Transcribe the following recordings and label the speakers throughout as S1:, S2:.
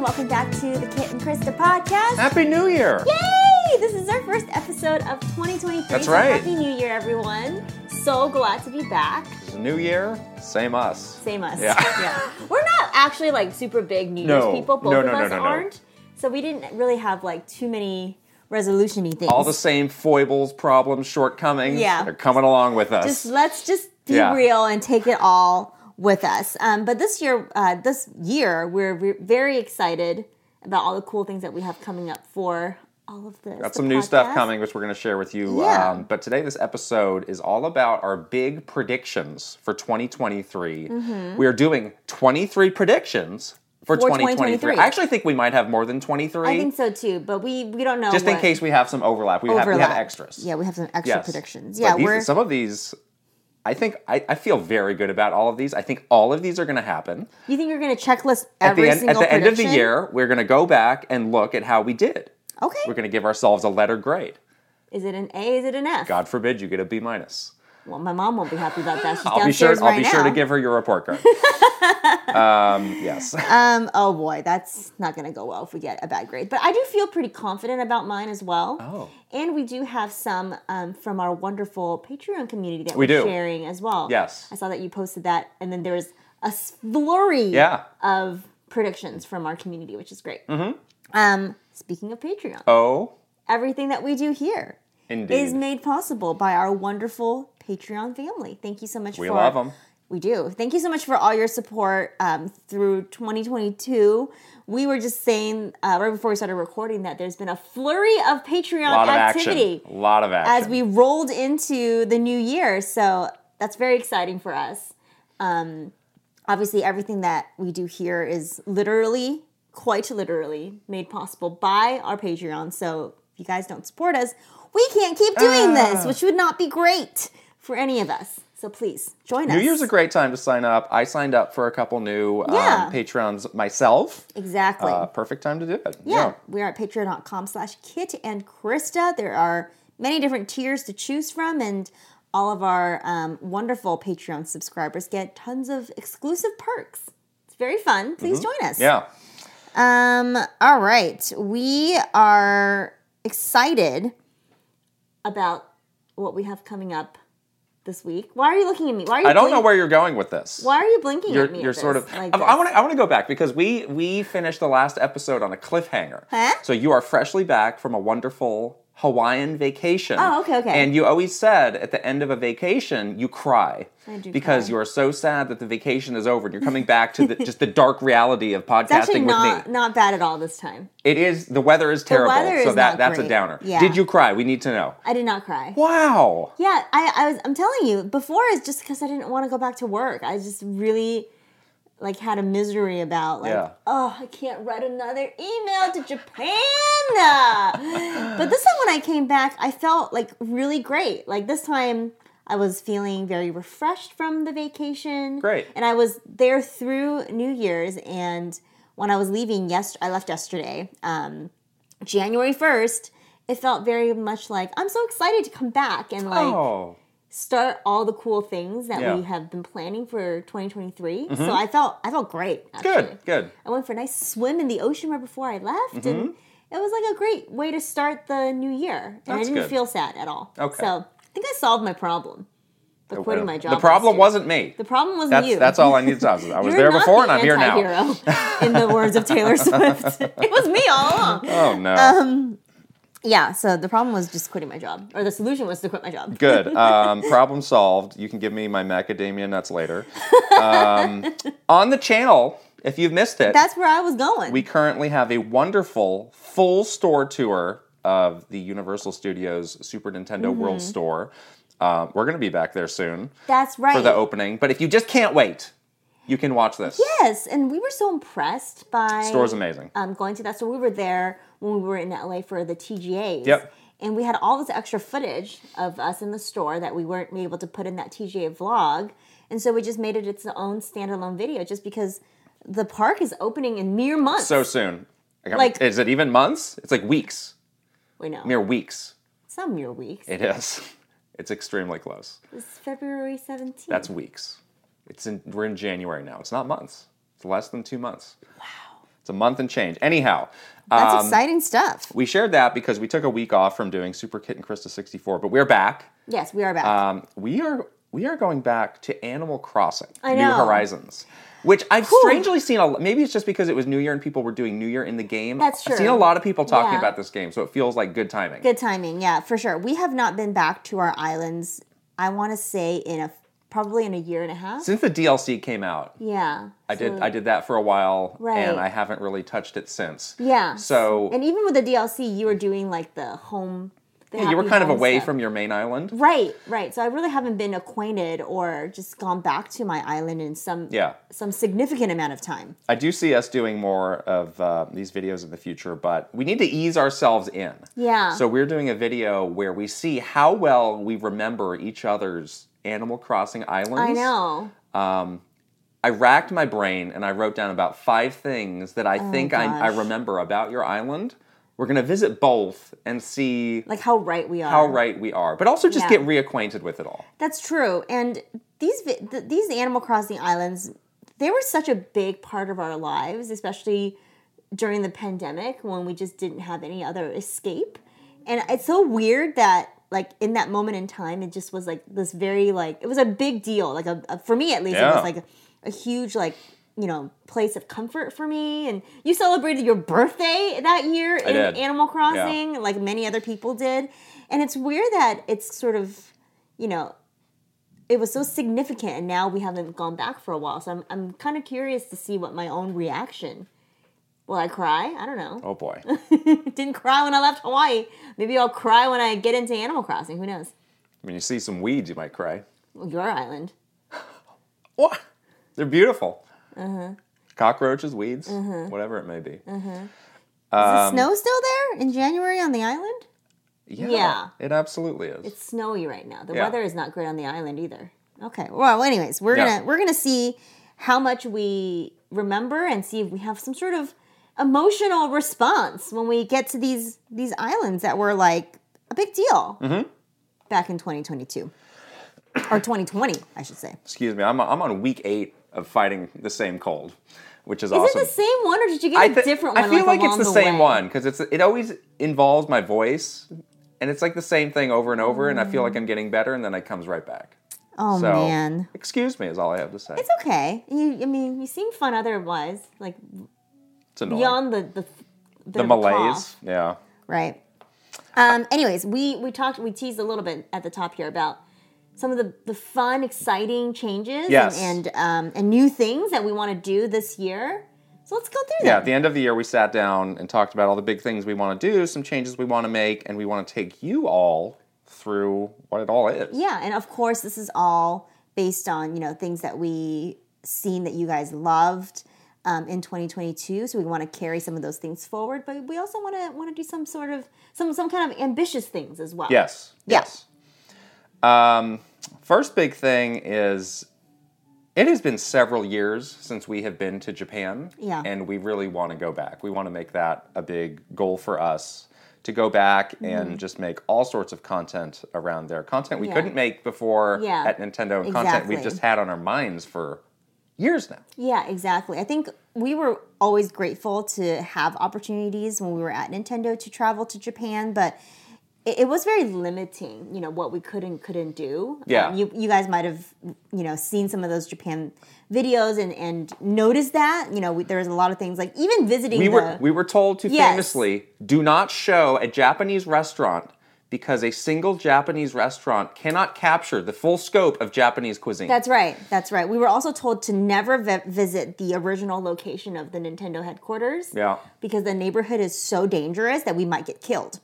S1: welcome back to the Kit and Krista podcast.
S2: Happy New Year!
S1: Yay! This is our first episode of 2023.
S2: That's
S1: so
S2: right.
S1: Happy New Year, everyone. So glad to be back.
S2: It's a new year, same us.
S1: Same us.
S2: Yeah.
S1: We're not actually like super big New
S2: No.
S1: Year's people. Both
S2: No,
S1: of
S2: no, no,
S1: us
S2: no, no.
S1: aren't. So we didn't really have like too many resolution y things.
S2: All the same foibles, problems, shortcomings.
S1: Yeah.
S2: They're coming along with us.
S1: just let's just be
S2: Yeah.
S1: real and take it all with us. Um, but this year, uh, this year, we're re- very excited about all the cool things that we have coming up for all of this.
S2: Got
S1: the
S2: some new stuff
S1: podcast.
S2: coming, which we're going to share with you.
S1: Yeah.
S2: Um, but today, this episode is all about our big predictions for 2023. We are doing 23 predictions for,
S1: Mm-hmm. For
S2: 2023.
S1: 2023.
S2: I actually think we might have more than 23.
S1: I think so too, but we we don't know.
S2: just in
S1: what
S2: case we have some overlap, we, Have, we have
S1: overlap.
S2: extras.
S1: Yeah, we have some extra
S2: Yes.
S1: predictions.
S2: But
S1: Yeah,
S2: these-
S1: we're
S2: some of these. I think I, I feel very good about all of these. I think all of these are going to happen.
S1: you think you're going to checklist
S2: At the
S1: every
S2: end, at
S1: single
S2: the end of the
S1: prediction?
S2: year, we're going to go back and look at how we did.
S1: Okay,
S2: We're going to give ourselves a letter grade.
S1: is it an A? Is it an F?
S2: God forbid you get a B minus.
S1: Well, my mom won't be happy about that. She's
S2: I'll be sure.
S1: downstairs right
S2: I'll be
S1: now.
S2: sure to give her your report card. um, yes.
S1: Um, oh boy, that's not going to go well if we get a bad grade. But I do feel pretty confident about mine as well.
S2: Oh.
S1: And we do have some um, from our wonderful Patreon community that
S2: We
S1: are
S2: do.
S1: sharing as well.
S2: Yes.
S1: I saw that you posted that, and then there was a s- flurry
S2: Yeah.
S1: of predictions from our community, which is great.
S2: Mm-hmm.
S1: Um, speaking of Patreon,
S2: Oh,
S1: everything that we do here is
S2: indeed.
S1: made possible by our wonderful Patreon family. Thank you so much
S2: we
S1: for
S2: love them.
S1: we do. Thank you so much for all your support um, through 2022. We were just saying uh, right before we started recording that there's been a flurry of Patreon
S2: A lot of
S1: activity
S2: action. A lot of action.
S1: as we rolled into the new year. So that's very exciting for us. Um, obviously, everything that we do here is literally, quite literally, made possible by our Patreon. So if you guys don't support us, we can't keep doing this,
S2: Ah.
S1: which would not be great for any of us. So please join us.
S2: New Year's a great time to sign up. I signed up for a couple new
S1: Yeah.
S2: um, patrons myself.
S1: Exactly.
S2: Uh, perfect time to do it.
S1: yeah. We are at patreon.com slash kit and Krista. There are many different tiers to choose from, and all of our um, wonderful Patreon subscribers get tons of exclusive perks. It's very fun. Please join us.
S2: Mm-hmm. Yeah.
S1: Um, all right. We are excited about what we have coming up this week. Why are you looking at me? Why are you
S2: I don't know
S1: blink-
S2: where you're going with this.
S1: Why are you blinking
S2: You're,
S1: at me? at
S2: you're
S1: this,
S2: sort of.
S1: like
S2: I- I
S1: this?
S2: want to. I want to go back because we we finished the last episode on a cliffhanger.
S1: Huh?
S2: So you are freshly back from a wonderful Hawaiian vacation.
S1: Oh, okay, okay.
S2: And you always said at the end of a vacation you cry
S1: I do
S2: because
S1: cry.
S2: you are so sad that the vacation is over and you're coming back to the, just the dark reality of podcasting
S1: It's actually
S2: with me.
S1: not, not bad at all this time.
S2: It is the weather is terrible,
S1: weather
S2: so
S1: is
S2: that
S1: not
S2: that's
S1: great.
S2: a downer.
S1: Yeah.
S2: Did you cry? We need to know.
S1: I did not cry.
S2: Wow.
S1: Yeah, I, I was. I'm telling you, before is just because I didn't want to go back to work. I just really like had a misery about like,
S2: Yeah.
S1: oh, I can't write another email to Japan. but this time when I came back, I felt like really great. Like this time. I was feeling very refreshed from the vacation.
S2: Great.
S1: And I was there through New Year's. And when I was leaving, yes, I left yesterday. Um, January 1st, it felt very much like I'm so excited to come back and like
S2: oh.
S1: start all the cool things that we
S2: Yeah. Mm-hmm.
S1: have been planning for 2023. So I felt I felt great. Actually.
S2: Good. Good.
S1: I went for a nice swim in the ocean right before I left and it was like a great way to start the new year. And I
S2: Mm-hmm. That's
S1: didn't
S2: good.
S1: feel sad at all.
S2: Okay. Oh,
S1: So I think I solved my problem. By quitting my job.
S2: the
S1: last
S2: problem
S1: year.
S2: wasn't me.
S1: the problem was
S2: That's
S1: you.
S2: that's all I need to tell you. I was
S1: You're
S2: there
S1: not
S2: before
S1: the
S2: and I'm here now.
S1: anti-hero, in the words of Taylor Swift. it was me all along.
S2: Oh no.
S1: Yeah, so the problem was just quitting my job. Or the solution was to quit my job.
S2: Good. Um, problem solved. You can give me my macadamia nuts later. Um, on the channel, if you've missed it,
S1: That's where I was going.
S2: we currently have a wonderful full store tour of the Universal Studios Super Nintendo World Store. Um, we're going to be back there soon
S1: That's right.
S2: for the opening. But if you just can't wait, you can watch this.
S1: yes, and we were so impressed by
S2: Store's amazing.
S1: um, going to that. So we were there when we were in LA for the TGAs.
S2: Yep.
S1: And we had all this extra footage of us in the store that we weren't able to put in that TGA vlog. And so we just made it its own standalone video just because the park is opening in mere months.
S2: So soon. Like, I'm-
S1: Like-
S2: is it even months? It's like weeks,
S1: Wait, no.
S2: mere weeks.
S1: it's not mere weeks.
S2: It is. It's extremely close.
S1: It's February 17th.
S2: That's weeks. It's in, we're in January now. It's not months. It's less than two months. Wow. It's a month and change. Anyhow,
S1: That's
S2: um,
S1: exciting stuff.
S2: we shared that because we took a week off from doing Super Kit and Krista 64, but we're back.
S1: Yes, we are back.
S2: Um, we are we are going back to Animal Crossing,
S1: I
S2: New
S1: know.
S2: Horizons, which I've strangely seen a. Maybe it's just because it was New Year and people were doing New Year in the game.
S1: That's
S2: I've seen a
S1: true.
S2: lot of people talking
S1: Yeah.
S2: about this game, so it feels like good timing.
S1: Good timing, yeah, for sure. We have not been back to our islands. I want to say in a probably in a year and a half.
S2: Since the DLC came out,
S1: yeah,
S2: I did I did that for a while,
S1: Right.
S2: and I haven't really touched it since.
S1: Yeah.
S2: So-
S1: and even with the DLC, you were doing like the home. the
S2: You were
S1: happy
S2: kind of
S1: home
S2: away
S1: stuff.
S2: from your main island.
S1: Right, right. So I really haven't been acquainted or just gone back to my island in some
S2: Yeah.
S1: some significant amount of time.
S2: I do see us doing more of uh, these videos in the future, but we need to ease ourselves in.
S1: Yeah.
S2: So we're doing a video where we see how well we remember each other's Animal Crossing islands.
S1: I know.
S2: I racked my brain and I wrote down about five things that I think I, I
S1: Oh gosh.
S2: remember about your island. We're gonna visit both and see
S1: Like how right we are.
S2: how right we are, but also just
S1: Yeah.
S2: get reacquainted with it all.
S1: That's true. And these vi- th- these Animal Crossing islands, they were such a big part of our lives, especially during the pandemic when we just didn't have any other escape. And it's so weird that like in that moment in time, it just was like this very like it was a big deal. Like a, a- for me at least, it
S2: Yeah.
S1: was like a, huge like you know place of comfort for me. And you celebrated your birthday that year in
S2: did.
S1: Animal Crossing, like many other people did. And it's weird that it's sort of you know, it was so significant, and now we haven't gone back for a while. So I'm, I'm kind of curious to see what my own reaction. Will I cry? I don't know.
S2: Oh boy.
S1: Didn't cry when I left Hawaii. Maybe I'll cry when I get into Animal Crossing. Who knows?
S2: when you see some weeds, you might cry.
S1: Well, your island.
S2: What? They're beautiful.
S1: Mm-hmm.
S2: Cockroaches, weeds, whatever it may be.
S1: Is the snow still there in January on the island?
S2: Yeah,
S1: Yeah.
S2: It absolutely is.
S1: It's snowy right now. The
S2: Yeah.
S1: weather is not great on the island either. Okay. Well, anyways, we're
S2: Yeah.
S1: gonna we're gonna see how much we remember and see if we have some sort of emotional response when we get to these these islands that were like a big deal
S2: Mm-hmm.
S1: back in 2022 or 2020, I should say.
S2: Excuse me. I'm, I'm on week eight of fighting the same cold, which is,
S1: Is
S2: awesome.
S1: it the same one or did you get a
S2: thi-
S1: different
S2: I
S1: one?
S2: feel like, it's
S1: along
S2: the, same
S1: way?
S2: one because it's it always involves my voice, and it's like the same thing over and over. And I feel like I'm getting better, and then it comes right back.
S1: Oh
S2: so,
S1: Mm. man,
S2: excuse me is all I have to say. It's,
S1: it's okay. You, I mean, you seem fun otherwise, like
S2: annoying.
S1: beyond the the,
S2: the malaise. Yeah.
S1: Right. Um, anyways, we we talked we teased a little bit at the top here about some of the, the fun, exciting changes
S2: Yes.
S1: and and, um, and new things that we want to do this year. So let's go through
S2: Yeah,
S1: that.
S2: at the end of the year, we sat down and talked about all the big things we want to do, some changes we want to make, and we want to take you all through what it all is.
S1: Yeah, and of course, this is all based on you know things that we seen that you guys loved um, in 2022. So we want to carry some of those things forward, but we also want to want to do some sort of some some kind of ambitious things as well.
S2: Yes.
S1: Yeah.
S2: Yes. Um, first big thing is it has been several years since we have been to Japan.
S1: Yeah.
S2: And we really want to go back. We want to make that a big goal for us to go back
S1: Mm-hmm.
S2: and just make all sorts of content around there. Content we
S1: Yeah.
S2: couldn't make before
S1: Yeah.
S2: at Nintendo and content we've
S1: Exactly.
S2: just had on our minds for years now.
S1: Yeah, exactly. I think we were always grateful to have opportunities when we were at Nintendo to travel to Japan, but it, it was very limiting, you know, what we could and couldn't do.
S2: Yeah.
S1: Um, you, you guys might have, you know, seen some of those Japan videos and, and noticed that, you know, we, there was a lot of things like even visiting
S2: We
S1: the,
S2: were we were told to
S1: Yes.
S2: famously do not show a Japanese restaurant because a single Japanese restaurant cannot capture the full scope of Japanese cuisine.
S1: That's right. That's right. We were also told to never vi- visit the original location of the Nintendo headquarters.
S2: Yeah.
S1: Because the neighborhood is so dangerous that we might get killed.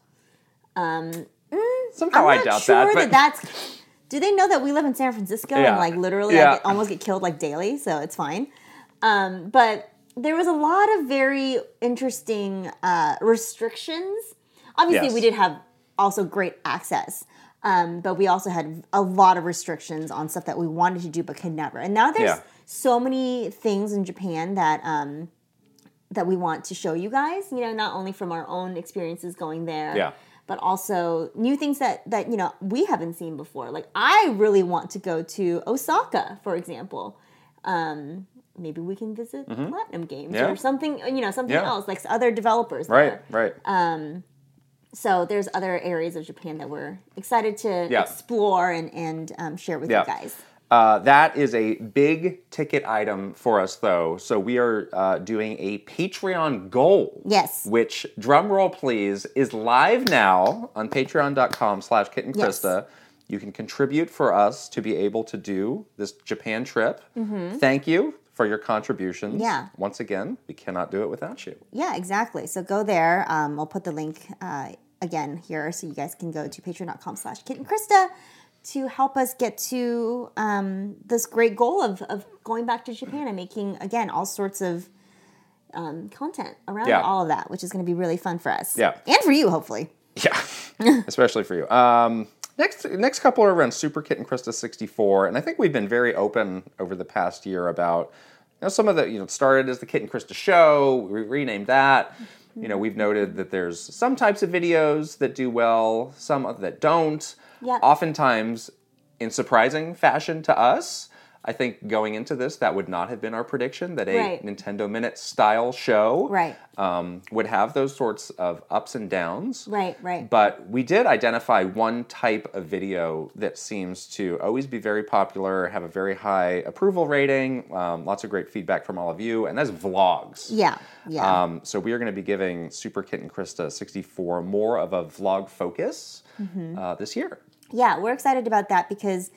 S1: Um, mm,
S2: Somehow
S1: I'm
S2: I
S1: not
S2: doubt
S1: sure
S2: that, but
S1: that's. Do they know that we live in San Francisco
S2: Yeah.
S1: and like literally
S2: Yeah.
S1: I get, almost get killed like daily, so it's fine. Um, but there was a lot of very interesting uh, restrictions. Obviously,
S2: Yes.
S1: we did have also great access, um, but we also had a lot of restrictions on stuff that we wanted to do but could never. And now there's
S2: Yeah.
S1: so many things in Japan that um, that we want to show you guys. You know, not only from our own experiences going there,
S2: Yeah.
S1: but also new things that that you know we haven't seen before. Like I really want to go to Osaka, for example. Um, maybe we can visit Platinum Games
S2: Mm-hmm. Yeah.
S1: or something, you know, something
S2: Yeah.
S1: else, like other developers.
S2: Right,
S1: there.
S2: right.
S1: So there's other areas of Japan that we're excited to
S2: Yeah.
S1: explore and, and um, share with
S2: Yeah.
S1: you guys.
S2: Uh, that is a big ticket item for us, though. So we are uh, doing a Patreon goal.
S1: Yes.
S2: Which, drum roll please, is live now on patreon.com slash Kit and
S1: Yes.
S2: Krista. You can contribute for us to be able to do this Japan trip. Thank you for your contributions.
S1: Mm-hmm. Yeah.
S2: Once again, we cannot do it without you.
S1: Yeah, exactly. So go there. Um, I'll put the link uh, again here so you guys can go to patreon.com slash Kit and Krista to help us get to um, this great goal of, of going back to Japan and making, again, all sorts of um, content around
S2: Yeah.
S1: all of that, which is going to be really fun for us.
S2: Yeah.
S1: And for you, hopefully.
S2: Yeah, especially for you. Um, next, next couple are around Super Kit and Krista sixty four, and I think we've been very open over the past year about you know some of the you know it started as the Kit and Krista show. We renamed that. You know, we've noted that there's some types of videos that do well, some of- that don't.
S1: Yep.
S2: Oftentimes, in surprising fashion to us, I think going into this, that would not have been our prediction that a
S1: Right.
S2: Nintendo Minute style show
S1: Right.
S2: um, would have those sorts of ups and downs.
S1: Right, right.
S2: But we did identify one type of video that seems to always be very popular, have a very high approval rating, um, lots of great feedback from all of you, and that's vlogs.
S1: yeah, yeah.
S2: Um, so we are going to be giving Super Kit and Krista 64 more of a vlog focus
S1: Mm-hmm.
S2: uh, this year.
S1: yeah, we're excited about that because,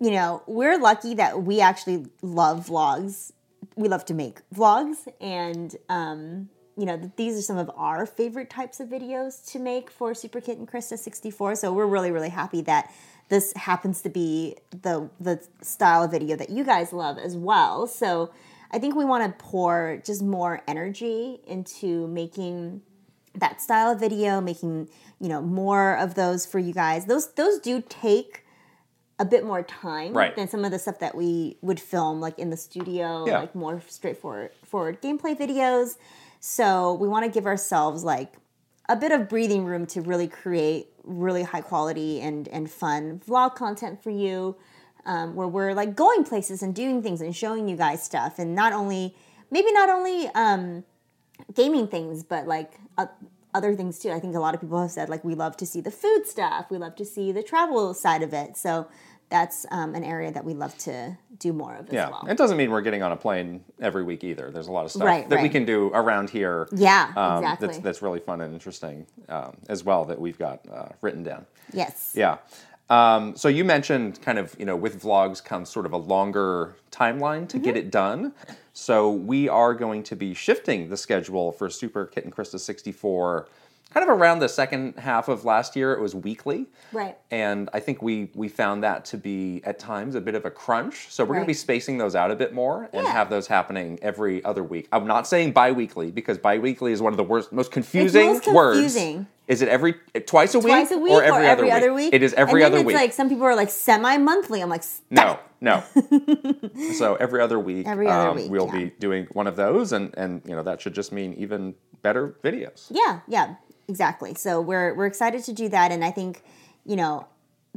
S1: you know, we're lucky that we actually love vlogs. We love to make vlogs, and um, you know, th- these are some of our favorite types of videos to make for Super Kit and Krista sixty four. So we're really, really happy that this happens to be the the style of video that you guys love as well. So I think we want to pour just more energy into making that style of video, making you know more of those for you guys. Those those do take a bit more time
S2: Right.
S1: than some of the stuff that we would film like in the studio,
S2: Yeah.
S1: like more straightforward forward gameplay videos. So we want to give ourselves like a bit of breathing room to really create really high quality and and fun vlog content for you um, where we're like going places and doing things and showing you guys stuff and not only maybe not only um, gaming things but like uh, other things too i think a lot of people have said like we love to see the food stuff we love to see the travel side of it so that's um, an area that we love to do more of as
S2: Yeah.
S1: well
S2: It doesn't mean we're getting on a plane every week either. There's a lot of stuff
S1: Right,
S2: that we
S1: right.
S2: can do around here.
S1: yeah
S2: um,
S1: exactly
S2: that's, that's really fun and interesting um, as well that we've got uh, written down.
S1: yes
S2: Yeah. Um, so you mentioned kind of, you know, with vlogs comes sort of a longer timeline to get it done. So we are going to be shifting the schedule for Super Kit and Krista 64 kind of around the second half of last year. It was weekly.
S1: right
S2: And I think we we found that to be at times a bit of a crunch. So we're going to
S1: Right.
S2: be spacing those out a bit more and
S1: Yeah.
S2: have those happening every other week. I'm not saying bi-weekly because bi-weekly is one of the worst most
S1: most
S2: confusing words.
S1: confusing.
S2: Is it every twice a week,
S1: twice a week
S2: or every, other, week? It is every
S1: and then
S2: other
S1: it's
S2: week.
S1: Like some people are like semi-monthly. I'm like, stop
S2: no, no. so every other week, um,
S1: Every other week,
S2: we'll
S1: yeah.
S2: be doing one of those, and and you know that should just mean even better videos.
S1: Yeah, yeah, exactly. So we're we're excited to do that, and I think you know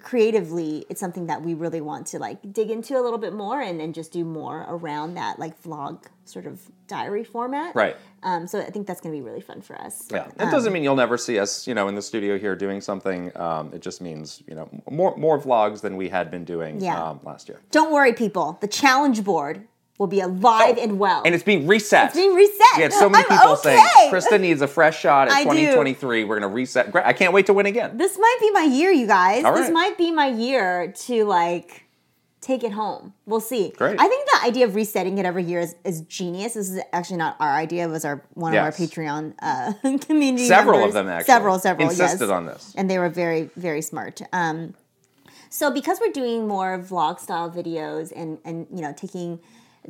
S1: creatively it's something that we really want to like dig into a little bit more and then just do more around that like vlog sort of diary format
S2: Right.
S1: um, so i think that's going to be really fun for us Um,
S2: Yeah, it doesn't mean you'll never see us, you know, in the studio here doing something. Um, it just means you know more more vlogs than we had been doing
S1: Yeah.
S2: um, last year,
S1: don't worry people the challenge board will be alive and well
S2: Oh, and it's being reset. It's
S1: being reset
S2: We had so many
S1: I'm
S2: people
S1: okay.
S2: saying Krista needs a fresh shot at
S1: I do.
S2: 2023. We're gonna reset. Great. I can't wait to win again.
S1: this might be my year, you guys.
S2: All
S1: This
S2: right.
S1: might be my year to like take it home. We'll see.
S2: Great.
S1: I think the idea of resetting it every year is, is genius. This is actually not our idea. It was our one
S2: Yes.
S1: of our Patreon uh, community.
S2: Several
S1: members.
S2: of them actually
S1: Several, several.
S2: insisted
S1: yes.
S2: on this.
S1: And they were very, very smart. Um, so because we're doing more vlog style videos and and you know taking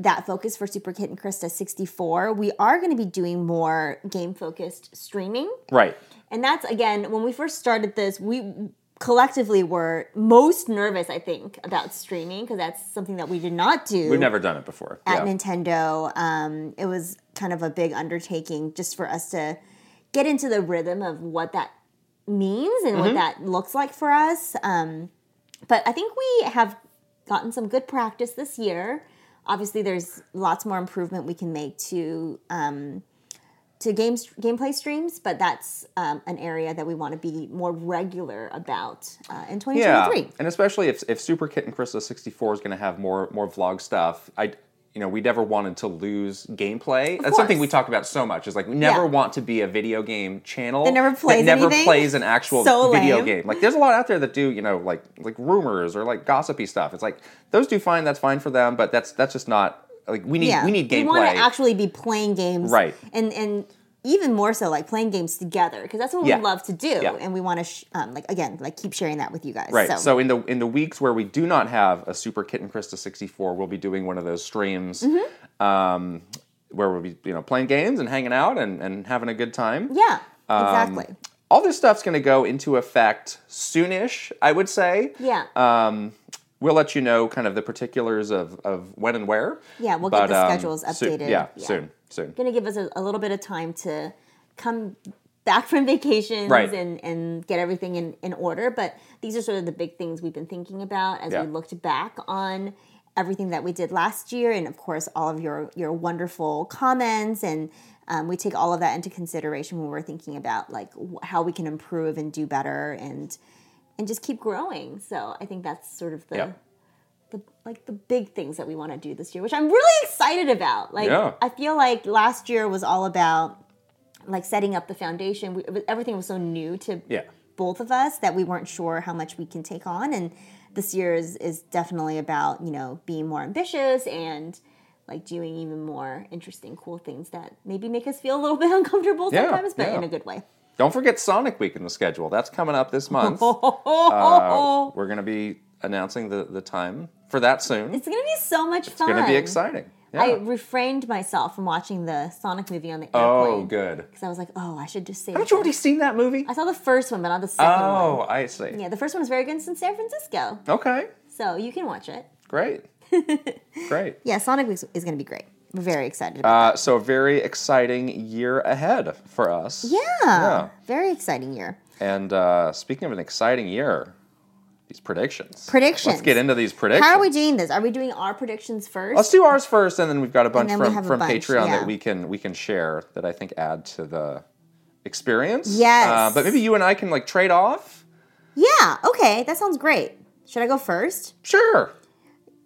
S1: that focus for Super Kit and Krista 64, we are going to be doing more game focused streaming.
S2: Right.
S1: And that's again when we first started this, we collectively were most nervous, I think, about streaming because that's something that we did not do
S2: We've never done it before.
S1: at
S2: Yeah.
S1: Nintendo. Um, it was kind of a big undertaking just for us to get into the rhythm of what that means and what that looks like for us. Um, but I think we have gotten some good practice this year obviously there's lots more improvement we can make to um, to games gameplay streams, but that's um, an area that we want to be more regular about uh, in 2023.
S2: and especially if if Super Kit and Crystal sixty four is going to have more more vlog stuff, I you know we never wanted to lose gameplay. That's something
S1: course.
S2: we talk about so much. Is like we never
S1: Yeah.
S2: want to be a video game channel
S1: That never plays
S2: never
S1: anything.
S2: plays an actual
S1: So
S2: video
S1: lame.
S2: game. Like there's a lot out there that do you know like like rumors or like gossipy stuff. It's like those do fine. That's fine for them, but that's that's just not like we need
S1: yeah,
S2: we need gameplay.
S1: We want to actually be playing games,
S2: Right.
S1: And and even more so, like playing games together, because that's what
S2: Yeah.
S1: we love to do,
S2: Yeah.
S1: and we want to, sh- um, like again, like keep sharing that with you guys.
S2: Right. So. in the in the weeks where we do not have a Super Kitten Krista 64, we'll be doing one of those streams
S1: Mm-hmm.
S2: um, where we'll be you know playing games and hanging out and, and having a good time.
S1: yeah,
S2: um,
S1: exactly.
S2: All this stuff's going to go into effect soonish, I would say.
S1: Yeah,
S2: Um, we'll let you know kind of the particulars of, of when and where.
S1: Yeah, we'll get the schedules
S2: soon-
S1: updated.
S2: um, yeah,
S1: Yeah.
S2: soon, soon.
S1: gonna give us a, a little bit of time to come back from vacations
S2: Right.
S1: and and get everything in in order. But these are sort of the big things we've been thinking about as
S2: Yeah.
S1: we looked back on everything that we did last year, and of course all of your your wonderful comments and. Um, we take all of that into consideration when we're thinking about like w- how we can improve and do better and and just keep growing. So I think that's sort of the
S2: Yeah.
S1: the like the big things that we want to do this year, which I'm really excited about. Like
S2: Yeah.
S1: I feel like last year was all about like setting up the foundation. We, it was- everything was so new to
S2: Yeah.
S1: both of us that we weren't sure how much we can take on, and this year is is definitely about you know being more ambitious and like doing even more interesting, cool things that maybe make us feel a little bit uncomfortable
S2: Yeah,
S1: sometimes, but
S2: yeah.
S1: in a good way.
S2: Don't forget Sonic Week in the schedule. That's coming up this month. Uh, we're going to be announcing the, the time for that soon.
S1: it's gonna be so much fun.
S2: It's going to be exciting. Yeah.
S1: I refrained myself from watching the Sonic movie on the
S2: oh,
S1: airplane because
S2: good.
S1: I was like, oh, I should just say.
S2: Haven't you already seen that movie?
S1: I saw the first one, but not the second one.
S2: Oh, I see.
S1: Yeah, the first one was very good it's in San Francisco,
S2: Okay,
S1: so you can watch it.
S2: great. great.
S1: Yeah, Sonic is, is going to be great. We're very excited. About
S2: Uh, so, a very exciting year ahead for us.
S1: it. yeah,
S2: yeah.
S1: very exciting year.
S2: And uh, speaking of an exciting year, these predictions.
S1: Predictions.
S2: Let's get into these predictions.
S1: How are we doing this? Are we doing our predictions 1st
S2: Let's do ours first, and then we've got a bunch
S1: then we
S2: from,
S1: have a
S2: from
S1: bunch,
S2: Patreon
S1: yeah.
S2: that we can we can share that I think add to the experience.
S1: Yes.
S2: Uh, but maybe you and I can like trade off.
S1: yeah. Okay, that sounds great. Should I go first?
S2: Sure.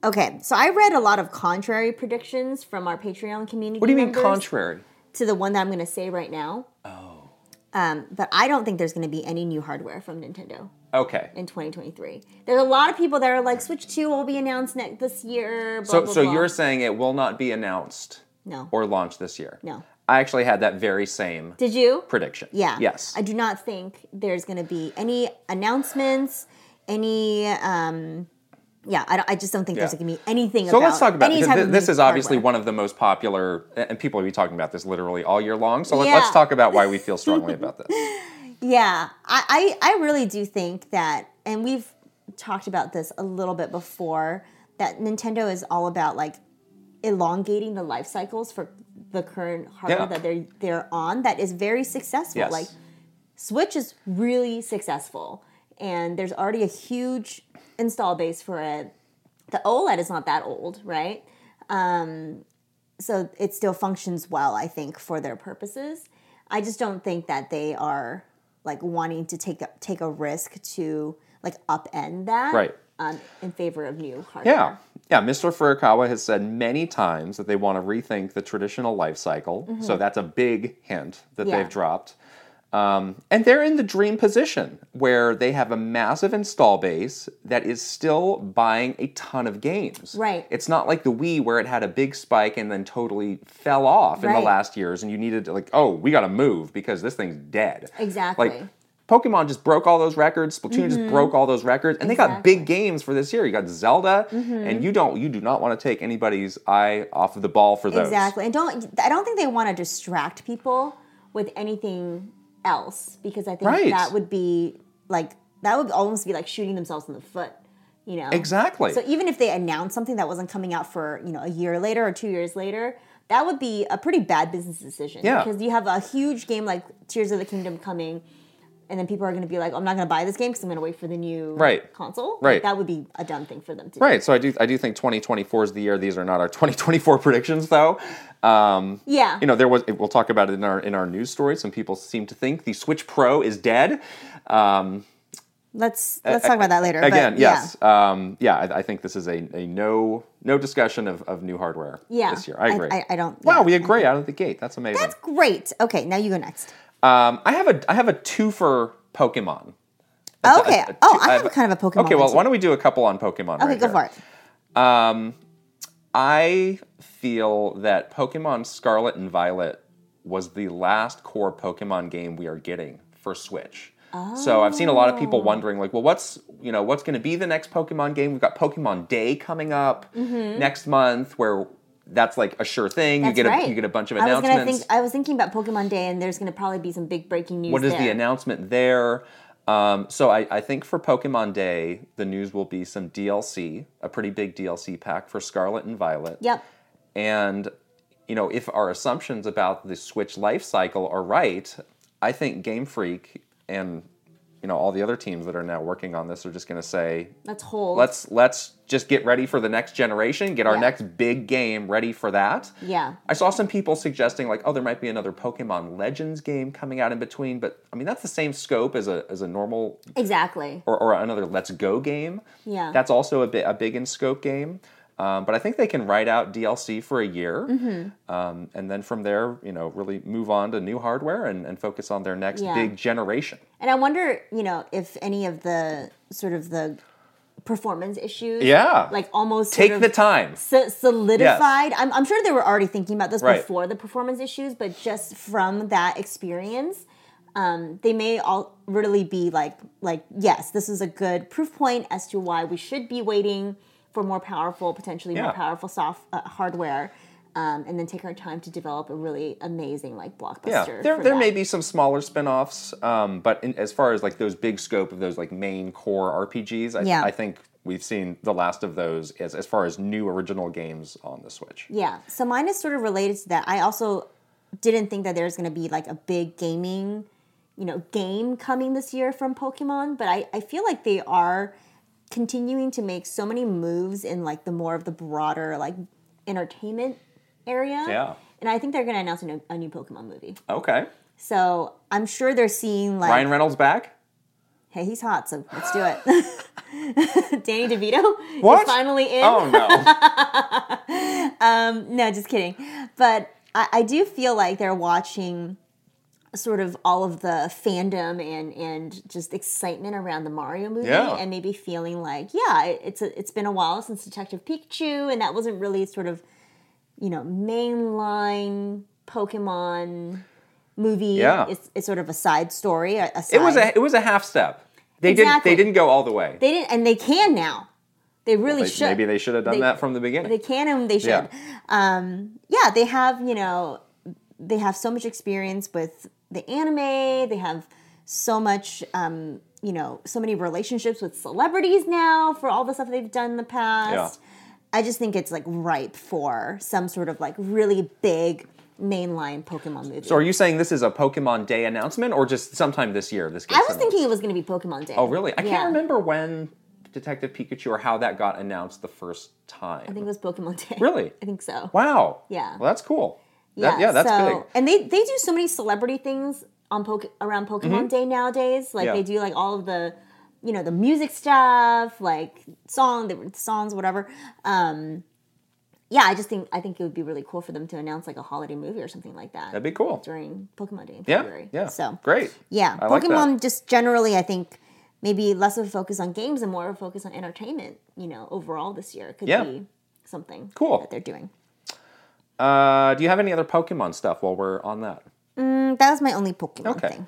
S1: Okay, so I read a lot of contrary predictions from our Patreon community.
S2: What do you mean
S1: members
S2: contrary?
S1: to the one that I'm going to say right now?
S2: Oh.
S1: Um, but I don't think there's going to be any new hardware from Nintendo
S2: Okay.
S1: in 2023. There's a lot of people that are like, Switch 2 will be announced next this year. Blah,
S2: So,
S1: blah,
S2: so
S1: blah.
S2: you're saying it will not be announced
S1: no,
S2: or launched this year?
S1: no.
S2: I actually had that very same
S1: Did you?
S2: prediction.
S1: Yeah.
S2: Yes.
S1: I do not think there's going to be any announcements, any. Um, yeah, I, don't, I just don't think there's
S2: Yeah.
S1: going to be anything.
S2: so
S1: about
S2: let's talk about
S1: any
S2: because
S1: type
S2: thi-
S1: of
S2: this
S1: new
S2: is obviously
S1: hardware.
S2: one of the most popular, and people will be talking about this literally all year long. So let,
S1: Yeah.
S2: us talk about why we feel strongly about this.
S1: Yeah, I, I, I really do think that, and we've talked about this a little bit before, that Nintendo is all about like elongating the life cycles for the current hardware
S2: Yeah.
S1: that they're they're on that is very successful.
S2: Yes.
S1: Like Switch is really successful, and there's already a huge install base for it. The OLED is not that old, right? so it still functions well, I think, for their purposes. I just don't think that they are like wanting to take a, take a risk to like upend that,
S2: Right.
S1: Um, in favor of new hardware.
S2: yeah. Yeah. Mr. Furukawa has said many times that they want to rethink the traditional life cycle. So that's a big hint that
S1: Mm-hmm. Yeah.
S2: they've dropped. Um, and they're in the dream position where they have a massive install base that is still buying a ton of games.
S1: Right.
S2: It's not like the Wii where it had a big spike and then totally fell off in
S1: Right.
S2: the last years, and you needed to like, oh, we got to move because this thing's dead.
S1: Exactly.
S2: Like, Pokemon just broke all those records. Splatoon just broke all those records, and they got
S1: Mm-hmm. Exactly. Mm-hmm.
S2: big games for this year. You got Zelda, and you don't, you do not want to take anybody's eye off of the ball for those.
S1: Exactly. And don't I don't think they want to distract people with anything else because I think
S2: Right.
S1: that would be like that would almost be like shooting themselves in the foot, you know.
S2: Exactly.
S1: So e even if they announced something that wasn't coming out for, you know, a year later or 2 years later, that would be a pretty bad business decision
S2: Yeah.
S1: because you have a huge game like Tears of the Kingdom coming and then people are going to be like, I'm not going to buy this game because I'm going to wait for the new
S2: Right.
S1: console. Like,
S2: Right.
S1: that would be a dumb thing for them to do.
S2: Right. So I do I do think 2024 is the year. These are not our 2024 predictions though. Um,
S1: Yeah.
S2: you know, there was we'll talk about it in our in our news story. Some people seem to think the Switch Pro is dead. Um,
S1: let's let's talk about that later. but
S2: again,
S1: yeah.
S2: yes. Um, yeah, I, I think this is a, a no no discussion of, of new hardware
S1: Yeah.
S2: this year. I agree.
S1: I, I don't. yeah.
S2: wow, we agree out of the gate. That's amazing.
S1: That's great. Okay, now you go next.
S2: um, I have a I have a two for Pokemon.
S1: Okay.
S2: a- a
S1: oh,
S2: two-
S1: I
S2: I
S1: have
S2: have-
S1: kind of a Pokemon.
S2: Okay, well,
S1: one
S2: why don't we do a couple on Pokemon?
S1: too. Okay, go for it.
S2: I feel that Pokemon Scarlet and Violet was the last core Pokemon game we are getting for Switch. So I've seen a lot of
S1: Oh.
S2: people wondering, like, well, what's you know what's going to be the next Pokemon game? We've got Pokemon Day coming up next month, where that's like a sure thing.
S1: Mm-hmm. That's
S2: you get a,
S1: right.
S2: you get a bunch of
S1: I was
S2: announcements.
S1: gonna think. I was thinking about Pokemon Day, and there's gonna probably be some big breaking news.
S2: what is the
S1: there.
S2: announcement there? Um, so I, I think for Pokemon Day, the news will be some DLC, a pretty big DLC pack for Scarlet and Violet.
S1: Yep.
S2: And, you know, if our assumptions about the Switch life cycle are right, I think Game Freak and, you know, all the other teams that are now working on this are just going to say,
S1: Let's hold.
S2: let's let's just get ready for the next generation, get our
S1: Yeah.
S2: next big game ready for that.
S1: Yeah.
S2: I saw some people suggesting like, oh, there might be another Pokemon Legends game coming out in between, but I mean that's the same scope as a as a normal
S1: Exactly.
S2: or, or another Let's Go game.
S1: Yeah.
S2: That's also a, bit, a big in scope game. Um, but I think they can write out DLC for a year.
S1: Mm-hmm.
S2: Um, and then from there, you know, really move on to new hardware and, and focus on their next
S1: Yeah.
S2: big generation.
S1: And I wonder, you know, if any of the sort of the performance issues,
S2: Yeah.
S1: like almost sort
S2: Take
S1: of
S2: the time.
S1: so- solidified. I'm, I'm sure they were already thinking about this
S2: Right.
S1: before the performance issues, but just from that experience, um, they may all really be like, like, yes, this is a good proof point as to why we should be waiting for more powerful, potentially more
S2: Yeah.
S1: powerful soft uh, hardware. Um, and then take our time to develop a really amazing like blockbuster.
S2: Yeah, there,
S1: for
S2: there
S1: that.
S2: may be some smaller spin-offs, um, but in, as far as like those big scope of those like main core RPGs, I,
S1: Yeah.
S2: I think we've seen the last of those as, as far as new original games on the Switch.
S1: Yeah. So mine is sort of related to that. I also didn't think that there's going to be like a big gaming, you know, game coming this year from Pokemon, but I, I feel like they are continuing to make so many moves in like the more of the broader like entertainment area.
S2: Yeah.
S1: And I think they're going to announce a new, a new Pokemon movie.
S2: Okay,
S1: So I'm sure they're seeing like,
S2: Ryan Reynolds back.
S1: hey, he's hot, so let's do it. Danny DeVito
S2: What?
S1: is finally in.
S2: Oh no!
S1: No, just kidding. But I, I do feel like they're watching sort of all of the fandom and and just excitement around the Mario movie
S2: Yeah.
S1: and maybe feeling like, yeah, it, it's a, it's been a while since Detective Pikachu and that wasn't really sort of, you know, mainline Pokemon movie.
S2: Yeah.
S1: It's, it's sort of a side story, a, a side
S2: it was a it was a half step. They didn't
S1: Exactly.
S2: they didn't go all the way.
S1: They didn't and they can now. They really
S2: Like,
S1: should.
S2: Maybe they should have done
S1: They-
S2: that from the beginning.
S1: they can and they should.
S2: Yeah.
S1: Um, yeah, they have you know they have so much experience with the anime. They have so much um, you know so many relationships with celebrities now for all the stuff they've done in the past. I just think it's like ripe for some sort of like really big mainline Pokemon movie.
S2: so are you saying this is a Pokemon Day announcement, or just sometime this year? This gets
S1: I was
S2: announced?
S1: thinking it was going to be Pokemon Day.
S2: Oh really? I
S1: Yeah.
S2: can't remember when Detective Pikachu or how that got announced the first time.
S1: I think it was Pokemon Day.
S2: Really?
S1: I think so.
S2: Wow.
S1: Yeah.
S2: Well, that's cool. That- yeah, that's
S1: so,
S2: big.
S1: And they they do so many celebrity things on poke around Pokemon Day nowadays. Like
S2: Mm-hmm. Yeah.
S1: they do like all of the you know the music stuff, like song the songs, whatever. Um, yeah, I just think I think it would be really cool for them to announce like a holiday movie or something like that
S2: That'd be cool.
S1: during Pokemon Day in
S2: Yeah.
S1: February.
S2: Yeah.
S1: So
S2: great.
S1: Yeah,
S2: I like that.
S1: Pokemon just generally, I think maybe less of a focus on games and more of a focus on entertainment. You know, overall this year could
S2: Yeah.
S1: be something
S2: Cool.
S1: that they're doing.
S2: Uh, do you have any other Pokemon stuff while we're on that?
S1: Mm, That was my only Pokemon
S2: Okay.
S1: thing.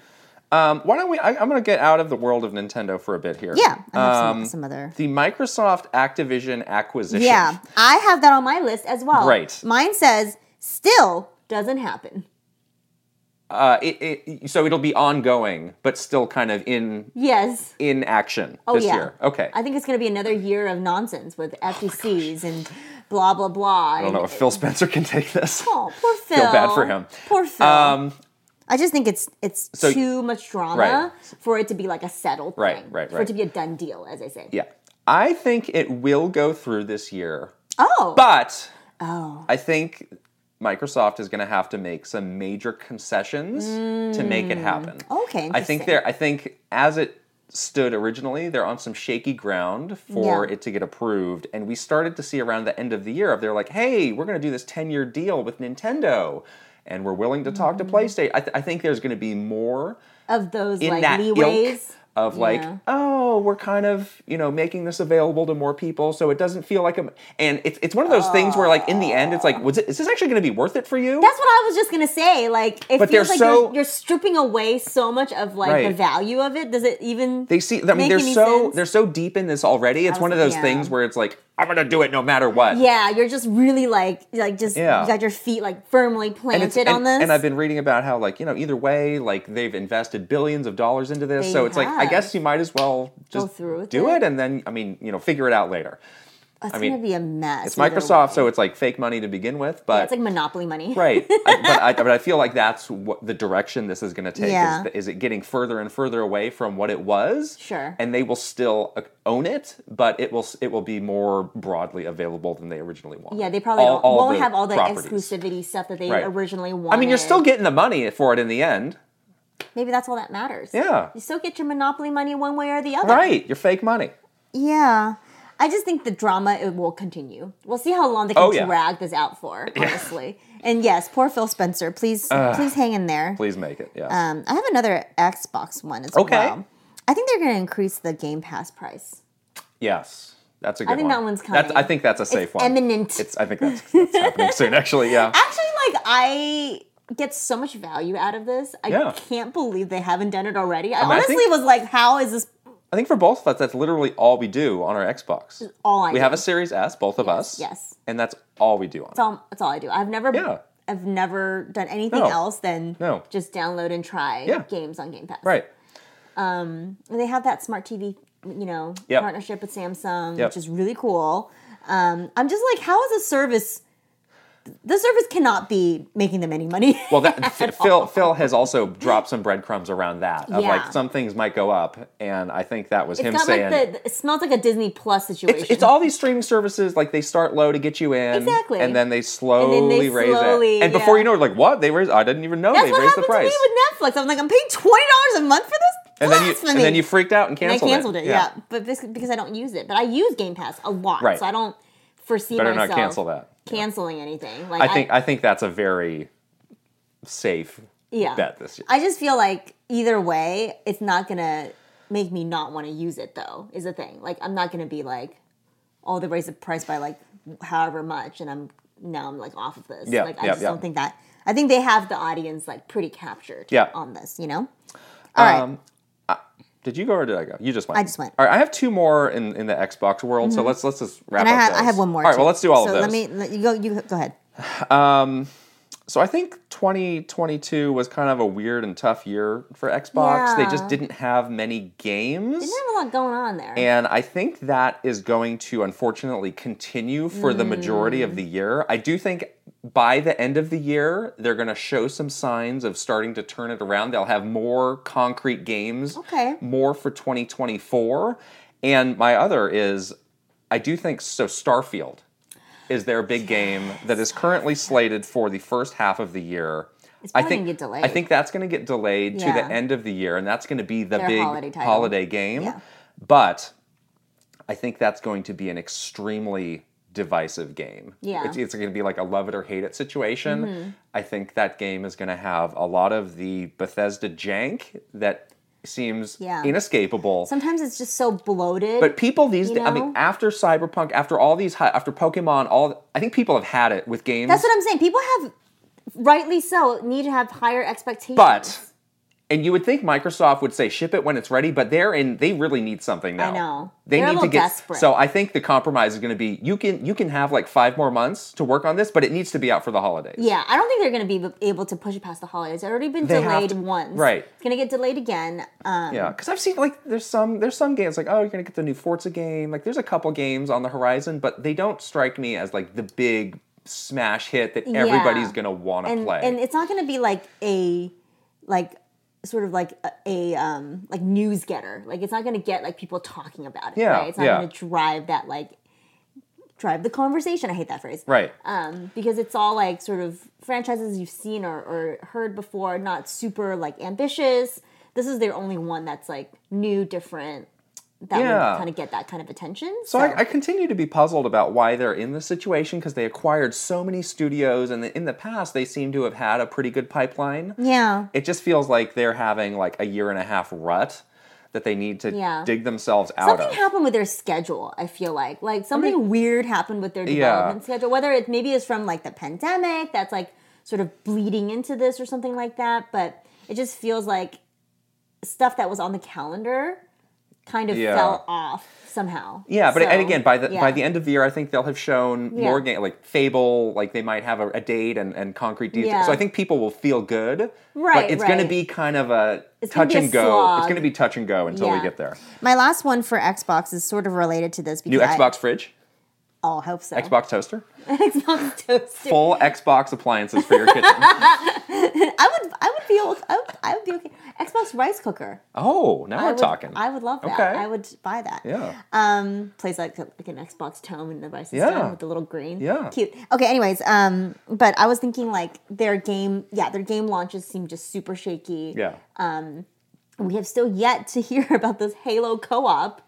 S2: Um, why don't we? I, I'm going to get out of the world of Nintendo for a bit here.
S1: Yeah, I have
S2: Um,
S1: some, some other.
S2: the Microsoft Activision acquisition.
S1: Yeah, I have that on my list as well.
S2: Right.
S1: Mine says still doesn't happen.
S2: Uh, it, it, so it'll be ongoing, but still kind of in
S1: Yes.
S2: in action
S1: Oh
S2: this
S1: yeah.
S2: year. Okay. Oh
S1: I think it's going to be another year of nonsense with FTCs and blah blah blah.
S2: I don't know if Phil Spencer can take this.
S1: Oh, poor Phil.
S2: Feel bad for him.
S1: Poor Phil.
S2: Um,
S1: I just think it's it's
S2: So-
S1: too much drama
S2: Right.
S1: for it to be like a settled
S2: Right,
S1: thing.
S2: right,
S1: For
S2: right.
S1: it to be a done deal, as I say.
S2: Yeah. I think it will go through this year,
S1: Oh.
S2: but
S1: oh.
S2: I think Microsoft is going to have to make some major concessions to make it happen.
S1: Okay.
S2: I think
S1: Hmm. Oh, interesting.
S2: they're. I think as it stood originally, they're on some shaky ground for
S1: Yeah.
S2: it to get approved. And we started to see around the end of the year of they're like, hey, we're going to do this ten year deal with Nintendo, and we're willing to talk
S1: Hmm.
S2: to PlayStation. I, th- I think there's going to be more
S1: of those
S2: in
S1: like
S2: that ilk
S1: leeways.
S2: of like,
S1: Yeah.
S2: oh, we're kind of you know making this available to more people, so it doesn't feel like a. And it's it's one of those things where like in the end, it's like, was it is this actually going to be worth it for you?
S1: That's what I was just gonna say. Like, it
S2: But they're
S1: feels like
S2: so-
S1: you're, you're stripping away so much of like the
S2: Right.
S1: value of it. Does it even?
S2: They see. I mean,
S1: Make
S2: they're
S1: any
S2: so
S1: sense?
S2: they're so deep in this already. It's
S1: was
S2: one of
S1: like,
S2: those
S1: yeah.
S2: things where it's like I'm gonna do it no matter what.
S1: yeah, you're just really like like just
S2: Yeah.
S1: you got your feet like firmly
S2: And, it's,
S1: planted
S2: and,
S1: on this.
S2: and I've been reading about how like you know either way like they've invested billions of dollars into this,
S1: They
S2: so it's like I
S1: have.
S2: guess you might as well
S1: Go
S2: just
S1: through with
S2: do it.
S1: it.
S2: and then I mean you know figure it out later.
S1: Oh, It's
S2: I mean,
S1: gonna be a mess.
S2: It's
S1: either
S2: Microsoft,
S1: way.
S2: so it's like fake money to begin with,
S1: Yeah,
S2: but
S1: it's like monopoly money.
S2: right. I, but, I, but I feel like that's what the direction this is going to take.
S1: Yeah.
S2: Is, the- is it getting further and further away from what it was?
S1: Sure.
S2: And they will still uh, own it, but it will s- it will be more broadly available than they originally wanted.
S1: Yeah, they probably
S2: All-
S1: don't,
S2: all
S1: won't
S2: the
S1: have all the
S2: properties.
S1: exclusivity stuff that they
S2: Right.
S1: originally
S2: I
S1: wanted.
S2: mean, you're still getting the money for it in the end.
S1: maybe that's all that matters.
S2: Yeah.
S1: you still get your monopoly money one way or the other.
S2: Right. Your fake money.
S1: Yeah. I just think the drama it will continue. We'll see how long they can
S2: Oh, yeah.
S1: drag this out for, honestly. And yes, poor Phil Spencer. Please, please hang in there.
S2: Please make it. Yeah.
S1: Um, I have another Xbox one as
S2: Okay.
S1: well. I think they're going to increase the Game Pass price.
S2: yes. That's a good one.
S1: think that one's
S2: That's, I
S1: coming.
S2: think that's a safe one.
S1: Eminent.
S2: It's. I think that's, that's happening soon. Actually, yeah.
S1: Actually, like I get so much value out of this. I
S2: Yeah.
S1: can't believe they haven't done it already. I,
S2: mean, I
S1: honestly
S2: think-
S1: was like, how is this
S2: I think for both of us, that's literally all we do on our Xbox.
S1: all I
S2: We
S1: do?
S2: have a Series S, both of us.
S1: yes.
S2: And that's all we do on
S1: that's all, that's all I do. I've never
S2: Yeah.
S1: I've never done anything
S2: No.
S1: else than
S2: No.
S1: just download and try
S2: Yeah.
S1: games on Game Pass.
S2: it. Right.
S1: And they have that smart TV, you know,
S2: Yep.
S1: partnership with Samsung,
S2: Yep.
S1: which is really cool. Um, I'm just like, how is a service? The service cannot be making them any money.
S2: Well, that, Phil Phil has also dropped some breadcrumbs around that of
S1: Yeah.
S2: like some things might go up, and I think that was him
S1: it's not
S2: saying.
S1: like the. It smells like a Disney Plus situation.
S2: it's, it's all these streaming services like they start low to get you in,
S1: Exactly.
S2: and then they slowly raise
S1: slowly,
S2: it, and before
S1: yeah.
S2: you know, it, like what they raised, I didn't even know
S1: That's
S2: they
S1: what
S2: raised the
S1: happened to me
S2: price,
S1: with Netflix. I'm like, I'm paying twenty dollars a month for this.
S2: and then you and
S1: Blasphemy.
S2: then you freaked out and
S1: And I
S2: canceled,
S1: canceled it. Yeah, but this, because I don't use it, but I use Game Pass a lot,
S2: Right.
S1: so I don't foresee
S2: better
S1: myself
S2: not cancel that.
S1: canceling anything. Like
S2: I think I think that's a very safe
S1: yeah.
S2: bet this year.
S1: I just feel like either way, it's not gonna make me not want to use it though, is the thing. Like I'm not gonna be like, oh, they raised the price by like however much and I'm now I'm like off of this.
S2: Yeah,
S1: like I
S2: yeah,
S1: just
S2: yeah.
S1: don't think that I think they have the audience like pretty captured
S2: Yeah. Um,
S1: on this, you know? All right.
S2: Did you go or did I go? You just went.
S1: I just went. Mm-hmm.
S2: All right, I have two more in, in the Xbox world, so let's let's just wrap
S1: and I
S2: up.
S1: have I
S2: those.
S1: have one more.
S2: All right,
S1: too.
S2: well let's do all
S1: so
S2: of those.
S1: Let me let you go you go ahead.
S2: so I think 2022 was kind of a weird and tough year for Xbox. They just
S1: Yeah.
S2: didn't have many games.
S1: They have a lot going on there.
S2: And I think that is going to unfortunately continue for the majority
S1: Mm.
S2: of the year. I do think by the end of the year, they're going to show some signs of starting to turn it around. They'll have more concrete games,
S1: Okay.
S2: more for 2024. And my other is I do think so, Starfield is their big game that is currently slated for the first half of the year. It's I
S1: probably
S2: think
S1: gonna get delayed.
S2: I think that's going to get delayed to
S1: Yeah.
S2: the end of the year, and that's going to be the
S1: Their
S2: big
S1: holiday title.
S2: holiday game.
S1: Yeah.
S2: But I think that's going to be an extremely divisive game.
S1: Yeah. Mm-hmm.
S2: It's, it's going to be like a love it or hate it situation. I think that game is going to have a lot of the Bethesda jank that seems
S1: Yeah.
S2: inescapable.
S1: Sometimes it's just so bloated.
S2: But people these
S1: You
S2: days, I
S1: know?
S2: mean, after Cyberpunk, after all these, hi- after Pokemon, all I think people have had it with games.
S1: That's what I'm saying. People have, rightly so, need to have higher expectations.
S2: but and you would think Microsoft would say ship it when it's ready, but they're in. They really need something now.
S1: know.
S2: They
S1: They're a
S2: need to
S1: little
S2: get.
S1: desperate.
S2: So I think the compromise is going to be you can you can have like five more months to work on this, but it needs to be out for the holidays.
S1: yeah, I don't think they're going to be able to push it past the holidays. It's already been
S2: They have
S1: delayed
S2: to-
S1: once.
S2: right.
S1: It's going to get delayed again. Um,
S2: Yeah, because I've seen like there's some there's some games like oh you're gonna get the new Forza game like there's a couple games on the horizon but they don't strike me as like the big smash hit that everybody's gonna wanna
S1: and,
S2: play.
S1: and it's not going to be like a like sort of like a, a um like news getter. Like it's not going to get like people talking about it.
S2: Yeah,
S1: right? It's not
S2: yeah.
S1: going to drive that like drive the conversation. I hate that phrase.
S2: Right.
S1: Um, because it's all like sort of franchises you've seen or, or heard before, not super like ambitious. This is their only one that's like new, different. That
S2: Yeah.
S1: would kind of get that kind of attention.
S2: So I, I continue to be puzzled about why they're in this situation because they acquired so many studios, and in the past they seem to have had a pretty good pipeline.
S1: yeah,
S2: It just feels like they're having like a year and a half rut that they need to
S1: Yeah.
S2: dig themselves out
S1: something
S2: of.
S1: happened with their schedule. I feel like like something weird happened with their development schedule. Whether it maybe is from like the pandemic that's like sort of bleeding into this or something like that, but it just feels like stuff that was on the calendar kind of
S2: Yeah.
S1: fell off somehow.
S2: Yeah, but
S1: So,
S2: and again, by the
S1: yeah.
S2: by the end of the year, I think they'll have shown
S1: Yeah.
S2: more game, like Fable, like they might have a, a date and, and concrete details.
S1: Yeah.
S2: So I think people will feel good,
S1: Right,
S2: But it's going to
S1: right.
S2: be kind of a
S1: It's gonna
S2: touch
S1: be a
S2: and go. It's
S1: slog.
S2: going to be touch and go until we
S1: Yeah.
S2: get there.
S1: My last one for Xbox is sort of related to this because
S2: New Xbox fridge,
S1: I, oh, I hope so.
S2: Xbox toaster,
S1: Xbox toaster.
S2: full Xbox appliances for your kitchen.
S1: I would, I would be, o- I would, I would be okay. Xbox rice cooker.
S2: Oh, now
S1: I
S2: we're
S1: would,
S2: talking.
S1: I would love that.
S2: Okay.
S1: I would buy that.
S2: yeah.
S1: Um, plays like, like an Xbox tone and the rice is
S2: Yeah.
S1: done with the little green.
S2: Yeah.
S1: Cute. Okay. Anyways, um, but I was thinking like their game. Yeah, their game launches seem just super shaky.
S2: Yeah.
S1: We have still yet to hear about this Halo co-op.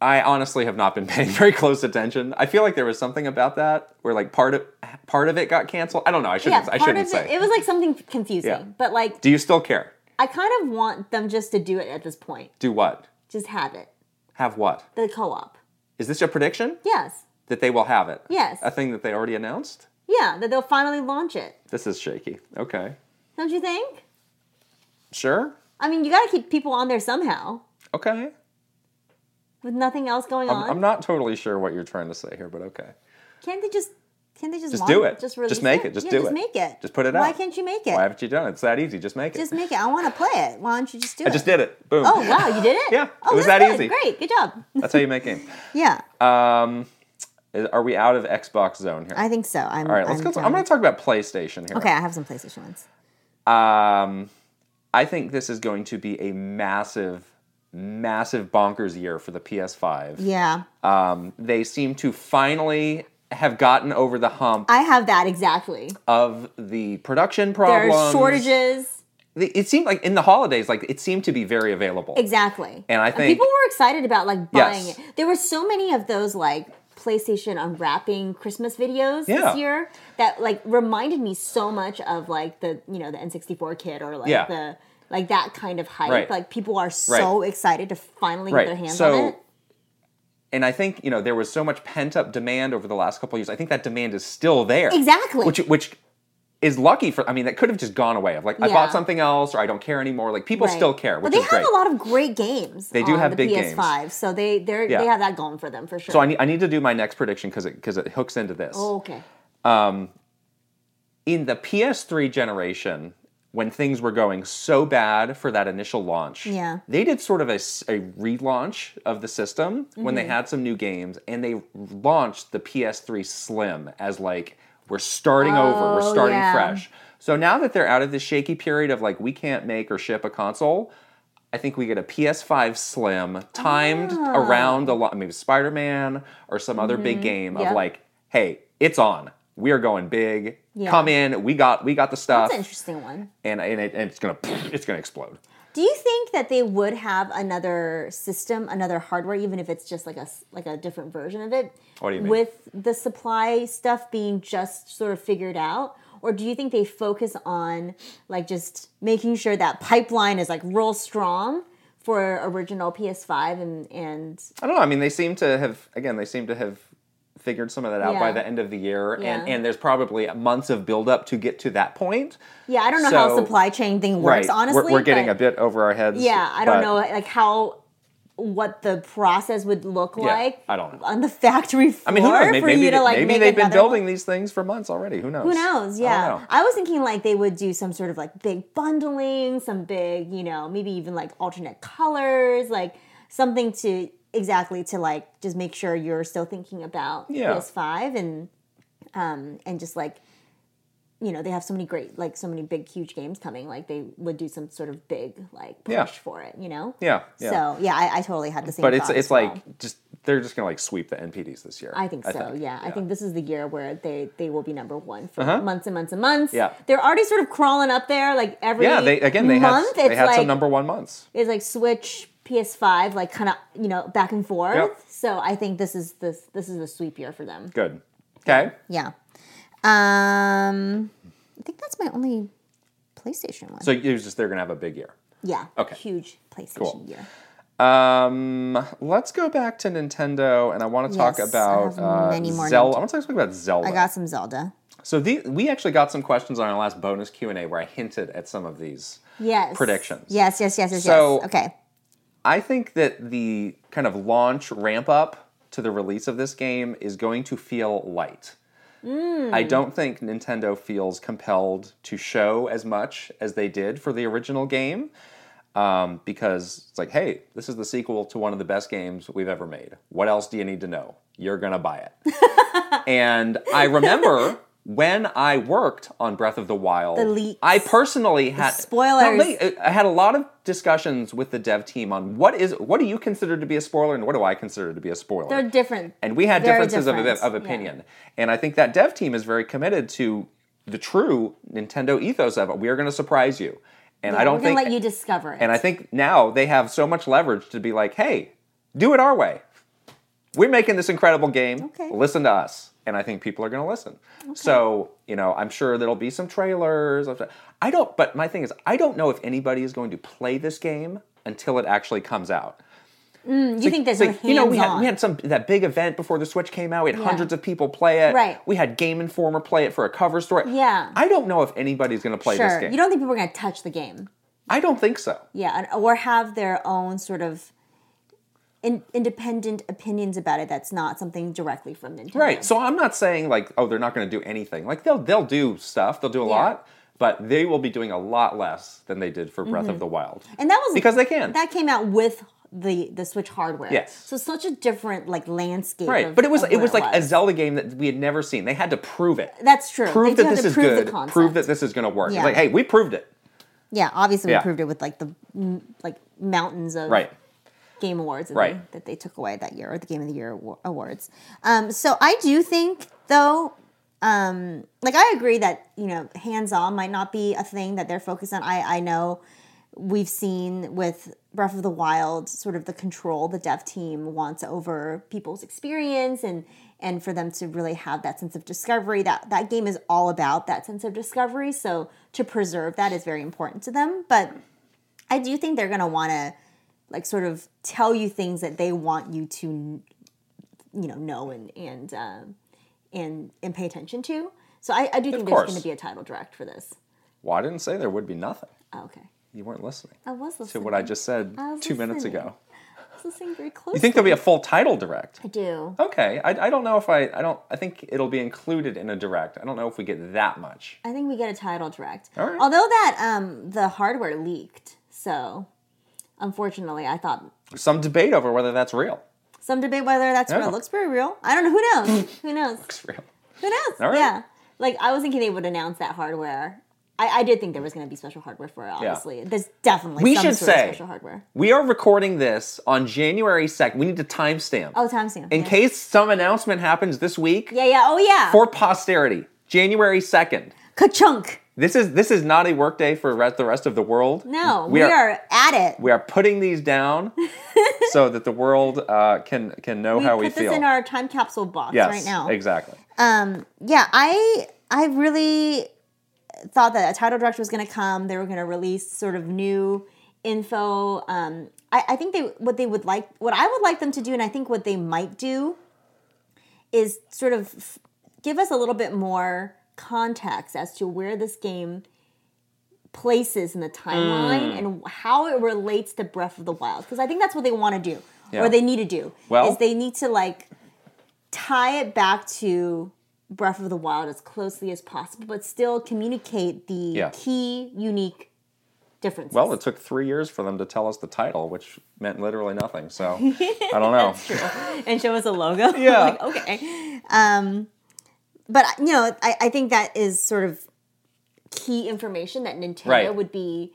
S2: I honestly have not been paying very close attention. I feel like there was something about that where like part of part of it got canceled. I don't know. I shouldn't I
S1: part
S2: shouldn't
S1: of it,
S2: say.
S1: it was like something confusing,
S2: Yeah.
S1: but like
S2: Do you still care?
S1: I kind of want them just to do it at this point.
S2: Do what?
S1: Just have it.
S2: Have what?
S1: The co-op.
S2: Is this a prediction
S1: Yes.
S2: that they will have it?
S1: Yes.
S2: A thing that they already announced?
S1: Yeah, that they'll finally launch it.
S2: This is shaky. Okay.
S1: Don't you think?
S2: Sure.
S1: I mean, you got to keep people on there somehow
S2: Okay.
S1: with nothing else going
S2: I'm,
S1: on.
S2: I'm not totally sure what you're trying to say here, but okay.
S1: Can't they just? Can't they just?
S2: Just
S1: launch-
S2: do it.
S1: Just
S2: Just
S1: release
S2: make it. Just
S1: yeah,
S2: do
S1: Just
S2: it.
S1: make it.
S2: Just put it
S1: Why
S2: out.
S1: can't you make it?
S2: Why haven't you done it? It's that easy. Just make it.
S1: just make it. I want to play it. Why don't you just do
S2: I
S1: it?
S2: just did it. Boom.
S1: Oh wow, you did it.
S2: Yeah,
S1: Oh,
S2: it was
S1: that's
S2: that
S1: good.
S2: easy.
S1: Great. Good job.
S2: That's how you make games.
S1: Yeah,
S2: Um, is- are we out of Xbox zone here?
S1: I think so. I'm.
S2: All right, let's
S1: I'm
S2: go. To,
S1: done.
S2: I'm going to talk about PlayStation here.
S1: Okay, I have some PlayStation ones.
S2: Um, I think this is going to be a massive, massive bonkers year for the PS5.
S1: Yeah,
S2: Um, they seem to finally have gotten over the hump
S1: I have that exactly.
S2: of the production
S1: There
S2: problems.
S1: are shortages.
S2: It it seemed like in the holidays, like it seemed to be very available.
S1: Exactly.
S2: And I think-
S1: people were excited about like buying
S2: Yes.
S1: it. There were so many of those like PlayStation unwrapping Christmas videos
S2: Yeah.
S1: this year that like reminded me so much of like the you know the N64 kit or like
S2: Yeah.
S1: the like that kind of hype.
S2: Right.
S1: Like people are so excited to finally get their hands on it.
S2: and I think you know there was so much pent up demand over the last couple of years. I think that demand is still there.
S1: Exactly.
S2: Which which is lucky for. I mean, that could have just gone away. Of like, I
S1: Yeah.
S2: bought something else, or I don't care anymore. Like people
S1: Right.
S2: still care,
S1: but
S2: which
S1: they
S2: is
S1: have
S2: great.
S1: a lot of great games.
S2: They do
S1: on
S2: have
S1: the
S2: big games.
S1: PS5, so they they are
S2: Yeah.
S1: they have that going for them for sure.
S2: so I need I need to do my next prediction because it because it hooks into this.
S1: oh, okay.
S2: In the PS3 generation. When things were going so bad for that initial launch,
S1: Yeah.
S2: they did sort of a, s- a relaunch of the system
S1: Mm-hmm.
S2: when they had some new games, and they launched the PS3 Slim as like we're starting over, we're
S1: Oh,
S2: starting
S1: yeah.
S2: fresh. So now that they're out of this shaky period of like we can't make or ship a console, I think we get a PS5 Slim timed
S1: Ah.
S2: around the lot, maybe Spider Man or some other big game
S1: Mm-hmm. Yep.
S2: of like, hey, it's on. We are going big.
S1: Yeah.
S2: Come in. We got we got the stuff,
S1: That's an interesting one.
S2: and and, it, and it's gonna it's gonna explode.
S1: Do you think that they would have another system, another hardware, even if it's just like a s- like a different version of it?
S2: What do you mean?
S1: With the supply stuff being just sort of figured out, or do you think they focus on like just making sure that pipeline is like real strong for original PS5 and and
S2: I don't know. I mean, they seem to have again. They seem to have figured some of that out by
S1: Yeah.
S2: the end of the year,
S1: Yeah.
S2: and and there's probably months of buildup to get to that point.
S1: yeah, I don't know how
S2: So-
S1: supply chain thing works.
S2: We're-
S1: Honestly,
S2: we're, getting
S1: but-
S2: a bit over our heads.
S1: Yeah, I don't
S2: but-
S1: know like how what the process would look like.
S2: I don't know.
S1: on the factory floor
S2: I mean, who knows? May-
S1: for
S2: Maybe,
S1: you to
S2: they-
S1: like
S2: maybe
S1: make
S2: they've been
S1: another one.
S2: building these things for months already. Who knows?
S1: Who knows?
S2: I
S1: Yeah.
S2: don't know.
S1: I, was thinking like they would do some sort of like big bundling, some big, you know, maybe even like alternate colors, like something to exactly to like just make sure you're still thinking about
S2: Yeah.
S1: PS5 and um and just like you know they have so many great like so many big huge games coming like they would do some sort of big like push
S2: Yeah.
S1: for it you know
S2: Yeah, yeah.
S1: so yeah I, I totally had the same
S2: but it's
S1: thought
S2: it's
S1: as well.
S2: like just they're just gonna like sweep the NPDs this year.
S1: I think so. yeah. I think this is the year where they they will be number one for months and months and months.
S2: Uh-huh. Yeah.
S1: they're already sort of crawling up there. Like every
S2: yeah. They again they had
S1: month,
S2: they
S1: it's
S2: had
S1: like
S2: some number one months.
S1: it's like Switch, PS5, like kind of you know back and forth.
S2: Yep.
S1: So I think this is this this is the sweep year for them.
S2: Good. Okay.
S1: Yeah. Um, I think that's my only PlayStation one.
S2: So it was just they're gonna have a big year.
S1: yeah.
S2: okay.
S1: Huge PlayStation
S2: Cool.
S1: year.
S2: Um, let's go back to Nintendo, and I want to talk
S1: Yes, I
S2: about
S1: have
S2: uh,
S1: many more
S2: Zelda. I want to talk about Zelda.
S1: I got some Zelda.
S2: so the, we actually got some questions on our last bonus Q and A where I hinted at some of these.
S1: Yes.
S2: Predictions.
S1: Yes. Yes. Yes. Yes.
S2: So-
S1: yes. Okay.
S2: I think that the kind of launch ramp up to the release of this game is going to feel light.
S1: Hmm.
S2: I don't think Nintendo feels compelled to show as much as they did for the original game um, because it's like, hey, this is the sequel to one of the best games we've ever made. What else do you need to know? You're going to buy it. and I remember. When I worked on Breath of the Wild,
S1: The leaks.
S2: I personally had
S1: spoilers.
S2: No, wait, I I had a lot of discussions with the dev team on what is what do you consider to be a spoiler and what do I consider to be a spoiler.
S1: They're different.
S2: and we had
S1: very
S2: differences
S1: different,
S2: of, of
S1: yeah.
S2: opinion. And I think that dev team is very committed to the true Nintendo ethos of it. We are going to surprise you. And I don't
S1: We're gonna
S2: think
S1: let you discover it.
S2: and I think now they have so much leverage to be like, "Hey, do it our way. We're making this incredible game.
S1: Okay.
S2: Listen to us." And I think people are going to listen. So, you know, I'm sure there'll be some trailers. I don't but my thing is I don't know if anybody is going to play this game until it actually comes out.
S1: you think there's
S2: It's like, you know, we had,
S1: hands-on.
S2: we had some that big event before the Switch came out. We had
S1: Yeah.
S2: hundreds of people play it.
S1: Right.
S2: We had Game Informer play it for a cover story.
S1: Yeah.
S2: I don't know if anybody's going to play this
S1: sure.
S2: game.
S1: You don't think people are going to touch the game,
S2: I don't think so.
S1: yeah, and, or have their own sort of in, independent opinions about it. That's not something directly from Nintendo,
S2: Right. So I'm not saying like, oh, they're not going to do anything. Like they'll they'll do stuff. They'll do a lot, but they will be doing a lot less than they did for Breath
S1: Mm-hmm.
S2: of the Wild.
S1: And that was
S2: Because they can.
S1: That came out with the the Switch hardware.
S2: Yes.
S1: So such a different like landscape.
S2: right.
S1: of-
S2: But it was
S1: of
S2: it
S1: where
S2: was like a Zelda game that we had never seen. They had to prove it.
S1: That's true.
S2: Prove
S1: They do
S2: that
S1: have
S2: this
S1: to
S2: is
S1: prove the
S2: good. Prove
S1: concept.
S2: that this is going to work.
S1: Yeah.
S2: It's like, hey, we proved it.
S1: yeah. Obviously,
S2: Yeah.
S1: we proved it with like the mm, like mountains of
S2: Right.
S1: Game Awards that, they,
S2: Right.
S1: that they took away that year, or the Game of the Year awar- awards. Um, so I do think, though, um, like I agree that you know, hands on might not be a thing that they're focused on. I I know we've seen with Breath of the Wild, sort of the control the dev team wants over people's experience and and for them to really have that sense of discovery that that game is all about that sense of discovery so to preserve that is very important to them but i do think they're going to want to like sort of tell you things that they want you to you know know and and um, and and pay attention to so i, I do think
S2: course.
S1: there's going to be a title direct for this
S2: Well, I didn't say there would be nothing.
S1: oh, okay
S2: You weren't listening
S1: i was
S2: to
S1: listening
S2: what I just said
S1: I was
S2: two minutes
S1: listening.
S2: ago.
S1: I was listening very
S2: You
S1: closely
S2: think there'll be a full title direct?
S1: i do
S2: Okay. I, I don't know if I I don't I think it'll be included in a direct. I don't know if we get that much.
S1: i think we get a title direct
S2: All right.
S1: although that um the hardware leaked so unfortunately i thought
S2: Some debate over whether that's real.
S1: some debate whether that's
S2: Yeah.
S1: real looks very real i don't know who knows who knows
S2: It's real.
S1: Who knows?
S2: All right.
S1: Yeah. Like I was thinking they would announce that hardware. I, I did think there was going to be special hardware for it. Obviously, there's definitely
S2: We
S1: some
S2: should
S1: sort of
S2: say-
S1: special hardware.
S2: We are recording this on January 2nd. We need to timestamp.
S1: Oh, timestamp.
S2: In
S1: yeah.
S2: case some announcement happens this week
S1: Yeah, yeah. Oh, yeah.
S2: for posterity, January 2nd.
S1: Ka-chunk.
S2: This is this is not a workday for re- the rest of the world.
S1: No, we, are, at it.
S2: we are putting these down so that the world uh, can can know
S1: We
S2: how
S1: put
S2: we
S1: this
S2: feel.
S1: in our time capsule box
S2: yes,
S1: right now.
S2: exactly.
S1: Um, yeah, I I really thought that a title director was going to come. They were going to release sort of new info. Um, I, I think they what they would like, what I would like them to do, and I think what they might do is sort of f- give us a little bit more context as to where this game places in the timeline
S2: Hmm.
S1: and how it relates to Breath of the Wild because I think that's what they want to do
S2: Yeah.
S1: or they need to do
S2: Well-
S1: is they need to like tie it back to Breath of the Wild as closely as possible, but still communicate the
S2: Yeah.
S1: key unique differences.
S2: Well, it took three years for them to tell us the title, which meant literally nothing. So I don't know.
S1: and show us a logo.
S2: Yeah.
S1: like okay. Um, but you know, I, I think that is sort of key information that Nintendo
S2: Right.
S1: would be,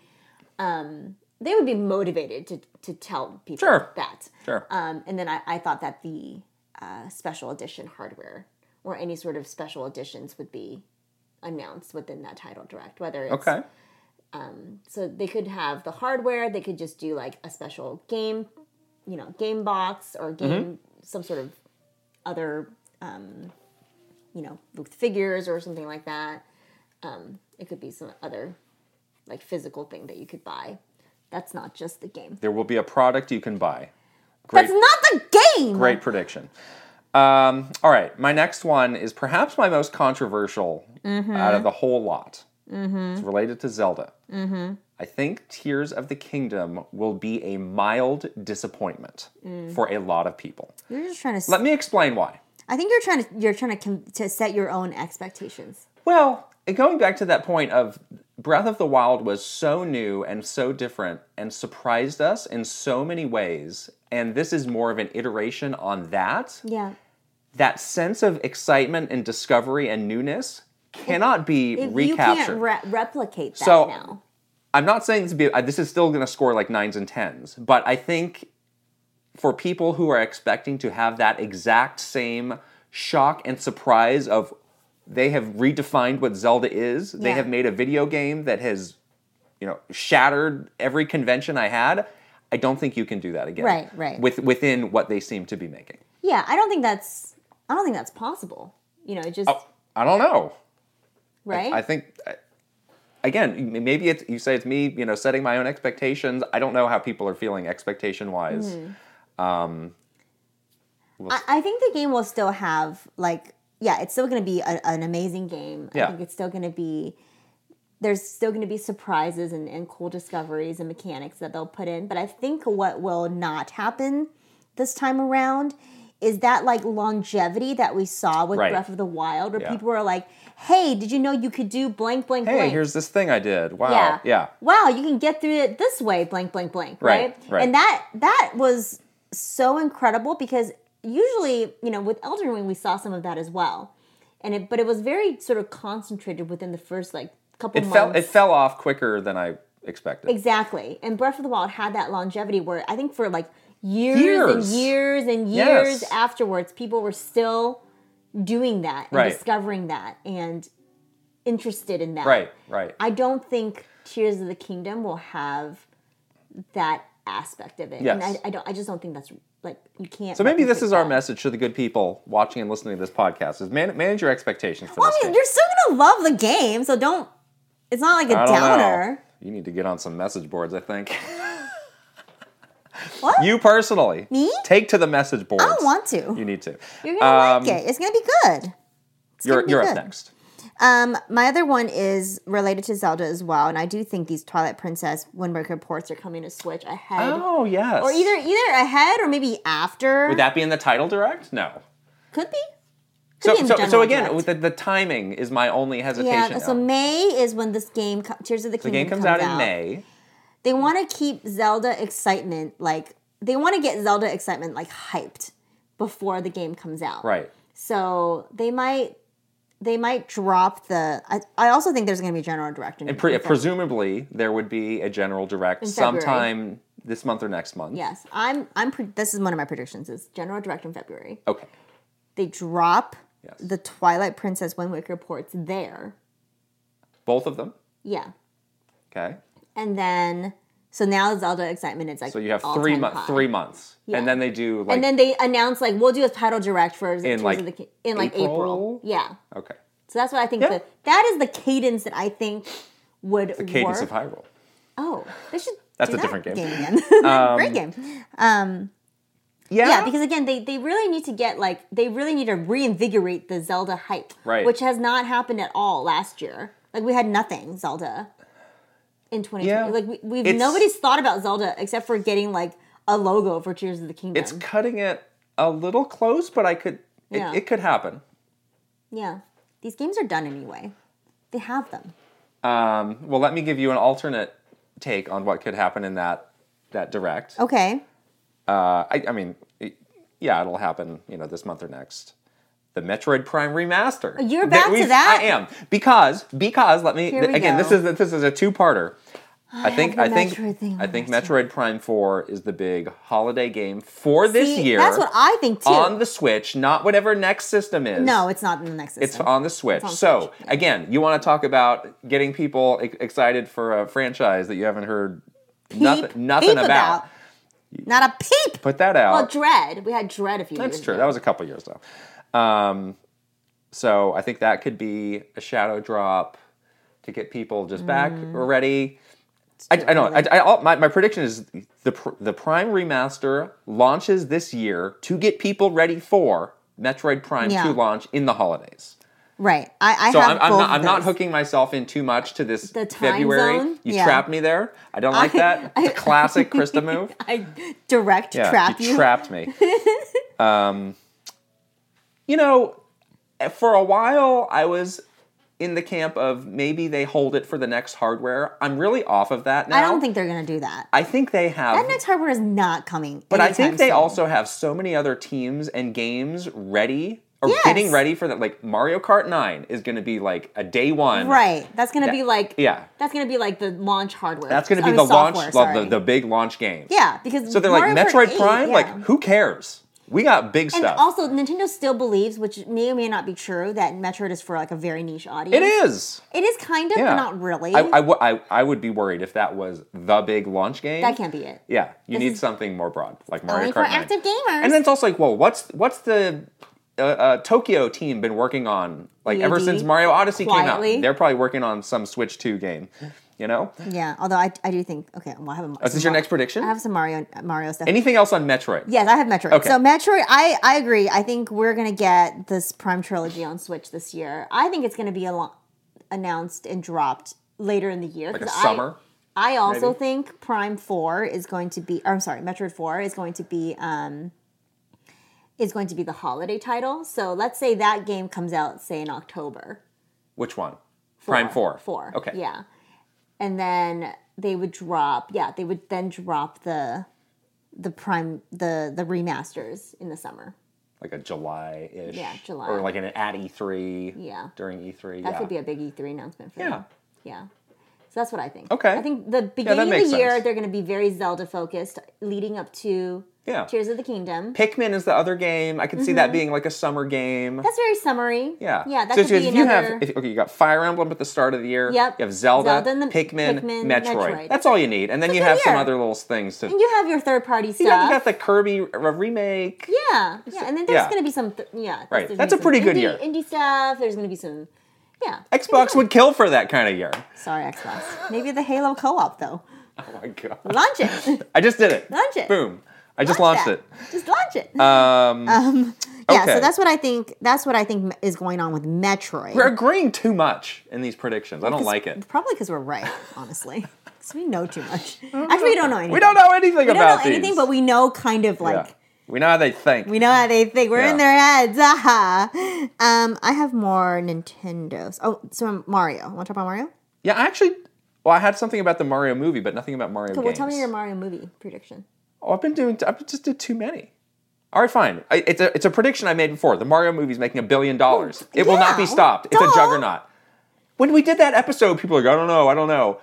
S1: um, they would be motivated to, to tell people
S2: Sure.
S1: that.
S2: Sure.
S1: Um, and then I, I thought that the uh, special edition hardware or any sort of special editions would be announced within that title direct, whether it's
S2: okay.
S1: so they could have the hardware they could just do like a special game you know game box or game
S2: Mm-hmm.
S1: some sort of other um, you know with figures or something like that um, it could be some other like physical thing that you could buy that's not just the game
S2: There will be a product you can buy. Great,
S1: that's not the game
S2: great prediction. Um, all right, my next one is perhaps my most controversial out of the whole lot. It's related to Zelda. I think Tears of the Kingdom will be a mild disappointment for a lot of people.
S1: you're just trying to
S2: Let me explain why.
S1: i think you're trying to you're trying to com- to set your own expectations
S2: Well, and going back to that point of Breath of the Wild was so new and so different and surprised us in so many ways, and this is more of an iteration on that.
S1: yeah
S2: That sense of excitement and discovery and newness cannot be
S1: you
S2: recaptured.
S1: can't re- replicate that
S2: So-
S1: now
S2: I'm not saying this would be I- this is still going to score like nines and tens, but I think for people who are expecting to have that exact same shock and surprise of they have redefined what Zelda is, they
S1: Yeah.
S2: have made a video game that has you know shattered every convention I had. I don't think you can do that again.
S1: Right, right.
S2: With within what they seem to be making.
S1: Yeah, I don't think that's I don't think that's possible. You know, it just
S2: I don't know.
S1: right.
S2: Oh, I think I- again, m- maybe it's you say it's me, you know, setting my own expectations. I don't know how people are feeling expectation wise.
S1: Hmm. I, I think the game will still have like yeah, it's still going to be a, an amazing game. I
S2: Yeah.
S1: think it's still going to be there's still going to be surprises and, and cool discoveries and mechanics that they'll put in. But I think what will not happen this time around is that like longevity that we saw with
S2: Right.
S1: Breath of the Wild, where
S2: Yeah.
S1: people were like, "Hey, did you know you could do blank, blank,
S2: Hey,
S1: blank?"
S2: here's this thing I did. Wow.
S1: Yeah.
S2: Yeah.
S1: Wow, you can get through it this way, blank, blank, blank. Right.
S2: Right, right.
S1: And that that was so incredible because usually, you know, with Elden Ring we saw some of that as well. And it but it was very sort of concentrated within the first like couple
S2: It
S1: months.
S2: fell it fell off quicker than I expected.
S1: exactly. And Breath of the Wild had that longevity where I think for like years, and
S2: Years.
S1: years and
S2: Yes.
S1: years afterwards, people were still doing that and
S2: Right.
S1: discovering that and interested in that.
S2: Right, right.
S1: I don't think Tears of the Kingdom will have that aspect of it. And
S2: Yes.
S1: I, I don't. I just don't think that's like you can't.
S2: so maybe this is our
S1: message.
S2: message to the good people watching and listening to this podcast is man- manage your expectations for
S1: Well,
S2: this
S1: I mean,
S2: game.
S1: you're still gonna love the game, so don't. It's not like a
S2: I don't know.
S1: downer.
S2: You need to get on some message boards, I think.
S1: What?
S2: You personally.
S1: Me?
S2: Take to the message boards.
S1: I don't want to.
S2: You need to.
S1: You're gonna
S2: Um,
S1: like it. It's gonna be good. It's
S2: You're,
S1: gonna be
S2: you're
S1: good.
S2: up next.
S1: Um, my other one is related to Zelda as well, and I do think these Twilight Princess Windbreaker ports are coming to Switch ahead,
S2: Oh, yes.
S1: or either either ahead or maybe after.
S2: Would that be in the title direct? No.
S1: Could be.
S2: So,
S1: be in
S2: so,
S1: general
S2: so again,
S1: direct.
S2: with the, the timing is my only hesitation.
S1: Yeah, so
S2: now.
S1: May is when this game co- Tears of the
S2: the
S1: Kingdom
S2: game comes, out, in May.
S1: They want to keep Zelda excitement like they want to get Zelda excitement like hyped before the game comes out.
S2: Right.
S1: So they might they might drop the I, I also think there's going to be a general direct in,
S2: And pre-
S1: in Feb-
S2: presumably, there would be a general direct
S1: February.
S2: sometime this month or next month.
S1: Yes. I'm I'm pre- this is one of my predictions is general direct in February.
S2: Okay.
S1: They drop
S2: Yes.
S1: the Twilight Princess Wind Waker ports there.
S2: Both of them.
S1: Yeah.
S2: Okay.
S1: And then so now Zelda excitement is like
S2: So you have three
S1: months.
S2: months. Three months, and then they do like
S1: and then they announced like we'll do a title direct for in
S2: like,
S1: of the, Ki- in like April.
S2: April?
S1: Yeah.
S2: okay
S1: So that's what I think.
S2: Yeah.
S1: The, that is the cadence that I think would
S2: cadence
S1: work.
S2: of Hyrule.
S1: oh, they should.
S2: That's
S1: do
S2: a
S1: that
S2: different game.
S1: again. Great game. Um,
S2: Yeah.
S1: yeah, because again, they they really need to get like they really need to reinvigorate the Zelda hype,
S2: Right.
S1: Which has not happened at all last year. Like we had nothing Zelda in twenty twenty.
S2: Yeah.
S1: Like we, we've
S2: It's-
S1: nobody's thought about Zelda except for getting like a logo for Tears of the Kingdom.
S2: it's cutting it a little close, but I could. It,
S1: Yeah.
S2: it could happen.
S1: Yeah. These games are done anyway. They have them.
S2: Um, well, let me give you an alternate take on what could happen in that that direct.
S1: Okay.
S2: I, I mean, it- yeah, it'll happen, you know, this month or next. the Metroid Prime remaster.
S1: You're back
S2: we-
S1: to that?
S2: I am because because let me
S1: Here we
S2: again.
S1: go.
S2: This is this is a two parter. I, think I
S1: have the
S2: think
S1: Metroid thing on
S2: I think
S1: my list,
S2: Metroid Prime Four is the big holiday game for this
S1: See,
S2: year
S1: That's what I think too.
S2: on the Switch, not whatever next system is.
S1: no, it's not in the next
S2: It's
S1: system.
S2: on the Switch.
S1: on
S2: so
S1: Switch,
S2: again, you want to talk about getting people e- excited for a franchise that you haven't heard nothing, nothing
S1: peep
S2: about.
S1: Not a peep.
S2: Put that out.
S1: well, Dread. We had Dread a few
S2: That's
S1: years
S2: true.
S1: ago.
S2: That was a couple years though. Um, so I think that could be a shadow drop to get people just back
S1: Mm.
S2: already. I, I don't. I, I, all- my, my prediction is the pr- the Prime remaster launches this year to get people ready for Metroid Prime
S1: Yeah.
S2: to launch in the holidays.
S1: Right. I, I
S2: So
S1: have
S2: I'm, I'm
S1: both
S2: not
S1: of
S2: I'm not
S1: those.
S2: hooking myself in too much to this
S1: The time
S2: February.
S1: zone?
S2: You
S1: Yeah.
S2: trapped me there. I don't like
S1: I-
S2: that. It's a
S1: I-
S2: classic Krista move.
S1: I direct
S2: Yeah,
S1: trap
S2: you,
S1: you.
S2: trapped me. um, you know, for a while I was in the camp of maybe they hold it for the next hardware. I'm really off of that now.
S1: I don't think they're gonna do that.
S2: I think they have.
S1: That next hardware is not coming.
S2: but I think they also have so many other teams and games ready or
S1: Yes.
S2: getting ready for that. Like Mario Kart 9 is going to be like a day one.
S1: Right. That's gonna be like.
S2: Yeah.
S1: That's gonna be like the launch hardware.
S2: That's going to
S1: I
S2: be
S1: mean,
S2: the
S1: software,
S2: launch, well,
S1: sorry.
S2: the, the big launch game.
S1: yeah, because
S2: So they're
S1: Mario
S2: like,
S1: Kart
S2: Metroid
S1: 8,
S2: Prime?
S1: yeah.
S2: Like, who cares? We got big
S1: And
S2: stuff.
S1: also, Nintendo still believes, which may or may not be true, that Metroid is for like a very niche audience.
S2: it is.
S1: It is kind of,
S2: Yeah.
S1: but not really.
S2: I, I, w- I, I would be worried if that was the big launch game.
S1: that can't be it.
S2: Yeah,
S1: This
S2: you need
S1: is
S2: something more broad, like Mario
S1: Only
S2: Kart.
S1: for
S2: 9.
S1: active gamers.
S2: And then it's also like, well, what's what's the uh, uh, Tokyo team been working on? Like ever
S1: EAD,
S2: since Mario Odyssey came
S1: quietly.
S2: out, they're probably working on some Switch Two game. You know,
S1: yeah, although I, I do think okay, well, I have a.
S2: Oh, is this your next prediction?
S1: I have some Mario Mario stuff.
S2: Anything else on Metroid?
S1: Yes, I have Metroid.
S2: Okay.
S1: So Metroid, I, I agree. I think we're gonna get this Prime trilogy on Switch this year. I think it's gonna be a lo- announced and dropped later in the year.
S2: Like a
S1: 'cause I-
S2: summer?
S1: I also
S2: maybe?
S1: think Prime Four is going to be. Or I'm sorry, Metroid Four is going to be. Um, is going to be the holiday title. So let's say that game comes out, say in October.
S2: Which one? Prime Four.
S1: Four.
S2: Okay.
S1: Yeah. And then they would drop. Yeah, they would then drop the the prime the the remasters in the summer.
S2: Like a July ish.
S1: Yeah, July.
S2: Or like an at E three.
S1: Yeah.
S2: During E three.
S1: That
S2: yeah.
S1: could be a big E3 announcement for
S2: Yeah.
S1: them. Yeah. So that's what I think.
S2: Okay.
S1: I think the beginning of
S2: makes
S1: the year
S2: sense.
S1: they're going to be very Zelda focused, leading up to
S2: Yeah.
S1: Tears of the Kingdom.
S2: Pikmin is the other game. I could see that being like a summer game.
S1: Mm-hmm. That's very summary.
S2: Yeah.
S1: Yeah. That
S2: so
S1: could
S2: if
S1: be
S2: you
S1: another.
S2: have if, okay, you got Fire Emblem at the start of the year.
S1: Yep.
S2: You have Zelda,
S1: Zelda and the
S2: Pikmin,
S1: Pikmin,
S2: Metroid.
S1: Metroid.
S2: That's all you need, and then you
S1: a
S2: have some
S1: year.
S2: other little things to.
S1: and you have your third party stuff.
S2: You got, you got the Kirby r- remake.
S1: Yeah, yeah, and then there's
S2: yeah.
S1: gonna be some, th- yeah.
S2: Right,
S1: there's
S2: that's
S1: gonna
S2: a
S1: be
S2: pretty
S1: some
S2: good
S1: indie,
S2: year.
S1: Indie stuff. There's gonna be some, yeah.
S2: Xbox would kill for that kind of year.
S1: Sorry, Xbox. Maybe the Halo co-op though.
S2: Oh my god!
S1: Launch it.
S2: I just did it.
S1: Launch it.
S2: Boom! I just launched
S1: Launch
S2: it.
S1: that. Just launch it.
S2: Um,
S1: yeah.
S2: okay.
S1: So that's what I think. That's what I think is going on with Metroid.
S2: we're agreeing too much in these predictions. I don't like it.
S1: Probably because we're right, honestly. Because we know too much. Actually, we don't know anything.
S2: We don't know anything
S1: We don't
S2: about
S1: know
S2: these.
S1: anything, but we know kind of
S2: Yeah.
S1: like
S2: we know how they think.
S1: we know how they think. We're
S2: Yeah.
S1: in their heads. Aha. Um, I have more Nintendos. Oh, so Mario. Want to talk about Mario?
S2: yeah, I actually. Well, I had something about the Mario movie, but nothing about Mario
S1: Okay,
S2: games.
S1: well, tell me your Mario movie prediction.
S2: Oh, I've been doing. I've just did too many. All right, fine. I, it's a it's a prediction I made before. The Mario movie's making a billion dollars. It will not be
S1: yeah,
S2: stopped. It's
S1: duh.
S2: a juggernaut. When we did that episode, people are like, I don't know, I don't know.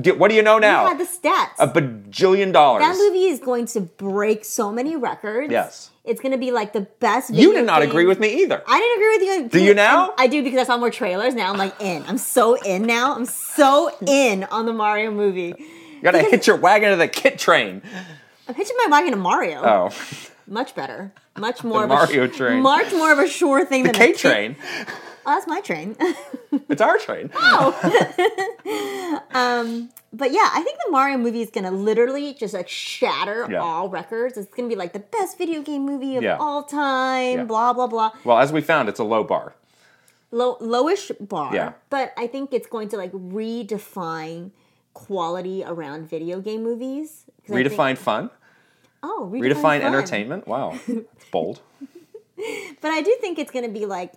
S2: Do- What do you know
S1: I
S2: now?
S1: had the stats.
S2: a bajillion dollars.
S1: that movie is going to break so many records.
S2: Yes.
S1: It's going to be like the best.
S2: you
S1: video
S2: did not
S1: game-
S2: agree with me either.
S1: I didn't agree with you.
S2: Do you now?
S1: I do because I saw more trailers. Now I'm like in. I'm so in now. I'm so in on the Mario movie.
S2: you gotta hit your wagon to the kit train.
S1: I'm hitching my wagon to Mario.
S2: Oh,
S1: Much better. Much more of
S2: Mario
S1: a sh-
S2: train.
S1: Much more of a sure thing than
S2: K
S1: a train.
S2: train.
S1: Oh, that's my train.
S2: It's our train.
S1: Um, but yeah, I think the Mario movie is gonna literally just like shatter
S2: Yeah.
S1: all records. It's gonna be like the best video game movie of
S2: Yeah.
S1: all time.
S2: Yeah.
S1: Blah blah blah.
S2: Well, as we found, it's a low bar.
S1: Low lowish bar.
S2: Yeah.
S1: But I think it's going to like redefine quality around video game movies. 'Cause I think-
S2: Redefine fun.
S1: Oh, redefine,
S2: Redefine
S1: fun.
S2: entertainment. Wow, it's bold.
S1: But I do think it's going to be like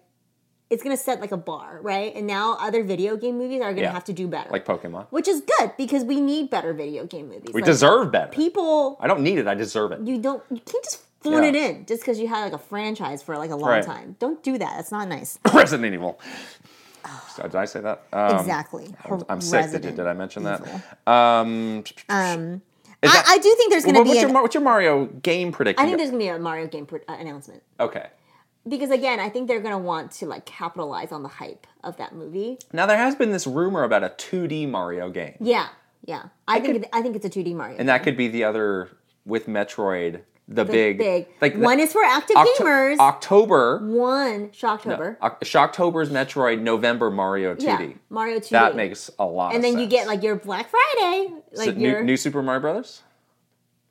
S1: it's going to set like a bar, right? And now other video game movies are going to
S2: Yeah.
S1: have to do better.
S2: Like Pokemon.
S1: which is good because we need better video game movies.
S2: We
S1: Like,
S2: deserve better.
S1: people
S2: I don't need it. I deserve it.
S1: you don't you can't just phone
S2: Yeah.
S1: it in just because you had like a franchise for like a long
S2: Right.
S1: time. Don't do that. That's not nice.
S2: Resident Evil. Did I say that? Um,
S1: exactly.
S2: I'm, I'm sick. Did, you-
S1: Resident
S2: did I mention
S1: Evil.
S2: that? Um, is
S1: I,
S2: that-
S1: I do think there's going to
S2: what-
S1: be.
S2: what's, your,
S1: An,
S2: Mar- what's your Mario game prediction?
S1: I think there's going to be a Mario game pr- uh, announcement
S2: okay.
S1: because again, I think they're going to want to like capitalize on the hype of that movie.
S2: Now there has been this rumor about a 2D Mario game,
S1: Yeah, yeah. I, think it, I think it's a 2D Mario.
S2: and that could be the other with Metroid, the, big,
S1: big.
S2: like
S1: one
S2: the-
S1: is for active
S2: Octo-
S1: gamers.
S2: October,
S1: one Shocktober.
S2: Oc- Shocktober's Metroid, November Mario 2D.
S1: yeah, Mario 2D.
S2: That makes a lot.
S1: And
S2: of
S1: then you
S2: sense.
S1: get like your Black Friday,
S2: So
S1: like your
S2: new, new Super Mario Brothers.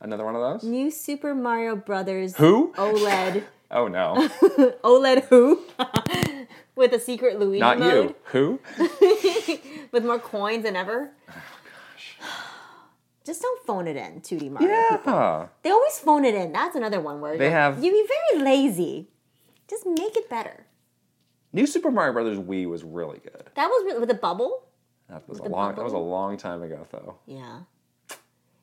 S2: Another one of those.
S1: new Super Mario Brothers
S2: Who?
S1: OLED
S2: Oh no,
S1: OLED E who with a secret Luigi
S2: not
S1: mode
S2: you. Who?
S1: with more coins than ever.
S2: Oh,
S1: Just don't phone it in, 2D Mario.
S2: Yeah.
S1: They always phone it in. That's another one word.
S2: They have-
S1: You'd be very lazy. Just make it better.
S2: New Super Mario Brothers Wii was really good.
S1: That was really, with the bubble.
S2: That was a long. That
S1: bubble?
S2: was a long time ago though.
S1: Yeah.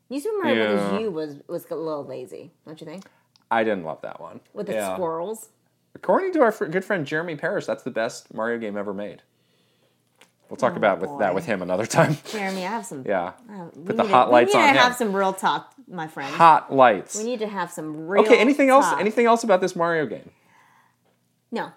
S1: New Super Mario
S2: Yeah.
S1: Brothers U was was a little lazy, don't you think?
S2: I didn't love that one.
S1: With the
S2: Yeah.
S1: squirrels.
S2: According to our fr- good friend Jeremy Parrish, that's the best Mario game ever made. We'll talk about with
S1: Oh,
S2: that
S1: boy.
S2: with him another time.
S1: Jeremy, I have some.
S2: yeah.
S1: Oh, we
S2: Put the
S1: need
S2: hot
S1: to,
S2: lights
S1: we need
S2: on
S1: to
S2: him.
S1: have some real talk, my friend.
S2: Hot lights.
S1: We need to have some real.
S2: Okay. Anything else?
S1: talk.
S2: Anything else about this Mario game?
S1: No,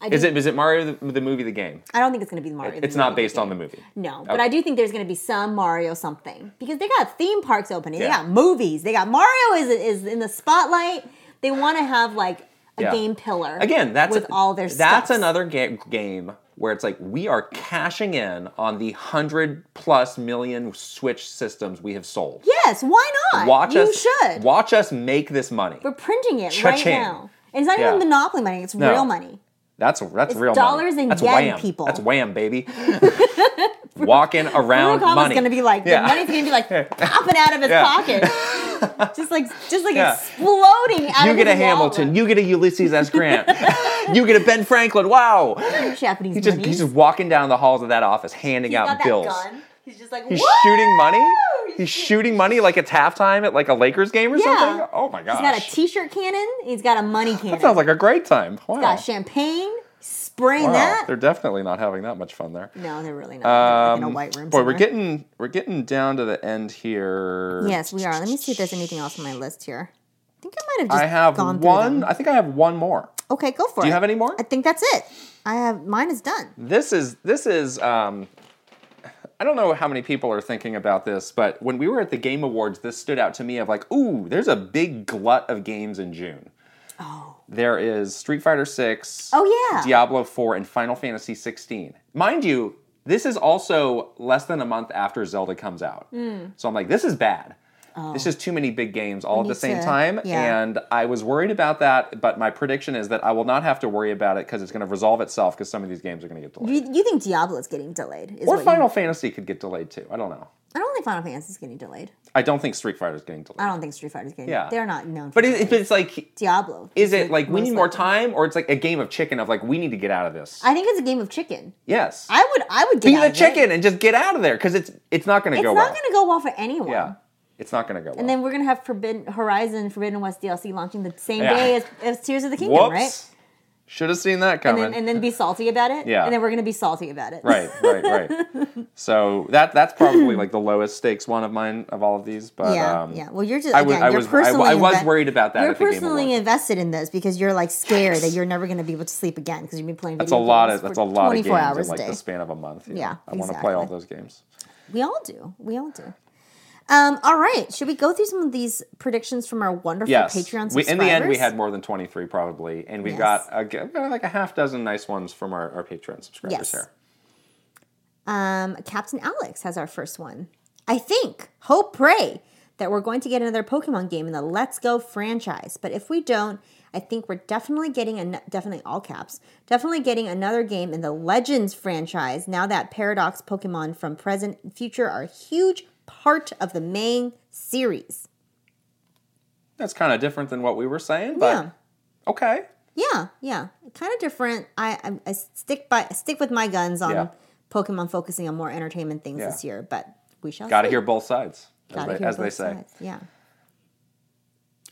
S1: I
S2: Is
S1: do-
S2: it is it Mario the, the movie the game?
S1: I don't think it's going to be the Mario.
S2: It's not based on the movie.
S1: No, but
S2: Okay.
S1: I do think there's going to be some Mario something because they got theme parks opening.
S2: Yeah.
S1: They got movies. They got Mario is is in the spotlight. They want to have like a
S2: Yeah.
S1: game pillar
S2: Again, that's
S1: with all their
S2: that's
S1: stuff.
S2: another ga- game where it's like we are cashing in on the hundred plus million Switch systems we have sold.
S1: Yes, why not?
S2: Watch
S1: you
S2: us
S1: should.
S2: watch us make this money.
S1: We're printing it right
S2: Cha-ching.
S1: now. And it's not
S2: Yeah.
S1: even monopoly money, it's
S2: No.
S1: real money.
S2: That's that's real
S1: dollars
S2: money.
S1: and
S2: that's
S1: yen,
S2: wham.
S1: people.
S2: That's wham, baby. Walking around
S1: Kurokawa's
S2: money.
S1: gonna be like
S2: Yeah.
S1: the money's gonna be like popping out of his
S2: Yeah.
S1: pocket. just like just like
S2: Yeah.
S1: exploding out
S2: you
S1: of
S2: get a
S1: his
S2: Hamilton.
S1: wallet.
S2: You get a Ulysses S. Grant. you get a Ben Franklin. Wow.
S1: Japanese
S2: He's just,
S1: money.
S2: he's just walking down the halls of that office, handing
S1: He's got
S2: out
S1: that
S2: bills.
S1: gun. He's just like
S2: He's
S1: "Woo!"
S2: shooting money.
S1: He's
S2: He's shooting money like it's halftime at like a Lakers game or
S1: Yeah.
S2: something. Oh my gosh.
S1: He's got a t-shirt cannon. He's got a money cannon.
S2: that sounds like a great time. Wow.
S1: got champagne. Spraying
S2: wow.
S1: that.
S2: They're definitely not having that much fun there.
S1: no, they're really not. They're, like, in
S2: Um,
S1: a white room.
S2: Boy,
S1: somewhere.
S2: we're getting we're getting down to the end here.
S1: Yes, we are. Let me see if there's anything else on my list here. I think I might have just
S2: I have
S1: gone through
S2: one.
S1: them.
S2: I think I have one more.
S1: Okay, go for it.
S2: Do you have any more?
S1: I think that's it. I have mine is done.
S2: This is this is. Um, I don't know how many people are thinking about this, but when we were at the Game Awards, this stood out to me of like, ooh, there's a big glut of games in June.
S1: Oh.
S2: There is Street Fighter Six.
S1: Oh yeah.
S2: Diablo 4 and Final Fantasy 16. Mind you, this is also less than a month after Zelda comes out.
S1: Hmm.
S2: So I'm like, this is bad. This is too many big games all at the
S1: Oh. need
S2: same
S1: to-
S2: time.
S1: yeah.
S2: And I was worried about that, but my prediction is that I will not have to worry about it because it's going to resolve itself because some of these games are going to get delayed.
S1: You, you think Diablo's getting delayed? Is
S2: Or
S1: what you-
S2: Final Fantasy could get delayed too. I don't know.
S1: I don't think Final Fantasy's getting delayed.
S2: I don't think Street Fighter's getting
S1: I
S2: delayed.
S1: don't think Street Fighter's getting.
S2: Yeah.
S1: They're not known. For
S2: But it, it's like,
S1: Diablo.
S2: is it like we
S1: most
S2: need more
S1: likely.
S2: time or it's like a game of chicken of like, we need to get out of this?
S1: I think it's a game of chicken.
S2: yes.
S1: I would. I would get
S2: be
S1: out
S2: the
S1: of it.
S2: chicken and just get out of there because it's it's not going to
S1: It's
S2: go
S1: not
S2: well.
S1: going to go well for anyone.
S2: yeah, it's not going to go well.
S1: And then we're gonna have Forbidden Horizon, Forbidden West DLC launching the same
S2: Yeah.
S1: day as, as Tears of the Kingdom,
S2: whoops,
S1: right?
S2: should have seen that
S1: And
S2: coming.
S1: then, and then be salty about it.
S2: Yeah.
S1: And then we're gonna be salty about it.
S2: right, right, right. so that that's probably like the lowest stakes one of mine of all of these. But
S1: yeah,
S2: um,
S1: yeah. Well, you're just
S2: I was-
S1: again,
S2: I
S1: you're
S2: was- I-
S1: personally.
S2: I was
S1: inve-
S2: worried about that
S1: You're
S2: at the Game
S1: personally
S2: Awards.
S1: invested in this because you're like scared that you're never going to be able to sleep again because you've been playing.
S2: that's a lot of that's a lot of games
S1: hours
S2: in like
S1: a day.
S2: the span of a month. you
S1: Yeah,
S2: know. I want to play all
S1: exactly.
S2: those games.
S1: We all do. We all do. Um, all right. Should we go through some of these predictions from our wonderful
S2: Yes,
S1: Patreon subscribers?
S2: we, in the end we had more than twenty three probably, and we
S1: Yes.
S2: got a, g- uh, like a half dozen nice ones from our, our Patreon subscribers
S1: Yes.
S2: here.
S1: Um, Captain Alex has our first one. I think, hope, pray that we're going to get another Pokemon game in the Let's Go franchise. But if we don't, I think we're definitely getting, an- definitely all caps, definitely getting another game in the Legends franchise now that Paradox Pokemon from present and future are a huge part of the main series.
S2: That's kind of different than what we were saying, but
S1: yeah.
S2: okay.
S1: Yeah, yeah, kind of different. I, I I stick by stick with my guns on
S2: Yeah.
S1: Pokemon, focusing on more entertainment things
S2: Yeah.
S1: this year. But we shall
S2: Got to
S1: see.
S2: hear both sides, as
S1: Gotta
S2: they,
S1: hear
S2: as they
S1: both
S2: say.
S1: sides, Yeah.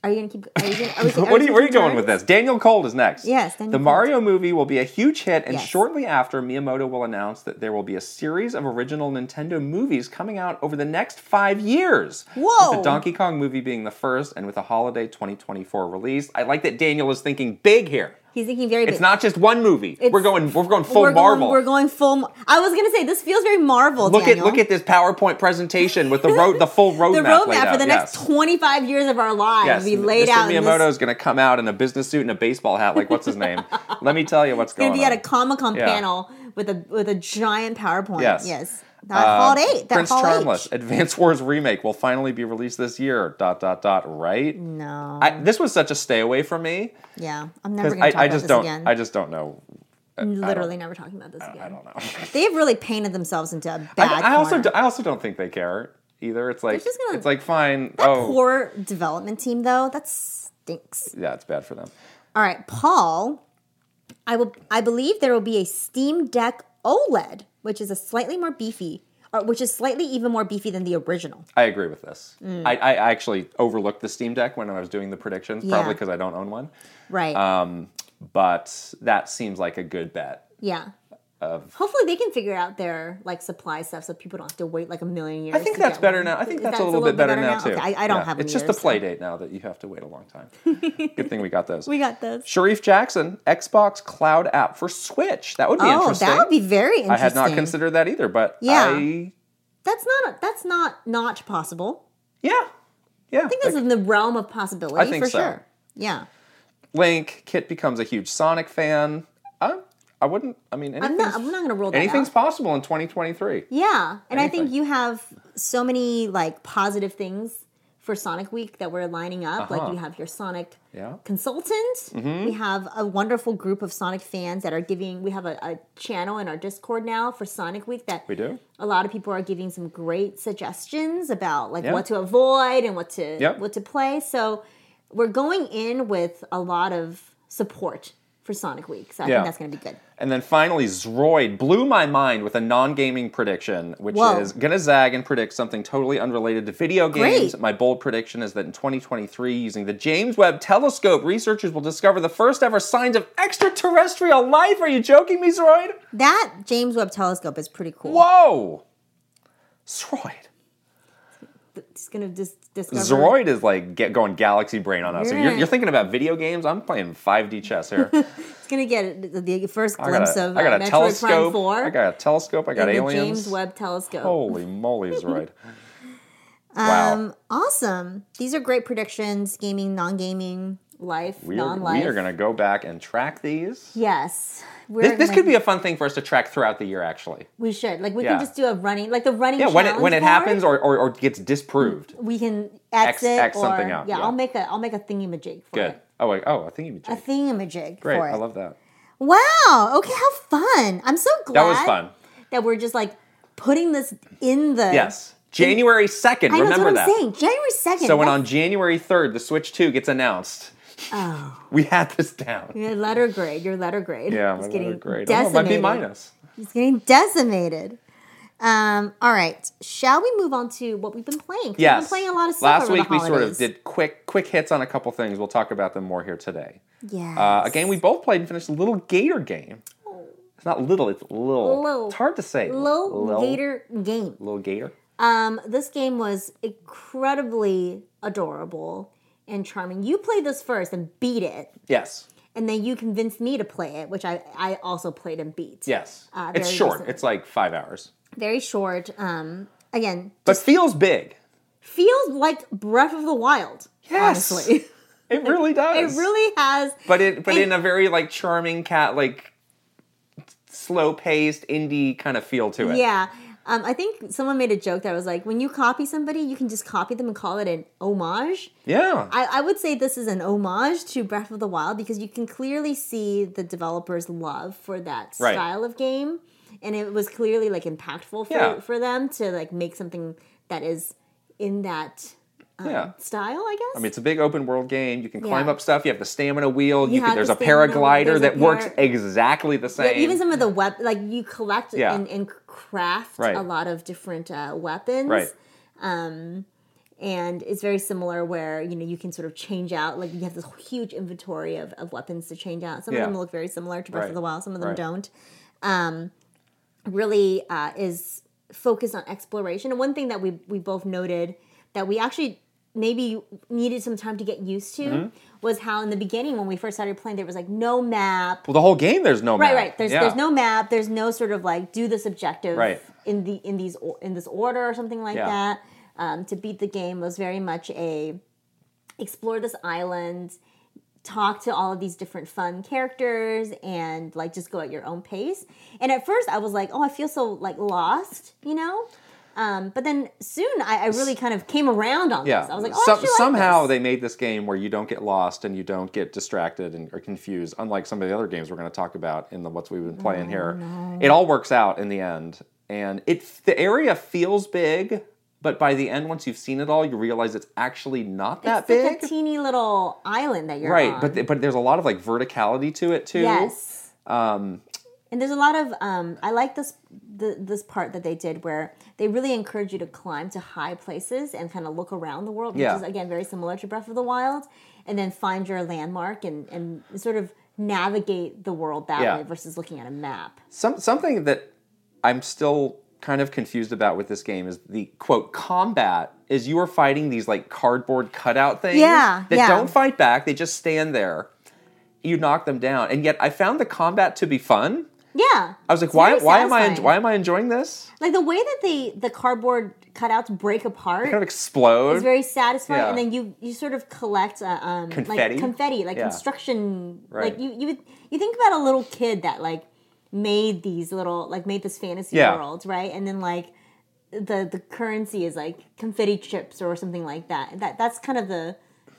S1: Are you gonna keep? Are you gonna, are we, are
S2: What are you, where are you
S1: keeping
S2: going with this? Daniel Cold is next.
S1: Yes, Daniel
S2: the
S1: Cold.
S2: Mario movie will be a huge hit, and
S1: Yes.
S2: shortly after, Miyamoto will announce that there will be a series of original Nintendo movies coming out over the next five years. With
S1: Whoa.
S2: the Donkey Kong movie being the first, and with a holiday 2024 release. I like that Daniel is thinking big here.
S1: He's thinking very.
S2: It's
S1: big.
S2: not just one movie. we're going. We're going full
S1: we're
S2: Marvel.
S1: Going, we're going full. Mar- I was gonna say this feels very Marvel.
S2: look
S1: Daniel.
S2: at look at this PowerPoint presentation with the road, the full roadmap.
S1: the
S2: laid
S1: roadmap for
S2: out.
S1: the next
S2: Yes.
S1: 25 years of our lives
S2: Yes,
S1: we laid
S2: Mr.
S1: out. in this-
S2: Miyamoto is going to come out in a business suit and a baseball hat. Like, what's his name? Let me tell you what's
S1: gonna
S2: going
S1: be
S2: on.
S1: at a Comic Con
S2: Yeah.
S1: panel with a with a giant PowerPoint.
S2: Yes. Uh,
S1: yes. That Hall Eight. That
S2: Prince
S1: Hall
S2: Charmless,
S1: H.
S2: Advance Wars remake will finally be released this year. Dot dot dot. Right.
S1: No.
S2: I, this was such a stay away from me
S1: yeah. I'm never
S2: because
S1: gonna talk
S2: I, I
S1: about
S2: just
S1: this
S2: don't.
S1: again.
S2: I just don't know.
S1: I'm literally never talking about this again.
S2: I don't know.
S1: They've really painted themselves into a bad.
S2: I, I also
S1: corner.
S2: do, I also don't think they care either. It's like
S1: just gonna-
S2: it's like fine. Oh
S1: poor development team though. That stinks.
S2: yeah, it's bad for them.
S1: All right, Paul. I will. I believe there will be a Steam Deck OLED, which is a slightly more beefy, or which is slightly even more beefy than the original.
S2: I agree with this.
S1: Mm.
S2: I, I actually overlooked the Steam Deck when I was doing the predictions,
S1: Yeah.
S2: probably because I don't own one.
S1: Right.
S2: Um, But that seems like a good bet.
S1: yeah. Hopefully they can figure out their like supply stuff so people don't have to wait like a million years.
S2: I think
S1: to
S2: that's
S1: get
S2: better
S1: one.
S2: now. I think
S1: Is
S2: that's,
S1: that
S2: a little, bit better, now, too.
S1: Okay, I, I don't
S2: Yeah.
S1: have.
S2: It's
S1: one
S2: just
S1: either,
S2: the
S1: so-
S2: play date now that you have to wait a long time. good thing we got those.
S1: We got this.
S2: Sharif Jackson, Xbox Cloud app for Switch. That would be
S1: Oh,
S2: interesting.
S1: that would be very interesting.
S2: I had not considered that either, but
S1: Yeah.
S2: I,
S1: That's not. That's not not possible.
S2: yeah, yeah.
S1: I think that's in the realm of possibility
S2: I think
S1: for
S2: so.
S1: sure. Yeah.
S2: Link Kit becomes a huge Sonic fan. I, I wouldn't. I mean,
S1: I'm
S2: anything's,
S1: not. I'm not gonna roll that
S2: anything's
S1: out.
S2: possible in 2023.
S1: Yeah, and I think
S2: anything.
S1: you have so many like positive things for Sonic Week that we're lining up. Like you have your Sonic
S2: Uh-huh. Yeah. Mm-hmm.
S1: consultant. We have a wonderful group of Sonic fans that are giving. We have a, a channel in our Discord now for Sonic Week that
S2: We do.
S1: a lot of people are giving some great suggestions about like
S2: Yeah.
S1: what to avoid and what to
S2: Yep.
S1: what to play. So we're going in with a lot of support for Sonic Week. So I
S2: Yeah.
S1: think that's going to be good.
S2: And then finally, Zroid blew my mind with a non-gaming prediction, which
S1: Whoa.
S2: is gonna zag and predict something totally unrelated to video games.
S1: Great.
S2: My bold prediction is that in 2023, using the James Webb Telescope, researchers will discover the first ever signs of extraterrestrial life. Are you joking me, Zroid?
S1: That James Webb Telescope is pretty cool.
S2: Whoa, Zroid.
S1: It's going to dis- discover
S2: Zroid is like get going galaxy brain on us. So you're,
S1: Yeah.
S2: you're thinking about video games. I'm playing 5D chess here.
S1: It's gonna get the- the first
S2: I got
S1: glimpse
S2: a,
S1: of
S2: I
S1: uh,
S2: got a
S1: Metroid Prime
S2: telescope.
S1: Four
S2: I got a telescope. I got
S1: and the
S2: aliens.
S1: James Webb Telescope.
S2: Holy moly, Zroid. wow.
S1: Um, awesome. These are great predictions. Gaming, non-gaming, life,
S2: we, are,
S1: non-life.
S2: we are going to go back and track these.
S1: Yes, we're
S2: This, this
S1: gonna-
S2: could be a fun thing for us to track throughout the year, actually.
S1: We should like we
S2: Yeah.
S1: can just do a running like the running.
S2: Yeah, when it, when it
S1: challenge Mm,
S2: happens
S1: board,
S2: or, or, or gets disproved.
S1: we can X,
S2: X-
S1: it
S2: X
S1: or
S2: something out,
S1: Yeah,
S2: yeah.
S1: I'll make a I'll make a thingamajig for
S2: Good.
S1: it.
S2: Oh, wait, oh, I think you
S1: A
S2: did.
S1: thingamajig
S2: Great.
S1: for it.
S2: I love that.
S1: wow. Okay, how fun! I'm so glad
S2: That was fun.
S1: that we're just like putting this in the
S2: Yes. January 2nd.
S1: I know
S2: remember
S1: that's
S2: that.
S1: what I'm saying. January second.
S2: So when on January 3rd, the Switch 2 gets announced,
S1: Oh.
S2: we had this down.
S1: Your letter grade, your letter grade.
S2: Yeah,
S1: It's
S2: my
S1: getting
S2: letter grade. Oh, my B
S1: decimated.
S2: minus.
S1: It's getting decimated. Um, all right. Shall we move on to what we've been playing? 'Cause
S2: Yes.
S1: We've been playing a lot of stuff.
S2: Last
S1: over
S2: week
S1: the
S2: we sort of
S1: holidays.
S2: did quick quick hits on a couple things. We'll talk about them more here today.
S1: Yes.
S2: Uh, a game we both played and finished, a little gator game.
S1: Oh.
S2: It's not little, it's little.
S1: Lil.
S2: It's hard to say.
S1: Low
S2: Lil-
S1: Gator game.
S2: Little gator.
S1: Um, this game was incredibly adorable and charming. You played this first and beat it,
S2: Yes.
S1: and then you convinced me to play it, which I, I also played and beat.
S2: Yes.
S1: Uh,
S2: it's
S1: very
S2: short.
S1: recently.
S2: It's like five hours.
S1: Very short. Um, again,
S2: But feels big.
S1: feels like Breath of the Wild.
S2: Yes.
S1: Honestly.
S2: It really does.
S1: It really has.
S2: But it but
S1: it-
S2: in a very like charming cat like slow paced indie kind of feel to it.
S1: yeah. Um, I think someone made a joke that was like, when you copy somebody, you can just copy them and call it an homage.
S2: Yeah.
S1: I, I would say this is an homage to Breath of the Wild because you can clearly see the developers' love for that
S2: Right.
S1: style of game. And it was clearly like impactful for,
S2: Yeah.
S1: for them to like make something that is in that
S2: yeah.
S1: style, I guess.
S2: I mean, it's a big open world game. You can climb
S1: Uh, Yeah.
S2: up stuff. You have the stamina wheel. You,
S1: You
S2: can,
S1: have
S2: there's
S1: the
S2: a
S1: stamina,
S2: paraglider
S1: there's a
S2: that works
S1: para-
S2: exactly the
S1: Yeah,
S2: same.
S1: even some of the web like you collect
S2: Yeah.
S1: and, and craft
S2: Right.
S1: a lot of different uh, weapons
S2: right.
S1: and it's very similar where you know you can sort of change out like you have this huge inventory of, of weapons to change out some
S2: Yeah.
S1: of them look very similar to breath
S2: Right.
S1: of the wild some of them
S2: Right.
S1: don't um, really uh, is focused on exploration and one thing that we, we both noted that we actually maybe needed some time to get used to
S2: Mm-hmm.
S1: was how in the beginning when we first started playing there was like no map
S2: Well, the whole game, there's no
S1: Right,
S2: map.
S1: right. There's
S2: Yeah.
S1: there's no map. There's no sort of like do this objective
S2: Right.
S1: in the in these or- in this order or something like
S2: Yeah.
S1: that. Um, to beat the game was very much a explore this island, talk to all of these different fun characters, and like just go at your own pace. And at first, I was like, oh, I feel so like lost, you know. Um, but then soon, I, I really kind of came around on
S2: Yeah.
S1: this. I was like, oh, I
S2: Some-
S1: actually like
S2: somehow
S1: this.
S2: they made this game where you don't get lost and you don't get distracted and or confused, unlike some of the other games we're going to talk about in the what's we've been
S1: Oh,
S2: playing here. It all works out in the end, and it the area feels big, but by the end, once you've seen it all, you realize it's actually not that
S1: it's
S2: big.
S1: like a teeny little island that you're
S2: right,
S1: on.
S2: but th- but there's a lot of like verticality to um, it too.
S1: Yes. and there's a lot of um, I like this the, this part that they did where they really encourage you to climb to high places and kind of look around the world, which
S2: Yeah.
S1: is again very similar to Breath of the Wild, and then find your landmark and and sort of navigate the world that
S2: Yeah.
S1: way versus looking at a map.
S2: Some something that I'm still kind of confused about with this game is the quote combat is you are fighting these like cardboard cutout things
S1: Yeah,
S2: that
S1: yeah.
S2: don't fight back, they just stand there. You knock them down. And yet I found the combat to be fun.
S1: Yeah,
S2: I was like, why why am I en-
S1: enjoying
S2: why am I enjoying this?
S1: like the way that the the cardboard cutouts break apart?
S2: Kind of explode.
S1: It's very satisfying,
S2: Yeah.
S1: and then you you sort of collect uh, um,
S2: Confetti?
S1: like confetti, like
S2: Yeah.
S1: construction.
S2: Right.
S1: Like you you would- you think about a little kid that like made these little like made this fantasy
S2: Yeah.
S1: world, right? And then like the the currency is like confetti chips or something like that. That that's kind of the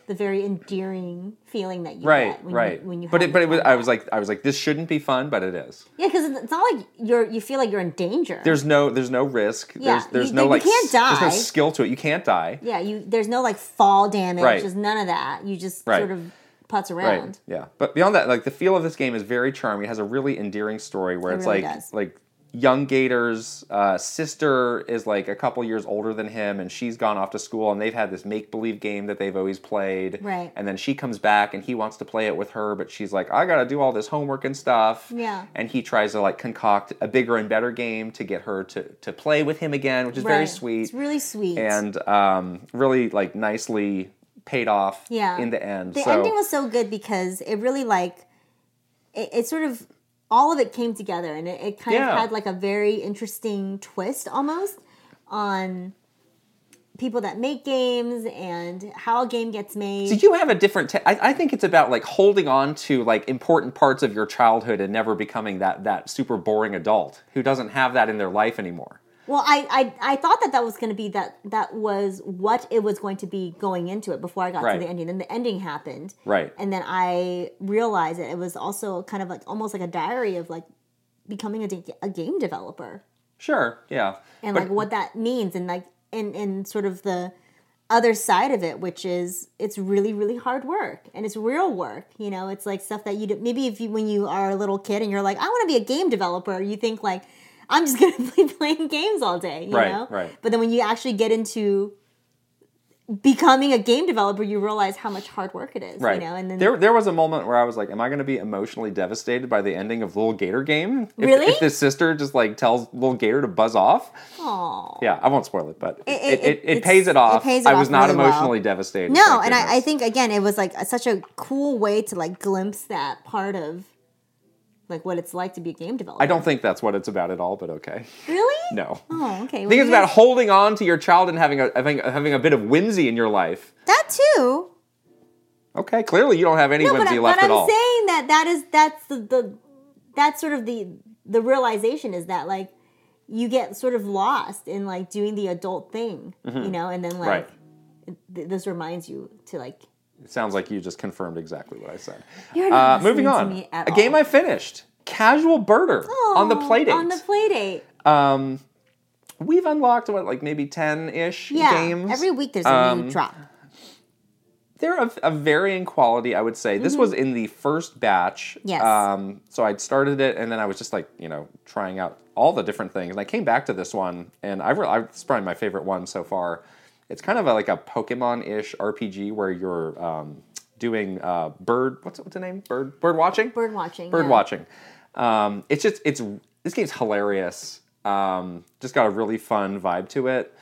S1: the very endearing feeling that you
S2: right,
S1: get when
S2: right.
S1: you, when you
S2: but
S1: have
S2: it, but it was,
S1: fun.
S2: I was like I was like this shouldn't be fun, but it is.
S1: yeah because it's not like you're you feel like you're in danger
S2: There's no there's no risk.
S1: Yeah,
S2: There's there's
S1: you-
S2: no
S1: you
S2: like
S1: can't
S2: s- there's no
S1: die.
S2: skill to it. You can't die.
S1: yeah you there's no like fall damage
S2: Right.
S1: there's none of that you just
S2: Right.
S1: sort of putz around
S2: Right. Yeah. But beyond that, like the feel of this game is very charming. It has a really endearing story where it's
S1: really
S2: like
S1: does.
S2: like young Gator's uh, sister is like a couple years older than him, and she's gone off to school, and they've had this make believe game that they've always played.
S1: Right.
S2: And then she comes back, and he wants to play it with her, but she's like, I gotta do all this homework and stuff.
S1: Yeah.
S2: And he tries to like concoct a bigger and better game to get her to to play with him again, which is very
S1: Right.
S2: sweet
S1: It's really sweet.
S2: and um, really like nicely paid off.
S1: Yeah.
S2: In the end.
S1: the
S2: so,
S1: ending was so good because it really like it, it sort of all of it came together and it, it kind
S2: Yeah.
S1: of had like a very interesting twist almost on people that make games and how a game gets made.
S2: So you have a different. ta- I I think it's about like holding on to like important parts of your childhood and never becoming that that super boring adult who doesn't have that in their life anymore.
S1: Well, I, I I thought that that was going to be that that was what it was going to be going into it before I got
S2: Right.
S1: to the ending. Then the ending happened,
S2: Right.
S1: And then I realized that it was also kind of like almost like a diary of like becoming a, de- a game developer
S2: Sure. Yeah.
S1: and
S2: But-
S1: like what that means and like and and sort of the other side of it, which is it's really really hard work and it's real work. You know, it's like stuff that you do, maybe if you when you are a little kid and you're like, I want to be a game developer, you think like I'm just gonna be playing games all day. You
S2: Right,
S1: know,
S2: right.
S1: But then when you actually get into becoming a game developer, you realize how much hard work it is.
S2: Right.
S1: You know, and then
S2: there, there was a moment where I was like, "Am I going to be emotionally devastated by the ending of Little Gator Game?" If,
S1: Really?
S2: If this sister just like tells Little Gator to buzz off,
S1: Aw.
S2: yeah, I won't spoil it, but it,
S1: it-
S2: it, it,
S1: it's-
S2: pays it
S1: it
S2: off.
S1: pays it
S2: I was
S1: off
S2: not
S1: really well.
S2: emotionally devastated.
S1: No,
S2: thank
S1: and I, I
S2: goodness.
S1: think again it was like a, such a cool way to like glimpse that part of like what it's like to be a game developer.
S2: I don't think that's what it's about at all. But okay,
S1: really.
S2: no.
S1: Oh, okay.
S2: I think it's about holding on to your child and having a having, having a bit of whimsy in your life.
S1: that too.
S2: Okay, clearly you don't have any
S1: No, but,
S2: whimsy
S1: I,
S2: left
S1: but
S2: at
S1: I'm
S2: all.
S1: saying that that is that's the, the that's sort of the the realization is that like you get sort of lost in like doing the adult thing, you know, and then like
S2: Mm-hmm. Right.
S1: th- this reminds you to like
S2: It sounds like you just confirmed exactly what I said.
S1: you're
S2: Uh,
S1: not listening
S2: moving
S1: to
S2: on.
S1: me
S2: A
S1: at all.
S2: game I finished. Casual Birder on the
S1: Aw,
S2: playdate.
S1: On the play date.
S2: We've unlocked what like maybe 10-ish
S1: Yeah.
S2: games. um,
S1: Every week there's a new drop.
S2: They're of, of varying quality, I would say. This was in the first batch.
S1: Mm-hmm. Yes.
S2: Um, so I'd started it, and then I was just like, you know, trying out all the different things. And I came back to this one, and I, re- I it's probably my favorite one so far. It's kind of a, like a Pokemon-ish RPG where you're um, doing uh, bird. What's what's the name? Bird bird watching.
S1: Bird watching.
S2: Bird
S1: yeah.
S2: watching. Um, it's just it's this game's hilarious. Um, just got a really fun vibe to it.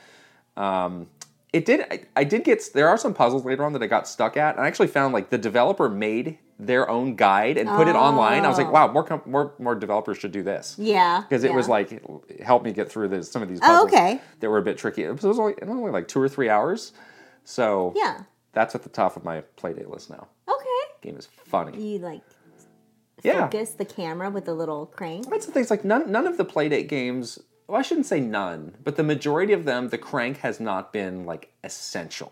S2: Um, it did. I, I did get. There are some puzzles later on that I got stuck at, and I actually found like the developer made their own guide and put it online. I
S1: Oh.
S2: was like, wow, more com- more more developers should do this
S1: Yeah.
S2: because it
S1: yeah.
S2: was like it helped me get through this, some of these
S1: Oh,
S2: puzzles
S1: okay.
S2: that were a bit tricky. It was, it was only, it was only like two or three hours, so
S1: Yeah.
S2: that's at the top of my playdate list now.
S1: Okay.
S2: Game is funny.
S1: You like
S2: Yeah,
S1: focus the camera with the little crank.
S2: that's the thing. It's like none none of the playdate games. Well, I shouldn't say none, but the majority of them, the crank has not been like essential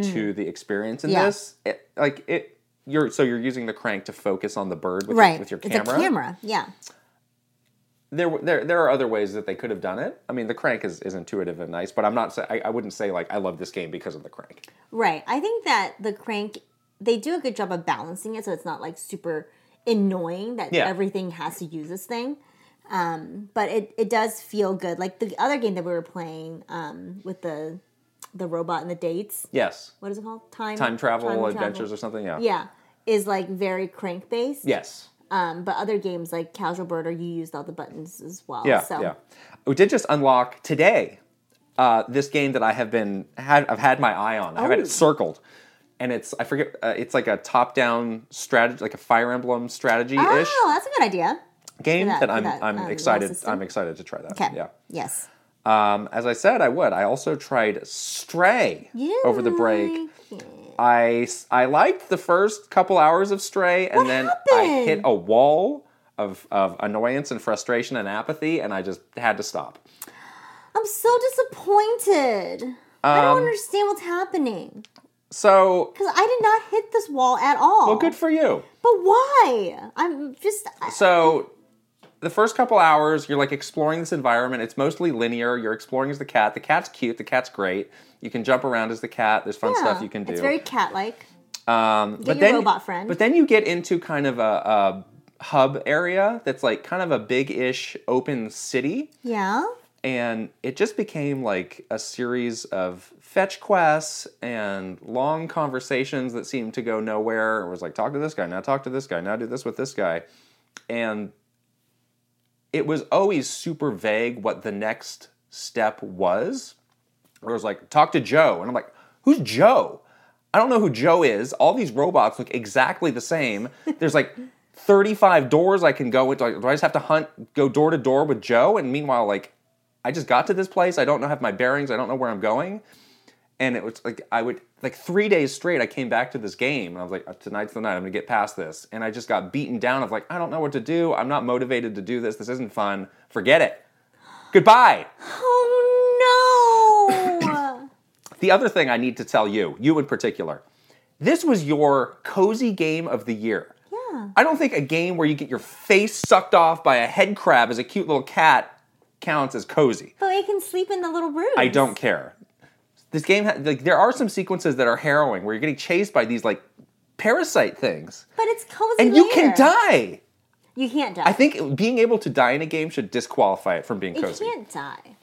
S2: to the experience in
S1: Mm. Yeah.
S2: this. It, like it. You're, so you're using the crank to focus on the bird with,
S1: Right.
S2: your, with your
S1: It's a camera. Yeah.
S2: there, there, there are other ways that they could have done it. I mean, the crank is, is intuitive and nice, but I'm not. Say, I, I wouldn't say like I love this game because of the crank.
S1: Right. I think that the crank they do a good job of balancing it so it's not like super annoying that
S2: Yeah.
S1: everything has to use this thing. Um, but it, it does feel good. Like the other game that we were playing um, with the the robot and the dates.
S2: Yes,
S1: What is it called? Time
S2: time travel adventures or something. Yeah.
S1: Yeah. Is like very crank based.
S2: Yes.
S1: Um, but other games like Casual Birder, you used all the buttons as well.
S2: Yeah.
S1: So
S2: Yeah. We did just unlock today uh, this game that I have been had I've had my eye on. I've had
S1: Oh.
S2: it circled, and it's I forget. Uh, it's like a top down strategy, like a Fire Emblem strategy ish
S1: Oh, that's a good idea.
S2: game
S1: that-
S2: that, I'm
S1: for that,
S2: I'm
S1: um, little
S2: excited.
S1: system.
S2: I'm excited to try that.
S1: Okay.
S2: Yeah.
S1: Yes.
S2: Um, as I said, I would. I also tried Stray over the break.
S1: Yeah.
S2: I, I liked the first couple hours of Stray, and then I
S1: happened?
S2: hit a wall of, of annoyance and frustration and apathy, and I just had to stop.
S1: I'm so disappointed. I
S2: Um,
S1: don't understand what's happening.
S2: So,
S1: Because I did not hit this wall at all.
S2: well, good for you.
S1: But why? I'm just. ah, I,
S2: So, the first couple hours, you're like exploring this environment. It's mostly linear. You're exploring as the cat. The cat's cute. The cat's great. You can jump around as the cat. There's fun stuff you can do.
S1: It's very cat like.
S2: Um, but
S1: your
S2: then,
S1: robot friend.
S2: But then you get into kind of a, a hub area that's like kind of a big-ish open city,
S1: Yeah.
S2: and it just became like a series of fetch quests and long conversations that seemed to go nowhere. It was like talk to this guy, now talk to this guy, now do this with this guy, and it was always super vague what the next step was. Where it was like talk to Joe, and I'm like, who's Joe? I don't know who Joe is. All these robots look exactly the same. There's like 35 doors I can go into. Like, Do I just have to hunt, go door to door with Joe? And meanwhile, like, I just got to this place. I don't know, have my bearings. I don't know where I'm going. And it was like, I would, like, three days straight, I came back to this game and I was like, tonight's the night. I'm going to get past this. And I just got beaten down of like, I don't know what to do. I'm not motivated to do this. This isn't fun. Forget it. Goodbye.
S1: Oh no!
S2: The other thing I need to tell you, you in particular, this was your cozy game of the year.
S1: yeah.
S2: I don't think a game where you get your face sucked off by a head crab as a cute little cat counts as cozy.
S1: But we can sleep in the little room.
S2: I don't care. This game, ha- like, there are some sequences that are harrowing where you're getting chased by these like parasite things,
S1: But it's cozy.
S2: and you can
S1: later.
S2: die.
S1: You can't die.
S2: I think it- being able to die in a game should disqualify it from being
S1: you
S2: cozy.
S1: can't die.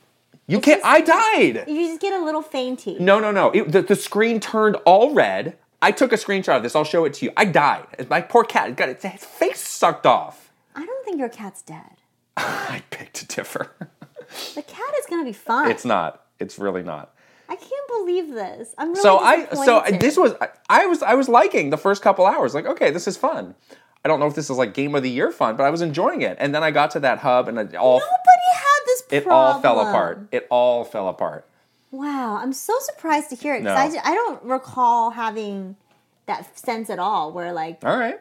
S2: you can't. I died.
S1: You just get a little fainty.
S2: No, no, no. It, the, the screen turned all red. I took a screenshot of this. I'll show it to you. I died. My poor cat got its its face sucked off.
S1: I don't think your cat's dead.
S2: I beg to differ.
S1: The cat is gonna be fine.
S2: It's not. It's really not.
S1: I can't believe this. I'm really
S2: So I so
S1: disappointed.
S2: this was I, I was I was liking the first couple hours. Like, okay, this is fun. I don't know if this is like game of the year fun, but I was enjoying it. And then I got to that hub and it all
S1: Nobody had this problem.
S2: it all fell apart. It all fell apart.
S1: Wow, I'm so surprised to hear it
S2: No.
S1: because I, don't recall having that sense at all where like
S2: All right.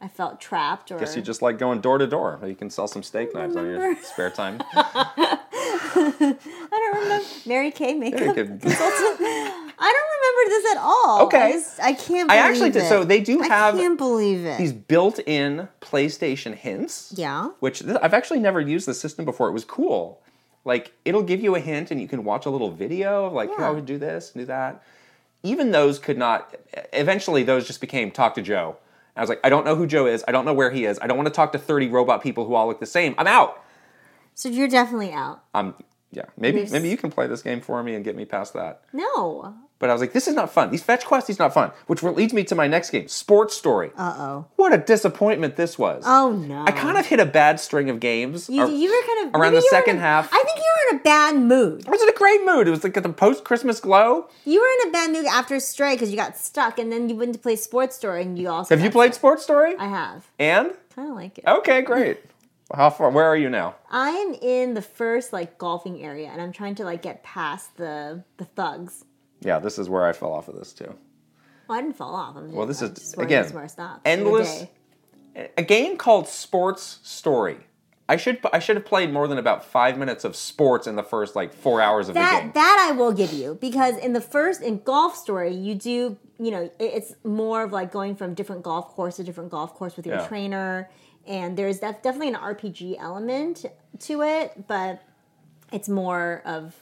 S1: I felt trapped or
S2: Guess you just like going door to door. You can sell some steak knives on your
S1: remember.
S2: spare time.
S1: I don't remember Mary Kay
S2: You
S1: makeup.
S2: could-
S1: I don't remember this at all.
S2: Okay.
S1: I, just- I can't.
S2: I
S1: Believe
S2: actually did.
S1: It.
S2: So they do have
S1: I can't believe it.
S2: these built-in PlayStation hints.
S1: Yeah.
S2: Which th- I've actually never used the system before. It was cool. Like it'll give you a hint, and you can watch a little video of like
S1: Yeah.
S2: how to do this, do that. Even those could not. Eventually, those just became talk to Joe. I was like, I don't know who Joe is. I don't know where he is. I don't want to talk to thirty robot people who all look the same. I'm out.
S1: So you're definitely out.
S2: I'm Yeah, maybe
S1: There's-
S2: maybe you can play this game for me and get me past that.
S1: No.
S2: But I was like, this is not fun. These fetch quests, these not fun. Which leads me to my next game, Sports Story.
S1: Uh oh.
S2: what a disappointment this was.
S1: Oh no.
S2: I kind of hit a bad string of games.
S1: You,
S2: Ar-
S1: you were kind of
S2: around
S1: maybe
S2: the
S1: you were in
S2: second
S1: a-
S2: half.
S1: I think you were in a bad mood.
S2: I was in a great mood. It was like the post Christmas glow.
S1: You were in a bad mood after Stray because you got stuck, and then you went to play Sports Store, and you also
S2: Have you
S1: got
S2: played
S1: stuck.
S2: Sports Story?
S1: I have.
S2: and
S1: Kind of like it.
S2: okay, great. How far? Where are you now?
S1: I'm in the first like golfing area, and I'm trying to like get past the the thugs.
S2: Yeah, this is where I fell off of this too.
S1: Well, I didn't fall off. I'm
S2: Well, this
S1: I'm
S2: is-
S1: just where-
S2: again,
S1: this is where I stopped.
S2: endless-
S1: Your day.
S2: A game called Sports Story. I should I should have played more than about five minutes of sports in the first like four hours of the game.
S1: That that I will give you because in the first in golf story you do you know it- it's more of like going from different golf course to different golf course with your
S2: Yeah.
S1: trainer and there's def- definitely an RPG element to it but it's more of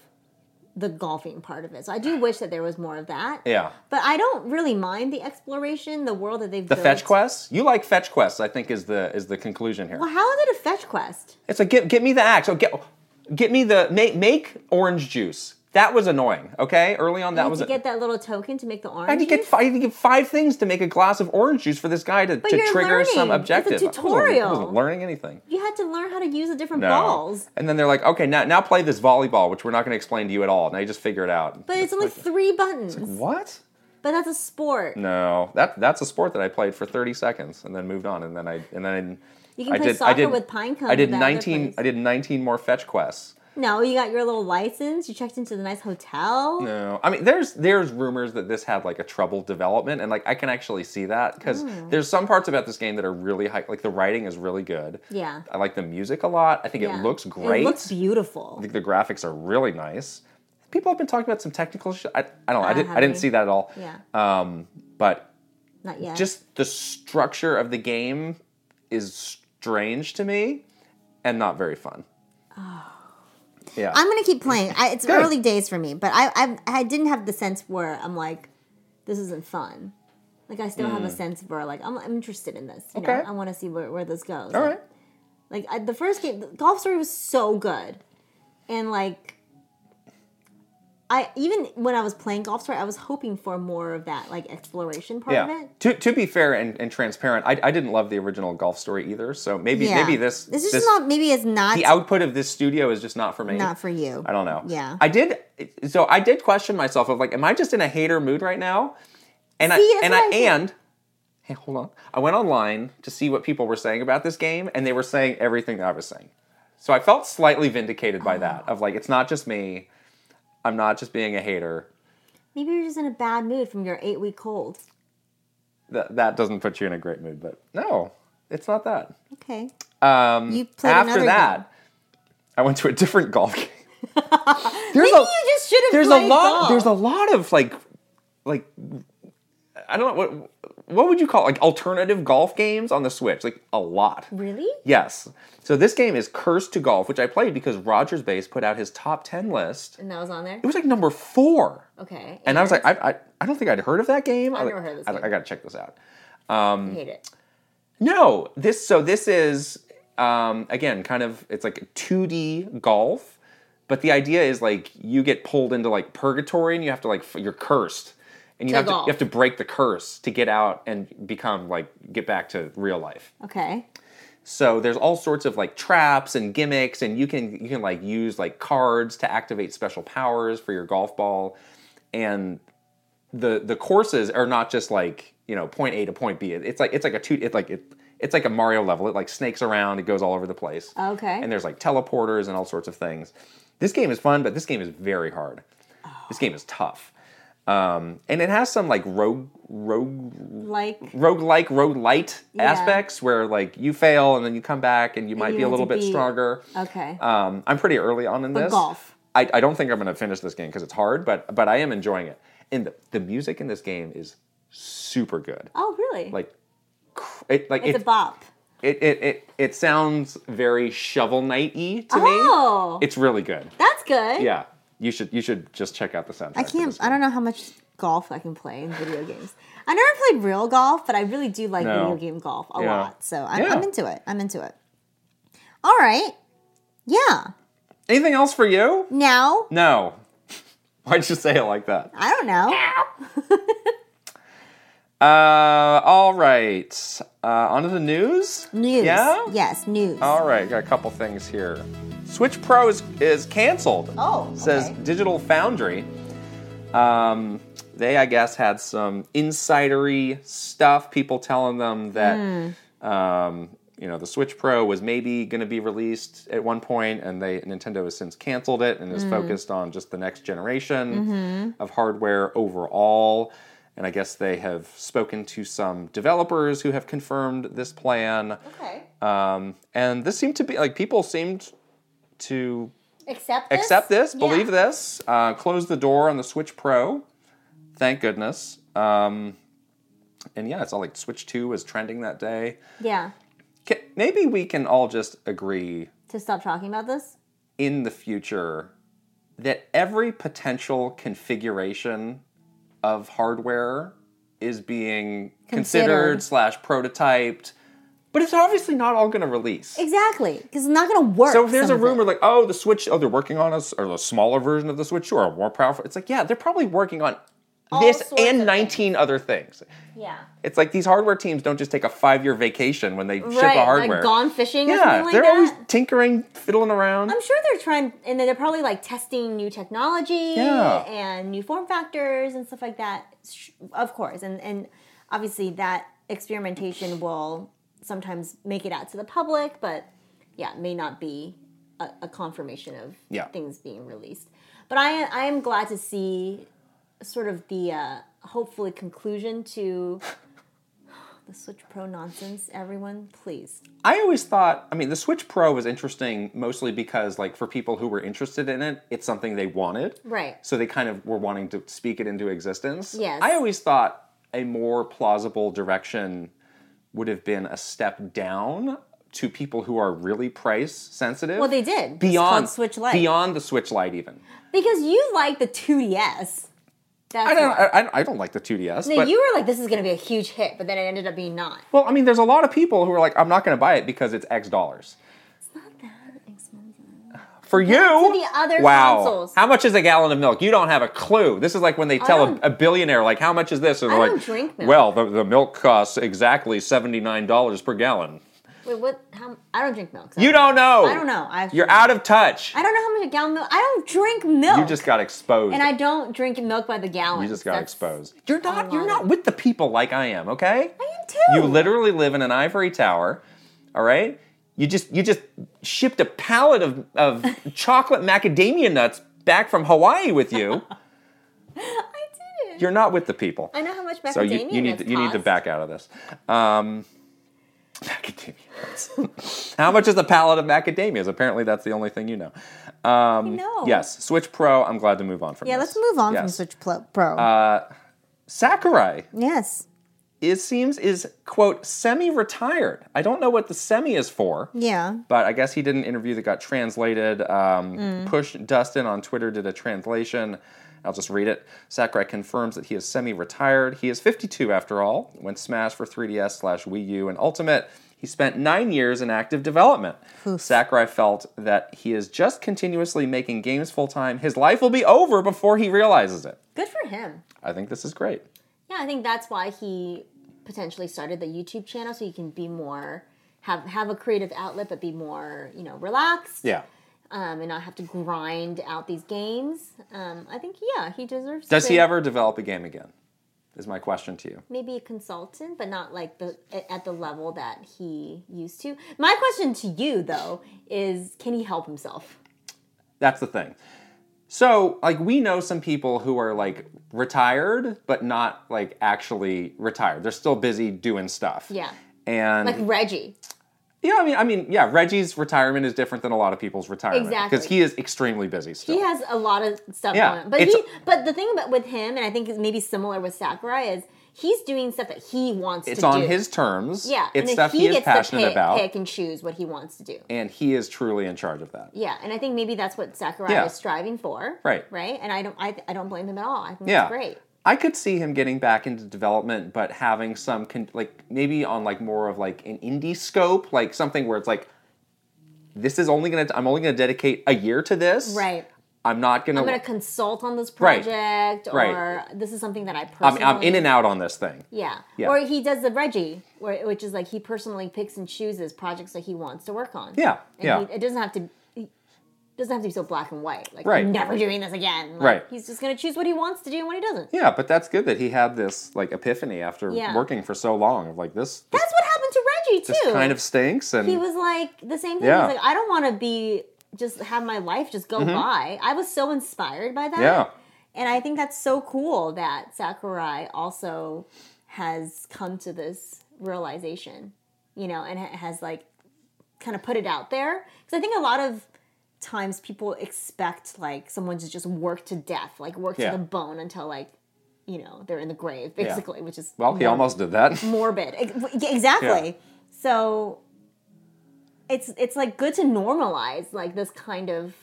S1: the golfing part of it. So I do wish that there was more of that.
S2: yeah.
S1: But I don't really mind the exploration, the world that they've
S2: The fetch quests. You like fetch quests, I think, is the is the conclusion here.
S1: Well, how is it a fetch quest?
S2: It's like get get me the axe. Oh, get get me the make make orange juice. That was annoying. Okay, early on that
S1: You
S2: was.
S1: have to get that little token to make the orange.
S2: I had to get
S1: juice?
S2: five, I had to get five things to make a glass of orange juice for this guy to, to
S1: you're
S2: trigger
S1: learning. It's
S2: some
S1: a
S2: objective. I wasn't- I
S1: tutorial.
S2: wasn't, learning anything.
S1: You had to learn how to use the different
S2: No.
S1: balls.
S2: And then they're like, okay, now now play this volleyball, which we're not going to explain to you at all. Now you just figure it out.
S1: But it's only three buttons.
S2: what?
S1: But that's a sport.
S2: No, that that's a sport that I played for 30 seconds and then moved on, and then I and then
S1: You can
S2: I
S1: play
S2: did I
S1: soccer
S2: did
S1: with pine cones
S2: I did
S1: at other
S2: 19
S1: place.
S2: I did 19 more fetch quests.
S1: No, you got your little license. You checked into the nice hotel.
S2: No, I mean there's there's rumors that this had like a troubled development, and like I can actually see that because
S1: Hmm.
S2: there's some parts about this game that are really high. Like the writing is really good.
S1: Yeah.
S2: I like the music a lot. I think
S1: Yeah.
S2: it looks great.
S1: It looks beautiful.
S2: I think the graphics are really nice. People have been talking about some technical shit. I, I don't know. I,
S1: I
S2: didn't. I
S1: haven't.
S2: didn't see that at all.
S1: Yeah.
S2: Um, but
S1: Not yet.
S2: just the structure of the game is strange to me, and not very fun. Yeah.
S1: Oh. I'm gonna keep playing. I, it's
S2: Good.
S1: early days for me, but I, I I didn't have the sense where I'm like, this isn't fun. Like I still have a sense where like I'm, I'm interested in this. You know,
S2: Hmm. Okay.
S1: I want to see where, where this goes.
S2: all right.
S1: Like I, the first game, the Golf Story was so good, and like I even when I was playing Golf Story, I was hoping for more of that like exploration part of
S2: Yeah.
S1: it.
S2: To, to be fair and, and transparent, I, I didn't love the original golf story either. So maybe maybe this
S1: This is just not. Maybe it's not
S2: the output of this studio is just not for me.
S1: not for you.
S2: I don't know.
S1: Yeah.
S2: I did so I did question myself of like, am I just in a hater mood right now? And
S1: See,
S2: I
S1: that's
S2: and
S1: what
S2: I,
S1: I think.
S2: and hey, hold on. I went online to see what people were saying about this game, and they were saying everything I was saying. So I felt slightly vindicated by that.
S1: Oh.
S2: Of like, it's not just me. I'm not just being a hater.
S1: Maybe you're just in a bad mood from your eight week cold.
S2: That that doesn't put you in a great mood, but no, it's not that.
S1: Okay.
S2: Um,
S1: You played
S2: after
S1: another
S2: that,
S1: game.
S2: I went to a different golf game. there's
S1: Maybe
S2: a
S1: Oh, you just should have
S2: there's a
S1: played
S2: lot
S1: golf.
S2: there's a lot of like like I don't know what what would you call it? like alternative golf games on the Switch like a lot.
S1: really.
S2: Yes. So this game is Cursed to Golf, which I played because Rogers Base put out his top ten list.
S1: And that was on there.
S2: It was like number four.
S1: Okay.
S2: And I was like, I, I, I don't think I'd heard of that game. I was
S1: never
S2: like,
S1: heard of this
S2: I, was like,
S1: game.
S2: I gotta check this out.
S1: I
S2: um,
S1: hate it.
S2: No, this so this is um, again kind of it's like two D golf, but the idea is like you get pulled into like purgatory and you have to like f- you're cursed, and you
S1: To
S2: have to
S1: golf.
S2: you have to break the curse to get out and become like get back to real life.
S1: Okay.
S2: So there's all sorts of like traps and gimmicks, and you can you can like use like cards to activate special powers for your golf ball, and the the courses are not just like you know point A to point B. It- It's like it's like a two it's like it it's like a Mario level. It like snakes around. It goes all over the place.
S1: Okay.
S2: And there's like teleporters and all sorts of things. This game is fun, but this game is very hard. This game is tough, um, and it has some like rogue rogue
S1: Like
S2: roguelike, roguelite
S1: Yeah.
S2: aspects where like you fail and then you come back and you might
S1: you
S2: be a
S1: have
S2: little
S1: to
S2: bit
S1: beat-
S2: stronger.
S1: okay.
S2: Um, I'm pretty early on in
S1: But
S2: this.
S1: golf.
S2: I, I don't think I'm going to finish this game because it's hard, but but I am enjoying it. And the, the music in this game is super good.
S1: oh really?
S2: Like cr- it like
S1: it's
S2: it,
S1: a bop.
S2: it, it it it sounds very shovel knight y to
S1: Oh.
S2: me. It's really good.
S1: That's good.
S2: Yeah. You should you should just check out the soundtrack.
S1: I can't. I don't know how much golf I can play in video games. I never played real golf, but I really do like
S2: No.
S1: video game golf a
S2: Yeah.
S1: lot. So I'm,
S2: Yeah.
S1: I'm into it. I'm into it. All right. Yeah.
S2: Anything else for you?
S1: Now?
S2: No. Why'd you say it like that?
S1: I don't know.
S2: Uh, all right. Uh, on to the news?
S1: News.
S2: Yeah?
S1: Yes, news.
S2: All right, got a couple things here. Switch Pro is, is canceled.
S1: Oh,
S2: Says
S1: okay.
S2: Digital Foundry. Um, they, I guess, had some insidery stuff, people telling them that,
S1: Hmm.
S2: um, you know, the Switch Pro was maybe going to be released at one point, and they Nintendo has since canceled it
S1: Hmm.
S2: and is focused on just the next generation
S1: Mm-hmm.
S2: of hardware overall. And I guess they have spoken to some developers who have confirmed this plan.
S1: Okay.
S2: Um, and this seemed to be like people seemed to
S1: Accept this?
S2: accept this,
S1: Yeah.
S2: believe this, uh, close the door on the Switch Pro. Thank goodness. Um, and yeah, it's all like Switch 2 was trending that day.
S1: Yeah.
S2: Ca maybe we can all just agree
S1: To stop talking about this?
S2: in the future that every potential configuration of hardware is being considered,
S1: Considered.
S2: slash prototyped, but it's obviously not all going to release.
S1: Exactly. Because it's not going to work.
S2: So if there's a
S1: some of it.
S2: rumor like, oh, the Switch, oh, they're working on us, or the smaller version of the Switch, or a more powerful. It's like, yeah, they're probably working on this
S1: sorts
S2: and
S1: of
S2: 19 other things.
S1: Yeah.
S2: It's like these hardware teams don't just take a five year vacation when they ship a hardware.
S1: Like gone fishing or
S2: yeah,
S1: something like
S2: they're
S1: that. Um,
S2: always tinkering, fiddling around.
S1: I'm sure they're trying, and they're probably like testing new technology
S2: Yeah.
S1: and new form factors and stuff like that. Sh- Of course, and and obviously that experimentation will sometimes make it out to the public, but yeah, it may not be a, a confirmation of
S2: Yeah.
S1: things being released. But I I am glad to see sort of the uh, hopefully conclusion to. The Switch Pro nonsense, everyone, please.
S2: I always thought, I mean, the Switch Pro was interesting mostly because, like, for people who were interested in it, it's something they wanted.
S1: Right.
S2: So they kind of were wanting to speak it into existence.
S1: Yes.
S2: I always thought a more plausible direction would have been a step down to people who are really price sensitive.
S1: Well, they did. It's
S2: beyond
S1: called Switch Lite.
S2: Beyond the Switch Lite, even.
S1: Because you like the 2DS. That's
S2: I don't.
S1: why.
S2: I, I- I don't like the 2ds.
S1: No,
S2: but,
S1: you were like, this is going to be a huge hit, but then it ended up being not.
S2: well, I mean, there's a lot of people who are like, I'm not going to buy it because it's X dollars.
S1: It's not that expensive.
S2: For you,
S1: the other
S2: wow.
S1: consoles.
S2: How much is a gallon of milk? You don't have a clue. This is like when they tell a,
S1: don't-
S2: a billionaire, like, how much is this? And
S1: I
S2: they're
S1: don't
S2: like,
S1: drink milk.
S2: well, the, the milk costs exactly seventy nine dollars per gallon.
S1: Wait, what? How? I don't drink milk. so-
S2: You don't know.
S1: I don't know. I
S2: You're out of touch.
S1: I don't know how much a gallon milk. I don't drink milk.
S2: You just got exposed.
S1: and I don't drink milk by the gallon.
S2: you just got
S1: That's-
S2: exposed. You're not.
S1: lot
S2: You're
S1: of-
S2: not with the people like I am. Okay.
S1: I am too.
S2: You literally live in an ivory tower, all right? You just you just shipped a pallet of, of chocolate macadamia nuts back from Hawaii with you.
S1: I did.
S2: You're not with the people.
S1: I know how much macadamia
S2: so you, you need
S1: nuts
S2: to, you need to
S1: cost.
S2: back out of this. Um, macadamia nuts. How much is a pallet of macadamias? Apparently, that's the only thing you know. Um,
S1: know.
S2: Yes, Switch Pro. I'm glad to move on from.
S1: Yeah,
S2: this.
S1: let's move on from
S2: Yes. Uh,
S1: Switch Pl- Pro.
S2: Sakurai.
S1: yes.
S2: It seems is quote semi-retired. I don't know what the semi is for.
S1: Yeah.
S2: but I guess he did an interview that got translated. Um, Push Dustin on Twitter did a translation. I'll just read it. Sakurai confirms that he is semi-retired. He is 52 after all. Went Smash for 3DS slash Wii U and Ultimate. He spent nine years in active development. Sakurai felt that he is just continuously making games full time. His life will be over before he realizes it.
S1: Good for him.
S2: I think this is great.
S1: Yeah, I think that's why he potentially started the YouTube channel so you can be more have have a creative outlet but be more, you know, relaxed
S2: Yeah.
S1: um, and not have to grind out these games. Um, I think yeah, he deserves
S2: Does
S1: to
S2: he ever develop a game again? Is my question to you.
S1: maybe a consultant, but not like the at- at the level that he used to. My question to you though is can he help himself?
S2: That's the thing. So, like, we know some people who are like retired, but not like actually retired. They're still busy doing stuff.
S1: Yeah.
S2: And
S1: Like Reggie.
S2: yeah, I mean, I mean, yeah, Reggie's retirement is different than a lot of people's retirement
S1: Exactly.
S2: because he is extremely busy still.
S1: He has a lot of stuff
S2: Yeah,
S1: going on. But
S2: it's-
S1: he but the thing about with him and I think is maybe similar with Sakurai is he's doing stuff that he wants
S2: it's
S1: to do.
S2: on his terms.
S1: Yeah, and
S2: it's
S1: then
S2: stuff he, is
S1: gets
S2: passionate
S1: to pick,
S2: about,
S1: pick and choose what he wants to do.
S2: and he is truly in charge of that.
S1: Yeah, and I think maybe that's what Sakurai
S2: Yeah.
S1: is striving for.
S2: Right.
S1: Right. And I don't, I, I don't blame him at all. I think
S2: Yeah.
S1: it's great.
S2: I could see him getting back into development, but having some con- like maybe on like more of like an indie scope, like something where it's like this is only gonna I'm only gonna dedicate a year to this.
S1: Right.
S2: I'm not gonna.
S1: I'm going to consult on this
S2: Oh, Right.
S1: project, or
S2: Right.
S1: this is something that I
S2: I'm,
S1: personally.
S2: I'm in and out on this thing.
S1: Yeah.
S2: Yeah.
S1: Or he does the Reggie, where, which is like he personally picks and chooses projects that he wants to work on.
S2: Yeah,
S1: And
S2: yeah.
S1: He, it doesn't have to. He doesn't have to be so black and white. Like
S2: Right.
S1: I'm never doing this again. Like,
S2: Right.
S1: He's just going to choose what he wants to do and what he doesn't.
S2: Yeah, but that's good that he had this like epiphany after
S1: Yeah.
S2: working for so long of like this. This,
S1: That's what happened to Reggie too.
S2: this kind of stinks, and
S1: he was like the same thing.
S2: Yeah. Mm-hmm.
S1: He's like, I don't want to be just have my life just go by. I was so inspired by that.
S2: Yeah.
S1: And I think that's so cool that Sakurai also has come to this realization, you know, and ha- has like kind of put it out there. Because I think a lot of times people expect like someone to just work to death, like work
S2: Yeah.
S1: to the bone until like, you know, they're in the grave, basically, which is
S2: well, he
S1: more-
S2: almost did
S1: Mm-hmm.
S2: that.
S1: morbid. Ex- Exactly. So it's it's like good to normalize like this kind of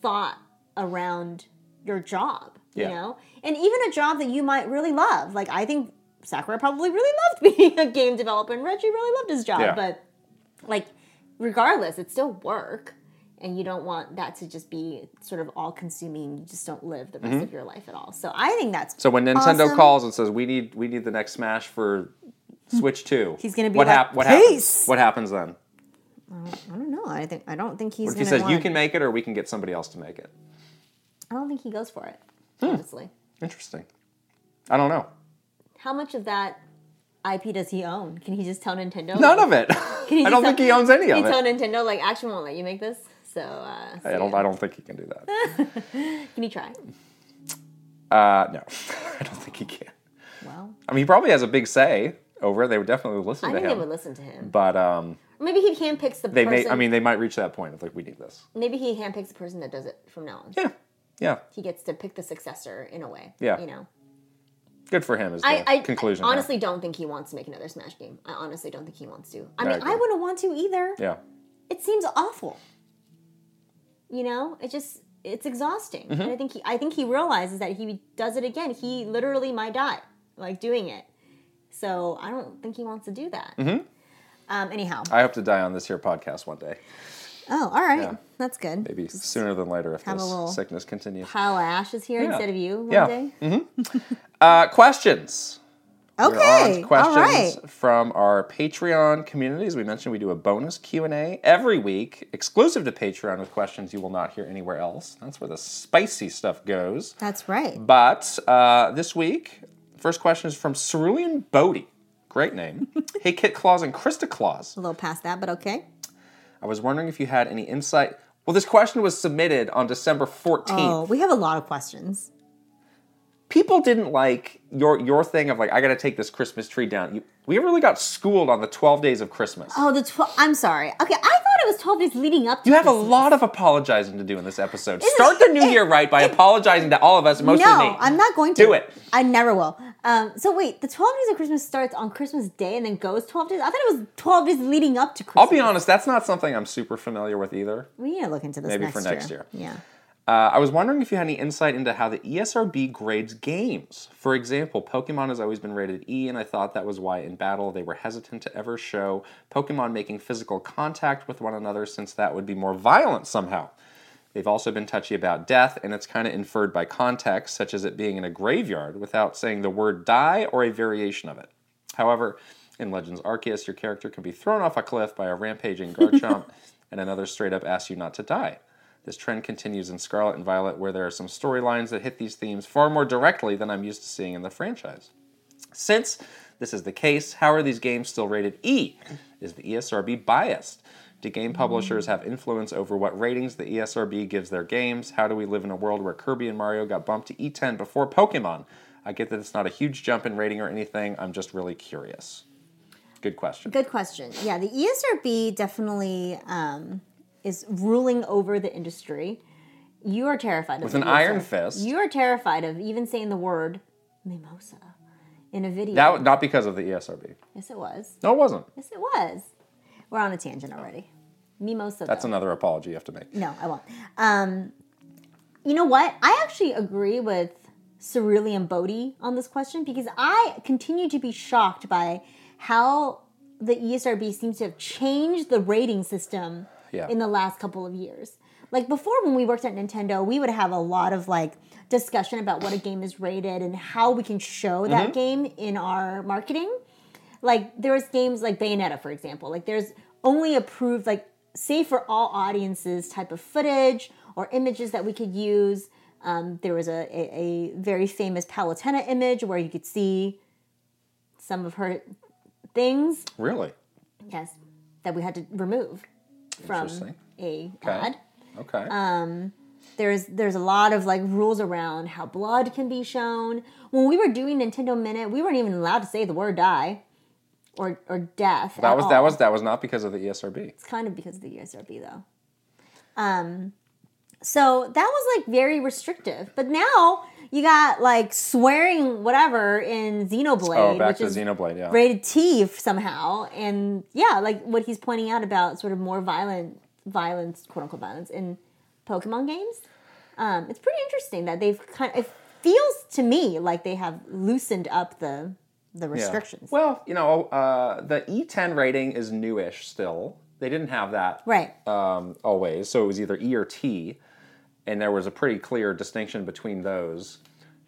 S1: thought around your job,
S2: Yeah.
S1: you know? And even a job that you might really love. Like I think Sakura probably really loved being a game developer and Reggie really loved his job,
S2: Yeah.
S1: but like regardless, it's still work. And you don't want that to just be sort of all consuming. You just don't live the rest of your life at all. So I think that's
S2: Mm-hmm. So when Nintendo
S1: Awesome.
S2: calls and says we need we need the next Smash for Switch Two,
S1: He's gonna be
S2: what
S1: like,
S2: what
S1: "Peace!"
S2: happens? What happens then?
S1: I don't know. I think I don't think he's.
S2: If he
S1: gonna
S2: says you
S1: wanna-
S2: can make it, or we can get somebody else to make it.
S1: I don't think he goes for it,
S2: Hmm.
S1: honestly.
S2: Interesting. I don't know.
S1: How much of that IP does he own? Can he just tell Nintendo?
S2: None of it.
S1: he
S2: I don't
S1: just
S2: think
S1: tell-
S2: he owns any
S1: Can he
S2: of
S1: tell
S2: it.
S1: Nintendo like actually won't let you make this? So uh,
S2: I don't. I don't think he can do that.
S1: can he try?
S2: Uh, no, I don't think he can.
S1: Well,
S2: I mean, he probably has a big say over it. They would definitely listen
S1: I
S2: to
S1: think they
S2: him.
S1: would listen to him.
S2: But um,
S1: Maybe he handpicks the
S2: they
S1: person.
S2: may. I mean, they might reach that point of like, we need this.
S1: maybe he handpicks the person that does it from now on.
S2: Yeah, yeah.
S1: He gets to pick the successor in a way.
S2: Yeah.
S1: you know.
S2: Good for him. Is the
S1: I, I
S2: conclusion.
S1: I
S2: there.
S1: honestly don't think he wants to make another Smash game. I honestly don't think he wants to. I
S2: Yeah, I
S1: mean,
S2: agree.
S1: I wouldn't want to either.
S2: Yeah.
S1: it seems awful. You know, it just it's exhausting.
S2: Mm-hmm.
S1: And I think he I think he realizes that if he does it again, he literally might die like doing it. So I don't think he wants to do that.
S2: Mm-hmm.
S1: Um, anyhow,
S2: I hope to die on this here podcast one day.
S1: oh, all right,
S2: Yeah.
S1: that's good.
S2: Maybe sooner than later if
S1: Have a
S2: this
S1: little-
S2: sickness continues.
S1: Pile of ashes here
S2: Yeah.
S1: instead of you one
S2: Yeah. Mm-hmm.
S1: day.
S2: Uh, questions. We're on
S1: Okay,
S2: to
S1: all
S2: questions
S1: right.
S2: from our Patreon community. As we mentioned, we do a bonus Q and A every week, exclusive to Patreon, with questions you will not hear anywhere else. That's where the spicy stuff goes.
S1: That's right.
S2: But uh, this week, first question is from Cerulean Bodie. Great name. hey, Kit Claus and Krista Claus.
S1: A little past that, but okay.
S2: I was wondering if you had any insight. Well, this question was submitted on December 14th.
S1: Oh, we have a lot of questions.
S2: People didn't like your your thing of like, I got to take this Christmas tree down. You, we really got schooled on the 12 days of Christmas.
S1: Oh, the twelve. I'm sorry. Okay, I thought it was twelve days leading up. to
S2: You have a
S1: Christmas.
S2: lot of apologizing to do in this episode. Start the new
S1: it-
S2: year right by apologizing to all of us, mostly
S1: no,
S2: me.
S1: I'm not going to
S2: Do it.
S1: I never will. Um, so wait, the 12 days of Christmas starts on Christmas Day and then goes 12 days. I thought it was 12 days leading up to Christmas.
S2: I'll be honest, that's not something I'm super familiar with either.
S1: We need to look into this
S2: Maybe
S1: next
S2: for next
S1: Yeah.
S2: Uh, I was wondering if you had any insight into how the E ESRB grades games. For example, Pokemon has always been rated E, and I thought that was why in battle they were hesitant to ever show Pokemon making physical contact with one another, since that would be more violent somehow. They've also been touchy about death, and it's kind of inferred by context, such as it being in a graveyard, without saying the word die or a variation of it. However, in Legends Arceus, your character can be thrown off a cliff by a rampaging Garchomp, and another straight up asks you not to die. This trend continues in Scarlet and Violet, where there are some storylines that hit these themes far more directly than I'm used to seeing in the franchise. Since this is the case, how are these games still rated E? Is the ESRB biased? Do game publishers have influence over what ratings the E ESRB gives their games? How do we live in a world where Kirby and Mario got bumped to E10 before Pokemon? I get that it's not a huge jump in rating or anything. I'm just really curious. Good question.
S1: Good question. Yeah, the E ESRB definitely um, is ruling over the industry. You are terrified of E
S2: With an
S1: the
S2: iron
S1: ESRB.
S2: fist.
S1: You are terrified of even saying the word mimosa in a video.
S2: That not because of the E ESRB.
S1: yes, it was.
S2: No, it wasn't.
S1: Yes, it was. We're on a tangent already. Mimosa.
S2: That's
S1: though.
S2: another apology you have to make.
S1: No, I won't. Um, you know what? I actually agree with Cerulean Bodhi on this question because I continue to be E shocked by how the ESRB seems to have changed the rating system
S2: Yeah.
S1: in the last couple of years. Like before, when we worked at Nintendo, we would have a lot of like discussion about what a game is rated and how we can show that game in our marketing like there's games like Bayonetta, for example. Like there's only approved, like safe for all audiences type of footage or images that we could use. Um, there was a, a, a very famous Palutena image where you could see some of her things.
S2: Really?
S1: Yes, that we had to remove from uh,
S2: Interesting.
S1: a
S2: Okay.
S1: ad
S2: Okay.
S1: there's there's a lot of like rules around how blood can be shown. When we were doing Nintendo Minute, we weren't even allowed to say the word die or or death.
S2: that
S1: at
S2: was that
S1: all.
S2: was that was not because of the E ESRB.
S1: It's kind of because of the ESRB though. Um so that was like very restrictive. But now you got like swearing whatever in Xenoblade,
S2: Oh, back
S1: which
S2: to
S1: is
S2: Xenoblade. Yeah.
S1: rated T somehow, and yeah, like what he's pointing out about sort of more violent, violence, quote unquote violence in Pokemon games. Um, it's pretty interesting that they've kind of. It feels to me like they have loosened up the the
S2: Yeah.
S1: restrictions.
S2: Well, you know, uh, the E10 rating is newish still. They didn't have that
S1: Right.
S2: um, always, so it was either E or T, and there was a pretty clear distinction between those.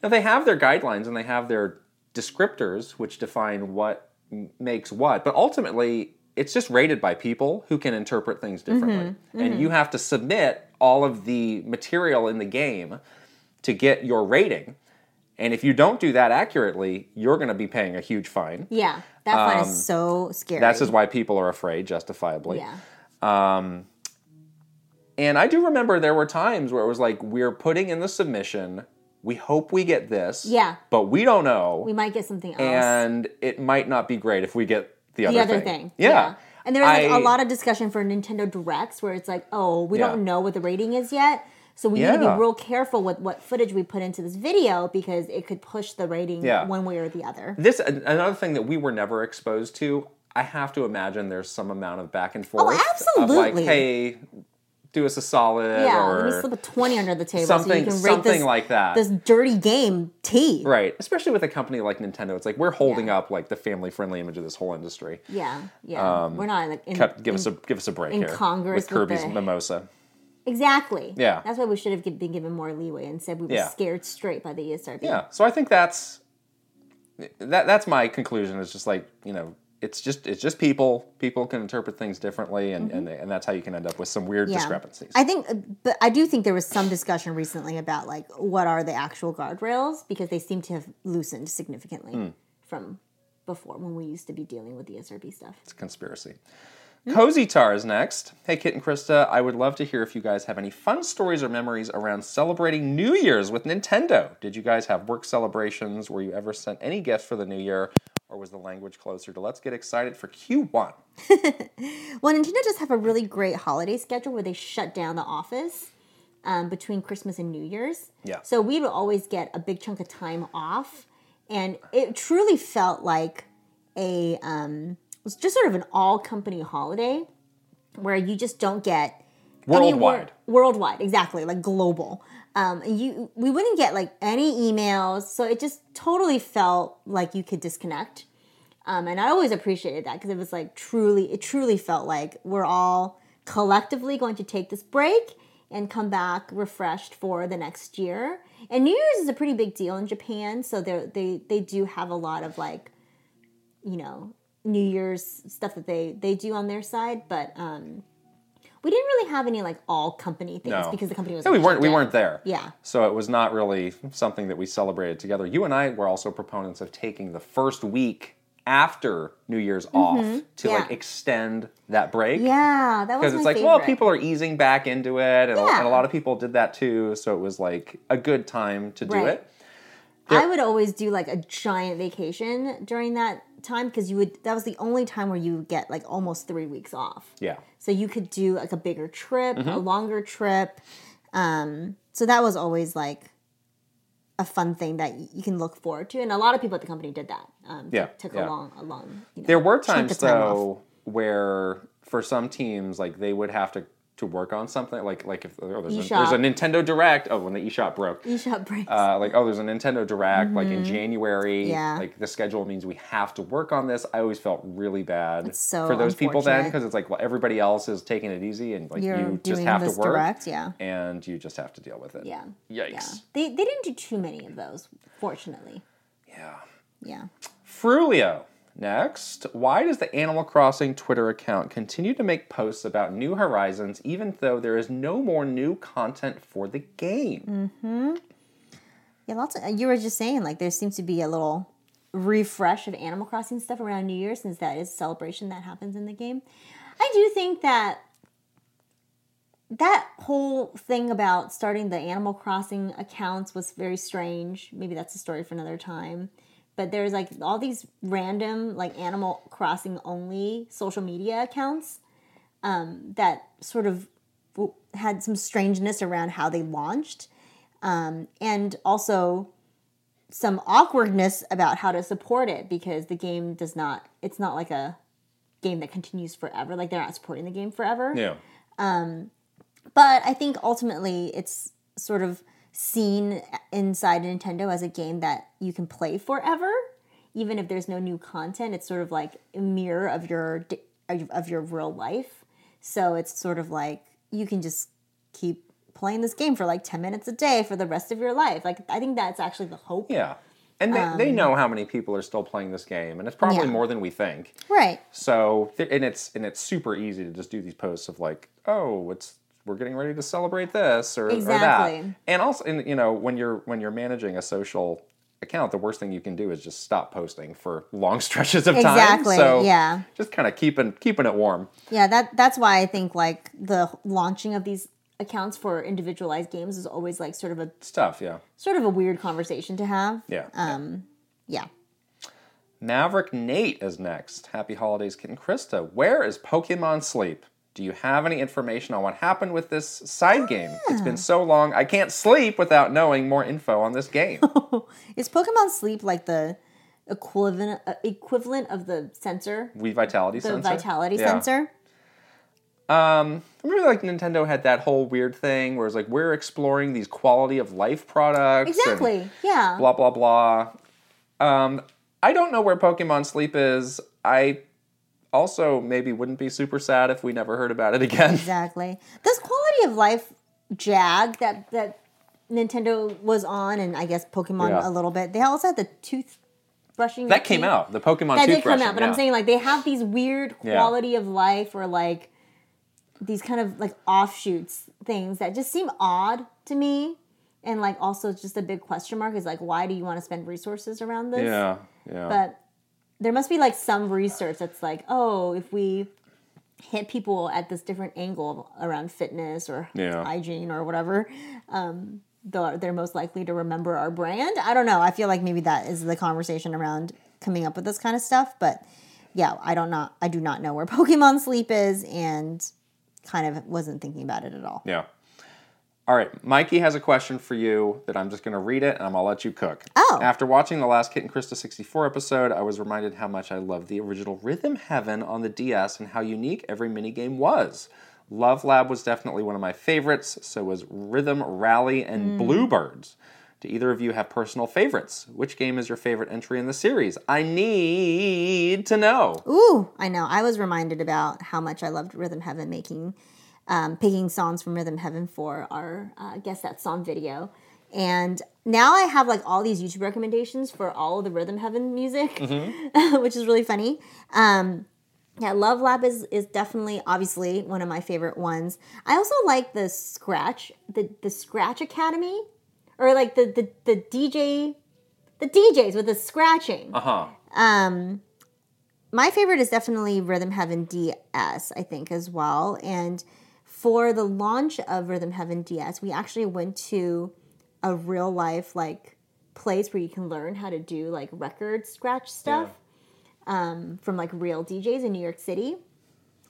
S2: Now they have their guidelines and they have their descriptors, which define what m- makes what, but ultimately it's just rated by people who can interpret things differently, and you have to submit all of the material in the game to get your rating. And if you don't do that accurately, you're going to be paying a huge fine.
S1: yeah, that fun is so scary.
S2: um, That's just why people are afraid, justifiably.
S1: yeah.
S2: And I do remember there were times where it was like, we're putting in the submission. We hope we get this.
S1: Yeah.
S2: But we don't know.
S1: We might get something else.
S2: and it might not be great if we get the other
S1: the
S2: thing.
S1: other thing.
S2: Yeah.
S1: And there's like
S2: I-
S1: a lot of discussion for Nintendo Directs where it's like, oh, we
S2: Yeah.
S1: don't know what the rating is yet. So we need to
S2: Yeah.
S1: be real careful with what footage we put into this video because it could push the rating
S2: Yeah.
S1: one way or the other.
S2: This, an- another thing that we were never exposed to, I have to imagine there's some amount of back and forth. Of like,
S1: Oh, absolutely.
S2: hey, do us a solid
S1: Yeah,
S2: or
S1: let me slip a 20 under the table so you
S2: something,
S1: can rate
S2: something
S1: this,
S2: like that.
S1: this dirty game T.
S2: Right, especially with a company like Nintendo, it's like we're holding up like the family-friendly image of this whole industry.
S1: Yeah, yeah.
S2: Um,
S1: We're not like in,
S2: Cut, give us a give us a break here
S1: Congress
S2: with
S1: with
S2: Kirby's
S1: the-
S2: Mimosa.
S1: exactly.
S2: Yeah.
S1: That's why we should have gi- been given more leeway and said we were
S2: Yeah.
S1: scared straight by the E ESRB.
S2: Yeah, so I think that's that that's my conclusion. It's just like you know, it's just it's just people. People can interpret things differently, and and, and that's how you can end up with some weird
S1: Mm-hmm. Yeah.
S2: discrepancies.
S1: I think, uh, but I do think there was some discussion recently about like what are the actual guardrails because they seem to have loosened significantly
S2: Hmm.
S1: from before when we used to be dealing with the SRB stuff.
S2: It's a conspiracy. Cozy Tar is next. Hey, Kit and Krista, I would love to hear if you guys have any fun stories or memories around celebrating New Year's with Nintendo. Did you guys have work celebrations? Were you ever sent any gifts for the New Year? Or was the language closer to let's get excited for Q1?
S1: Well, Nintendo does have a really great holiday schedule where they shut down the office um, between Christmas and New Year's.
S2: Yeah.
S1: So we would always get a big chunk of time off, and it truly felt like a um, it was just sort of an all company holiday where you just don't get any wor-
S2: Worldwide.
S1: worldwide, exactly, like global. Um, and you we wouldn't get like any emails, so it just totally felt like you could disconnect. Um, and I always appreciated that because it was like truly, it truly felt like we're all collectively going to take this break and come back refreshed for the next year. And New Year's is a pretty big deal in Japan, so they they they do have a lot of like, you know, New Year's stuff that they they do on their side, but. um we didn't really have any like all company things
S2: No.
S1: because the company was
S2: Yeah, we
S1: like,
S2: weren't
S1: shut
S2: we
S1: down.
S2: weren't there.
S1: Yeah.
S2: So it was not really something that we celebrated together. You and I were also proponents of taking the first week after New Year's off to like
S1: Mm-hmm. yeah.
S2: extend that break.
S1: yeah that was
S2: Because
S1: my
S2: it's like,
S1: favorite.
S2: well, people are easing back into it, and,
S1: Yeah.
S2: and a lot of people did that too. So it was like a good time to do
S1: Right.
S2: it.
S1: I would always do like a giant vacation during that time because you would that was the only time where you would get like almost three weeks off.
S2: Yeah.
S1: So you could do like a bigger trip,
S2: Mm-hmm.
S1: a longer trip. Um, so that was always like a fun thing that y- you can look forward to, and a lot of people at the company did that. Um,
S2: Yeah,
S1: took, took a
S2: yeah.
S1: long, a long. You know,
S2: There were
S1: chunk of
S2: times
S1: time
S2: though where for some teams, like they would have to to work on something like like if oh, there's, a,
S1: eShop.
S2: there's a Nintendo Direct. Oh, when the eShop broke,
S1: eShop breaks.
S2: uh, like oh, there's a Nintendo Direct like in January.
S1: Mm-hmm. Yeah.
S2: Like the schedule means we have to work on this. I always felt really bad
S1: so
S2: for those people then
S1: unfortunate.
S2: because it's like well everybody else is taking it easy and like
S1: You're
S2: you just
S1: doing
S2: have to
S1: this
S2: work
S1: direct, yeah.
S2: and you just have to deal with it.
S1: yeah.
S2: Yikes.
S1: Yeah. They, they didn't do too many of those, fortunately.
S2: yeah.
S1: Yeah.
S2: Frulio. Next, why does the Animal Crossing Twitter account continue to make posts about New Horizons even though there is no more new content for the game?
S1: Mm. Yeah, lots of, you were just saying, like, there seems to be a little refresh of Animal Crossing stuff around New Year since that is a celebration that happens in the game. I do think that that whole thing about starting the Animal Crossing accounts was very strange. Maybe that's a story for another time. But there's like all these random, like Animal Crossing only social media accounts um, that sort of w- had some strangeness around how they launched um, and also some awkwardness about how to support it because the game does not it's not like a game that continues forever like they're not supporting the game forever
S2: Yeah.
S1: but i think ultimately it's sort of seen inside nintendo as a game that you can play forever even if there's no new content it's sort of like a mirror of your d- of of your real life so it's sort of like you can just keep playing this game for like 10 minutes a day for the rest of your life like i think that's actually the hope
S2: Yeah. And they, they know how many people are still playing this game, and it's probably
S1: Um, Yeah.
S2: more than we think.
S1: right
S2: So, th- and it's and it's super easy to just do these posts of like, oh, it's we're getting ready to celebrate this or, or that.
S1: Exactly.
S2: And also, and, you know, when you're when you're managing a social account, the worst thing you can do is just stop posting for long stretches of time.
S1: Exactly,
S2: So
S1: yeah.
S2: just kind of keeping keeping it warm.
S1: Yeah, that that's why I think like the launching of these accounts for individualized games is always like sort of a
S2: It's tough, yeah,
S1: sort of a weird conversation to have.
S2: yeah.
S1: Um, Yeah.
S2: Maverick Nate is next. Happy holidays, Kit and Krista. Where is Pokemon Sleep? Do you have any information on what happened with this side game? It's
S1: Ah.
S2: been so long, I can't sleep without knowing more info on this game.
S1: Is Pokemon Sleep like the equivalent uh, equivalent of the sensor,
S2: Wii Vitality
S1: the
S2: Sensor.
S1: vitality
S2: Yeah.
S1: sensor?
S2: Remember, like Nintendo had that whole weird thing where it's like we're exploring these quality of life products. and
S1: Exactly. yeah.
S2: blah blah blah. Um, I don't know where Pokemon Sleep is. I also maybe wouldn't be super sad if we never heard about it again.
S1: Exactly. This quality of life jag that that Nintendo was on and I guess Pokemon
S2: Yeah.
S1: a little bit. They also had the tooth brushing
S2: That came out. The Pokemon
S1: that did
S2: toothbrushing,
S1: come out, but
S2: yeah.
S1: I'm saying like they have these weird
S2: Yeah.
S1: quality of life or like these kind of like offshoots things that just seem odd to me. And like also just a big question mark is like why do you want to spend resources around this?
S2: Yeah, yeah.
S1: But there must be like some research that's like, oh, if we hit people at this different angle around fitness or
S2: Yeah.
S1: hygiene or whatever, um, they're, they're most likely to remember our brand. I don't know. I feel like maybe that is the conversation around coming up with this kind of stuff. But yeah, I don't not I do not know where Pokemon Sleep is, and kind of wasn't thinking about it at all.
S2: yeah. All right, Mikey has a question for you that I'm just going to read it and I'm going to let you cook.
S1: Oh.
S2: After watching the last Kit and Krista 64 episode, I was reminded how much I loved the original Rhythm Heaven on the DS and how unique every minigame was. Love Lab was definitely one of my favorites, so was Rhythm Rally
S1: Mm.
S2: and Bluebirds. Do either of you have personal favorites? Which game is your favorite entry in the series? I need to know.
S1: Ooh, I know. I was reminded about how much I loved Rhythm Heaven making, um, picking songs from Rhythm Heaven for our uh, guess that song video, and now I have like all these YouTube recommendations for all of the Rhythm Heaven music, which is really funny. Um, yeah, Love Lab is is definitely obviously one of my favorite ones. I also like the Scratch the the Scratch Academy, or like the the, the DJ. The DJs with the scratching
S2: Uh huh.
S1: my favorite is definitely Rhythm Heaven DS, I think, as well. And for the launch of Rhythm Heaven DS, we actually went to a real life like place where you can learn how to do like record scratch stuff um, from like real DJs in New York City.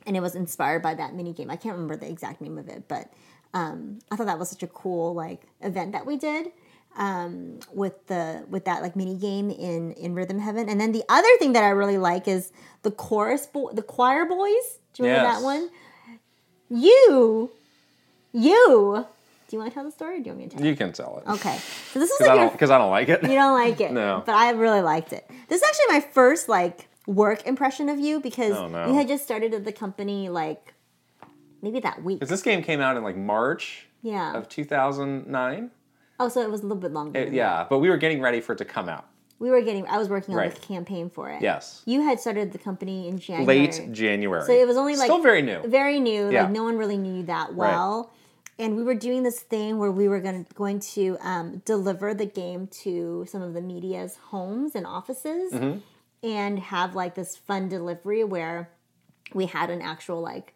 S1: And it was inspired by that mini game. I can't remember the exact name of it, but um, I thought that was such a cool like event that we did um, with the with that like mini game in in Rhythm Heaven. And then the other thing that I really like is the chorus bo- the choir boys. Do you remember
S2: Yes.
S1: that one? You You. Do you want to tell the story? Or do you want me to tell?
S2: You can tell it.
S1: it? Okay. So this is
S2: Because
S1: like
S2: I
S1: Oh, your
S2: don't. Because I don't like it.
S1: You don't like it.
S2: No.
S1: But I really liked it. This is actually my first like work impression of you because
S2: Oh, no.
S1: you had just started at the company like maybe that week.
S2: Because this game came out in like March
S1: Yeah.
S2: of 2009.
S1: Oh, so it was a little bit longer.
S2: It-
S1: than that.
S2: yeah, but we were getting ready for it to come out.
S1: We were getting I was working on the
S2: Right.
S1: campaign for it.
S2: Yes.
S1: You had started the company in January.
S2: Late January.
S1: So it was only like um,
S2: still very new.
S1: Very new.
S2: Yeah.
S1: Like no one really knew you that well. And we were doing this thing where we were going going to um, deliver the game to some of the media's homes and offices,
S2: Mm-hmm.
S1: and have like this fun delivery where we had an actual like,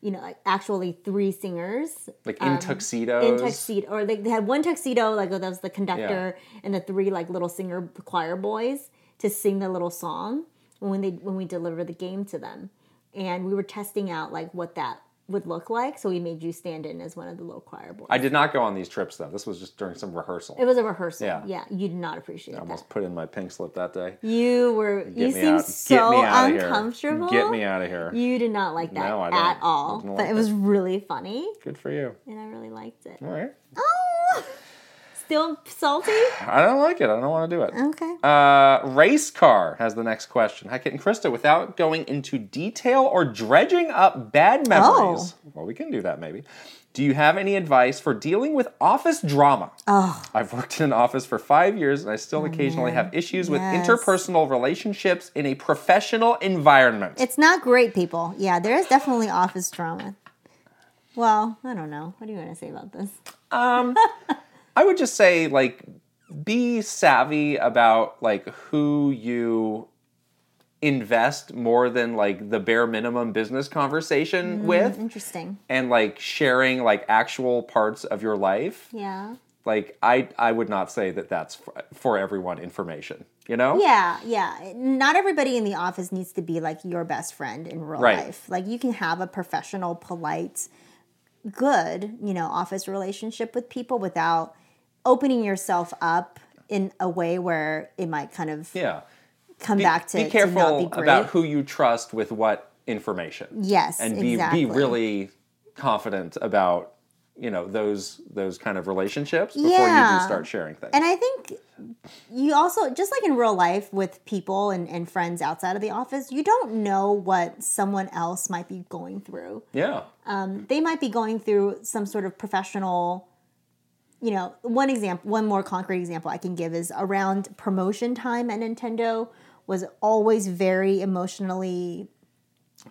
S1: you know, like actually three singers
S2: like in tuxedos.
S1: in tuxedo, or they, they had one tuxedo, like oh, that was the conductor, and the three like little singer choir boys to sing the little song when they when we delivered the game to them, and we were testing out like what that would look like. So we made you stand in as one of the little choir boys.
S2: I did not go on these trips though. This was just during some rehearsal.
S1: it was a rehearsal.
S2: Yeah.
S1: you did not appreciate
S2: I
S1: that.
S2: almost put in my pink slip that day.
S1: You were you
S2: me
S1: seemed
S2: out-
S1: so
S2: get me out of here.
S1: uncomfortable.
S2: Get me out of here.
S1: You did not like that
S2: No, I
S1: at
S2: don't.
S1: all,
S2: Didn't
S1: but
S2: like
S1: it was really funny,
S2: Good for you.
S1: and I really liked it.
S2: All right.
S1: Oh, still salty.
S2: I don't like it. I don't want to do it.
S1: Okay.
S2: Uh, race car has the next question. Hi, Kit and Krista. Without going into detail or dredging up bad memories, well, we can do that maybe. Do you have any advice for dealing with office drama? I've worked in an office for five years, and I still occasionally have issues with
S1: Yes.
S2: interpersonal relationships in a professional environment.
S1: It's not great, people. Yeah, there is definitely office drama. Well, I don't know. What do you want to say about this?
S2: Um, I would just say like be savvy about like who you invest more than like the bare minimum business conversation
S1: Mm.
S2: with
S1: Interesting.
S2: and like sharing like actual parts of your life
S1: Yeah.
S2: like i i would not say that that's for, for everyone information you know
S1: Yeah, yeah. Not everybody in the office needs to be like your best friend in real
S2: Right.
S1: life. Like you can have a professional, polite, good, you know, office relationship with people without opening yourself up in a way where it might kind of
S2: yeah
S1: come
S2: be,
S1: back to,
S2: be
S1: to not
S2: careful
S1: be great.
S2: about who you trust with what information
S1: yes,
S2: and be
S1: exactly.
S2: be really confident about you know those those kind of relationships before you
S1: Yeah.
S2: do start sharing things
S1: And I think you also, just like in real life with people and, and friends outside of the office, you don't know what someone else might be going through.
S2: Yeah.
S1: Um, they might be going through some sort of professional, you know, one example, one more concrete example I can give is around promotion time at Nintendo was always very emotionally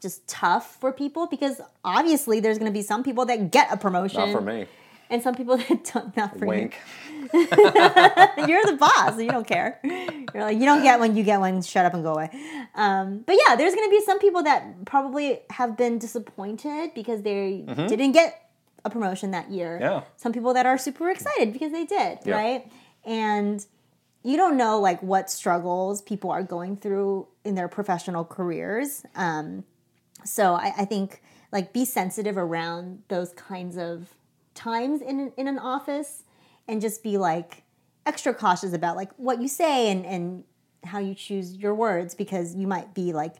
S1: just tough for people because obviously there's going to be some people that get a promotion
S2: Not for me.
S1: and some people that don't not for you
S2: Wink.
S1: you're the boss. You don't care. You're like, you don't get one, you get one, shut up and go away. Um, but yeah, there's going to be some people that probably have been disappointed because they didn't get a promotion that year.
S2: Mm-hmm. Yeah.
S1: Some people that are super excited because they did,
S2: Yeah.
S1: right? And you don't know like what struggles people are going through in their professional careers. Um, so I, I think like be sensitive around those kinds of times in an, in an office and just be like extra cautious about like what you say and and how you choose your words because you might be like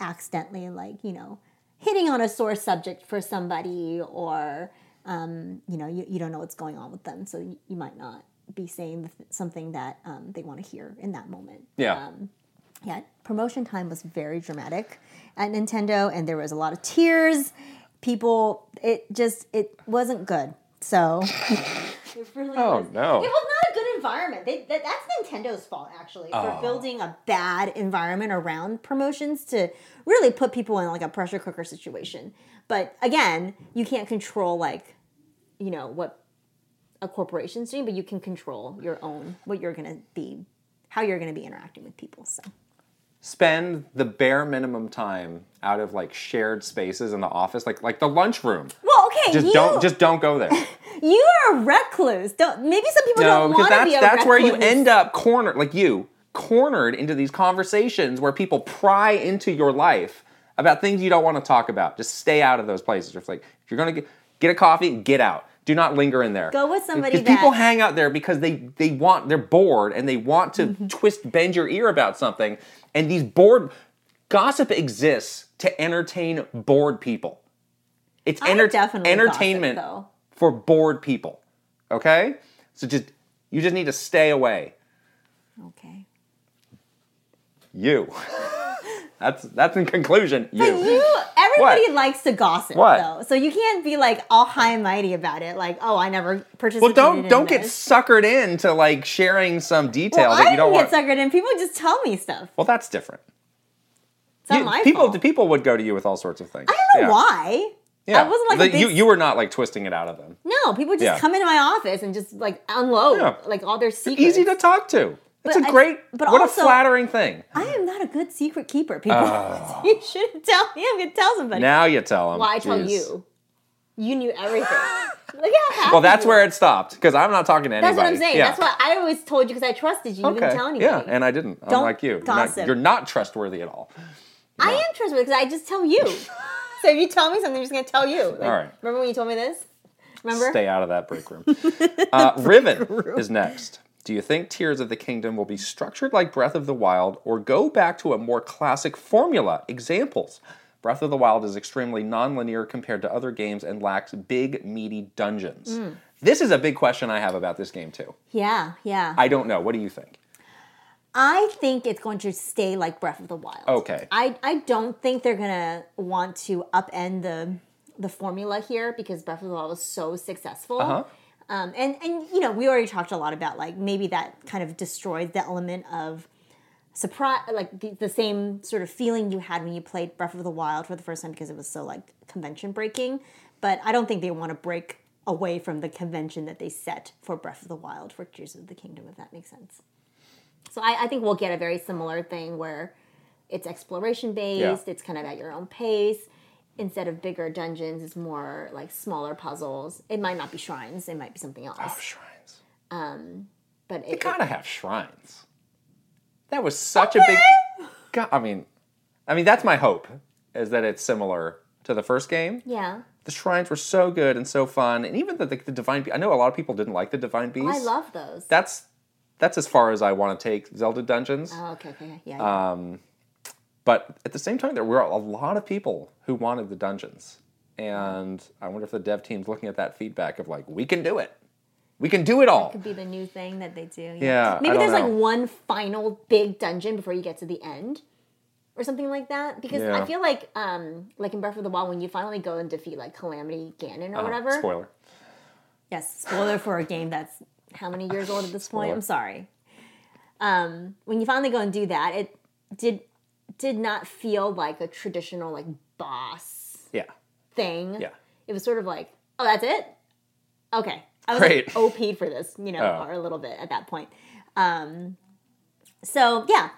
S1: accidentally like you know hitting on a sore subject for somebody or um, you know you, you don't know what's going on with them so you, you might not be saying the th- something that um, they want to hear in that moment
S2: Yeah.
S1: um, yeah, promotion time was very dramatic at Nintendo, and there was a lot of tears. People, it just it wasn't good. So it really
S2: oh
S1: was. It
S2: no.
S1: was not a good environment. They, that, that's Nintendo's fault, actually,
S2: Oh.
S1: for building a bad environment around promotions to really put people in like a pressure cooker situation. But again, you can't control like, you know, what a corporation's doing, but you can control your own what you're gonna be, how you're gonna be interacting with people. So.
S2: Spend the bare minimum time out of like shared spaces in the office, like like the lunchroom.
S1: Well, okay,
S2: Just
S1: you
S2: don't just don't go there.
S1: you are a recluse. Don't maybe some people
S2: no,
S1: don't want
S2: because
S1: to
S2: that's
S1: be a
S2: that's
S1: recluse.
S2: where you end up cornered, like you cornered into these conversations where people pry into your life about things you don't want to talk about. Just stay out of those places. It's like if you're gonna get get a coffee, get out. Do not linger in there.
S1: Go with somebody
S2: Because people
S1: that-
S2: hang out there because they they want they're bored and they want to
S1: Mm-hmm.
S2: twist bend your ear about something. And these bored gossip exists to entertain bored people. It's
S1: I
S2: enter-
S1: definitely gossip,
S2: entertainment
S1: though.
S2: for bored people. Okay, so just you just need to stay away.
S1: Okay.
S2: You. that's that's in conclusion. You.
S1: But you, everybody
S2: What?
S1: likes to gossip,
S2: What?
S1: though. So you can't be like all high and mighty about it. Like, oh, I never purchased.
S2: well, don't don't get suckered into like sharing some detail
S1: well, I
S2: that you
S1: didn't
S2: don't want.
S1: get suckered in. People just tell me stuff.
S2: well, that's different.
S1: It's not
S2: You-
S1: my
S2: people
S1: fault.
S2: people would go to you with all sorts of things.
S1: I don't know why.
S2: Yeah.
S1: I wasn't like
S2: The-
S1: a big
S2: you. You were not like twisting it out of them.
S1: No, people just
S2: Yeah.
S1: come into my office and just like unload
S2: Yeah.
S1: like all their secrets.
S2: Easy to talk to. It's
S1: But
S2: a
S1: I-
S2: great.
S1: but
S2: what
S1: also-
S2: a flattering thing.
S1: I am not a good secret keeper, people.
S2: Oh.
S1: you shouldn't tell me. I'm gonna tell somebody.
S2: Now you tell them.
S1: well, I tell you. You knew everything. Look how happy.
S2: Well, that's
S1: you
S2: where
S1: are.
S2: it stopped because I'm not talking to anybody.
S1: That's what I'm saying.
S2: Yeah.
S1: That's why I always told you because I trusted you. You didn't tell anybody.
S2: Yeah, and I didn't.
S1: Don't
S2: unlike you. You're not-
S1: gossip.
S2: You're not trustworthy at all.
S1: I am trustworthy because I just tell you. so if you tell me something, I'm just gonna tell you. Like,
S2: All right.
S1: Remember when you told me this? Remember?
S2: Stay out of that break room. Uh, Riven is next. Do you think Tears of the Kingdom will be structured like Breath of the Wild or go back to a more classic formula? Examples. Breath of the Wild is extremely nonlinear compared to other games and lacks big, meaty dungeons.
S1: Hmm.
S2: This is a big question I have about this game, too.
S1: Yeah, yeah.
S2: I don't know. What do you think?
S1: I think it's going to stay like Breath of the Wild.
S2: Okay.
S1: I, I don't think they're gonna want to upend the the formula here because Breath of the Wild was so successful.
S2: Uh-huh.
S1: Um, and and you know we already talked a lot about like maybe that kind of destroys the element of surprise, like the, the same sort of feeling you had when you played Breath of the Wild for the first time because it was so like convention breaking. But I don't think they want to break away from the convention that they set for Breath of the Wild for Tears of the Kingdom, if that makes sense. So I, I think we'll get a very similar thing where it's exploration based, it's kind of at your own pace. Instead of bigger dungeons, it's more like smaller puzzles. It might not be shrines, it might be something else.
S2: Oh, shrines.
S1: but it,
S2: They gotta have shrines. That was such a big. God, I mean, I mean that's my hope is that it's similar to the first game.
S1: yeah.
S2: The shrines were so good and so fun, and even the, the, divine. Be- I know a lot of people didn't like the divine beast.
S1: Oh, I love those.
S2: That's that's as far as I want to take Zelda Dungeons.
S1: oh, okay, okay, yeah.
S2: But at the same time, there were a lot of people who wanted the dungeons, and I wonder if the dev team's looking at that feedback of like, we can do it, we can do it all.
S1: could be the new thing that they do. Yeah.
S2: Yeah, I
S1: Maybe
S2: don't
S1: there's
S2: know.
S1: like one final big dungeon before you get to the end or something like that. Because
S2: Yeah.
S1: I feel like um like in Breath of the Wild when you finally go and defeat like Calamity Ganon
S2: Uh-huh.
S1: or whatever.
S2: Spoiler.
S1: Yes, spoiler for a game that's how many years old at this point? I'm sorry. Um, when you finally go and do that, it did did not feel like a traditional like boss
S2: Yeah.
S1: thing.
S2: Yeah.
S1: It was sort of like, oh, that's it? Okay. I was like,
S2: Great.
S1: OP'd for this, you know,
S2: Oh.
S1: or a little bit at that point. Um, so, yeah.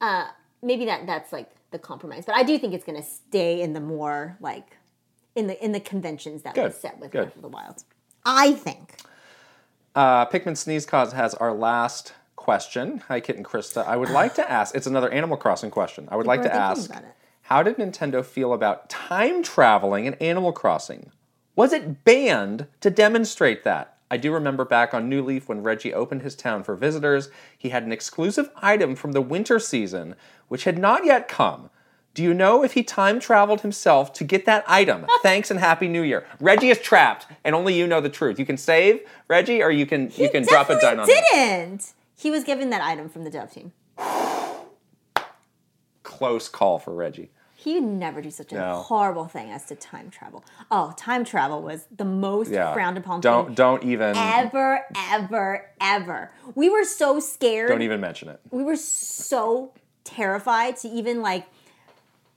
S1: Uh, maybe that that's like the compromise. But I do think it's going to stay in the more like in the in the conventions that
S2: Good.
S1: was set with
S2: Good.
S1: Breath of the Wild. I think.
S2: Uh, Pikmin Sneeze Cause has our last question. Hi, Kit and Krista. I would like to ask, it's another Animal Crossing question. I would like
S1: were
S2: to
S1: thinking
S2: ask,
S1: about it.
S2: how did Nintendo feel about time traveling in Animal Crossing? Was it banned to demonstrate that? I do remember back on New Leaf when Reggie opened his town for visitors, he had an exclusive item from the winter season, which had not yet come. Do you know if he time traveled himself to get that item? Thanks and happy new year. Reggie is trapped, and only you know the truth. You can save Reggie, or you can you can drop a dime on him.
S1: Definitely didn't. He was given that item from the dev team.
S2: Close call for Reggie.
S1: He would never do such a
S2: No.
S1: horrible thing as to time travel. Oh, time travel was the most
S2: Yeah.
S1: frowned upon
S2: Don't
S1: thing
S2: don't even
S1: ever, ever, ever. We were so scared.
S2: don't e- even mention it.
S1: we were so terrified to even like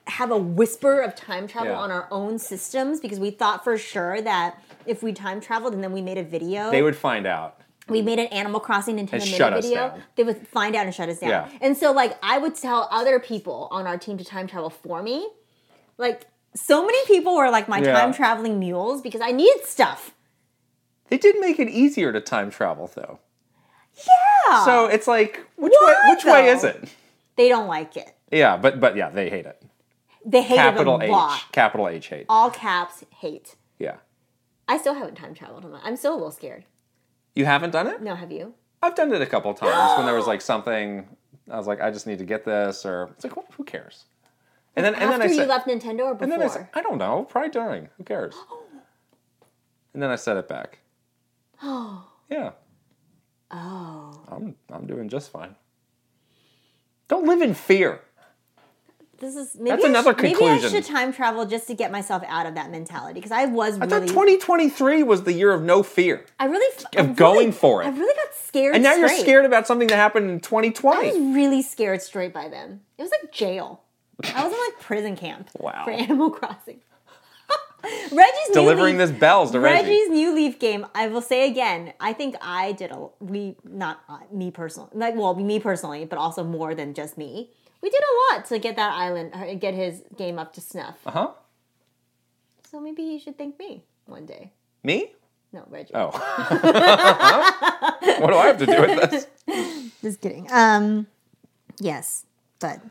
S1: have a whisper of time travel
S2: Yeah.
S1: on our own systems because we thought for sure that if we time traveled and then we made a video,
S2: They would find out.
S1: we made an Animal Crossing Nintendo
S2: And
S1: mini
S2: shut us
S1: video,
S2: down.
S1: they would find out and shut us down.
S2: Yeah.
S1: And so like I would tell other people on our team to time travel for me. Like so many people were like my
S2: Yeah.
S1: time traveling mules because I needed stuff.
S2: They did make it easier to time travel though.
S1: Yeah.
S2: So it's like which
S1: Why,
S2: way which way is
S1: though?
S2: it?
S1: they don't like it.
S2: Yeah, but but yeah, they hate it.
S1: They hate
S2: Capital
S1: it a lot.
S2: H. Capital H hate.
S1: All caps hate.
S2: Yeah.
S1: I still haven't time traveled. I'm- I'm still a little scared.
S2: You haven't done it?
S1: No, have you?
S2: I've done it a couple times when there was like something I was like, I just need to get this, or it's like, wh- who cares? And then and
S1: After
S2: then I
S1: you
S2: said,
S1: left Nintendo or
S2: and then I,
S1: before?
S2: said, I don't know, probably during. Who cares? and then I set it back.
S1: Oh.
S2: Yeah,
S1: Oh.
S2: I'm I'm doing just fine. Don't live in fear.
S1: This is maybe
S2: That's
S1: I
S2: another
S1: sh- Maybe I
S2: conclusion.
S1: should time travel just to get myself out of that mentality because I was
S2: I
S1: really
S2: thought 2023 was the year of no fear,
S1: I really f- I
S2: of
S1: really-
S2: going for it.
S1: I really got scared.
S2: and now you're
S1: straight.
S2: scared about something that happened in
S1: I
S2: 2020.
S1: was really scared straight by them. It was like jail. I was in like prison camp.
S2: Wow.
S1: For Animal Crossing. Reggie's
S2: Delivering
S1: new leaf,
S2: this bells to Reggie.
S1: Reggie's new leaf game. I will say again. I think I did a we not uh, me personally like well me personally, but also more than just me. We did a lot to get that island or get his game up to snuff.
S2: Uh huh.
S1: So maybe he should thank me one day.
S2: Me?
S1: No, Reggie.
S2: Oh. what do I have to do with this?
S1: Just kidding. Um, yes, but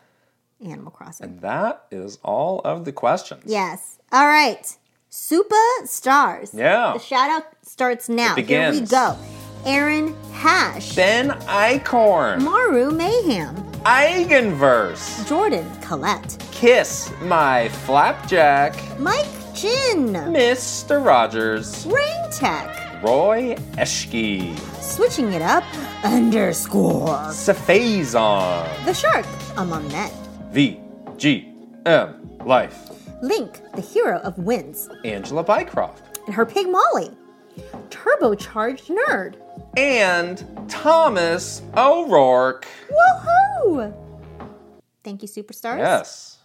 S1: Animal Crossing.
S2: That is all of the questions.
S1: Yes. All right. Superstars.
S2: Yeah.
S1: The shout out starts now.
S2: It
S1: Here we
S2: begins.
S1: go. Aaron Hash.
S2: Ben Icorn,
S1: Maru Mayhem.
S2: Eigenverse,
S1: Jordan Collette.
S2: Kiss My Flapjack,
S1: Mike Chin.
S2: Mr. Rogers,
S1: Rain Tech.
S2: Roy Eschke,
S1: Switching it up. Underscore.
S2: Cephazon,
S1: The Shark. Among Men.
S2: VGM Life,
S1: Link. The Hero of Winds.
S2: Angela Bycroft,
S1: And her pig Molly. Turbocharged Nerd.
S2: and Thomas O'Rourke.
S1: Woohoo! Thank you, Superstars.
S2: Yes.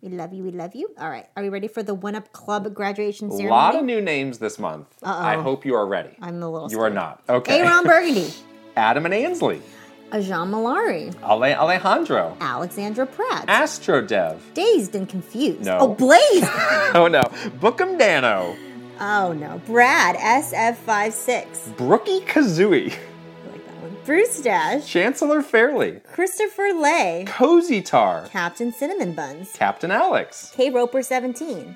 S1: We love you. We love you. All right. Are we ready for the One Up Club graduation
S2: A
S1: ceremony?
S2: lot of new names this month. I hope you are ready.
S1: I'm a little.
S2: you are not. Okay.
S1: Aaron Burgundy,
S2: Adam and Ansley,
S1: Ajahn Malari,
S2: Ale- Alejandro,
S1: Alexandra Pratt,
S2: Astrodev.
S1: Dazed and Confused.
S2: Ah. No.
S1: Oh, Blaze.
S2: Oh no, Bookum Dano,
S1: oh no, Brad SF56.
S2: Brookie Kazooie,
S1: I like that one. Bruce Dash,
S2: Chancellor Fairley,
S1: Christopher Lay,
S2: Cozy Tar,
S1: Captain Cinnamon Buns,
S2: Captain Alex,
S1: K Roper 17,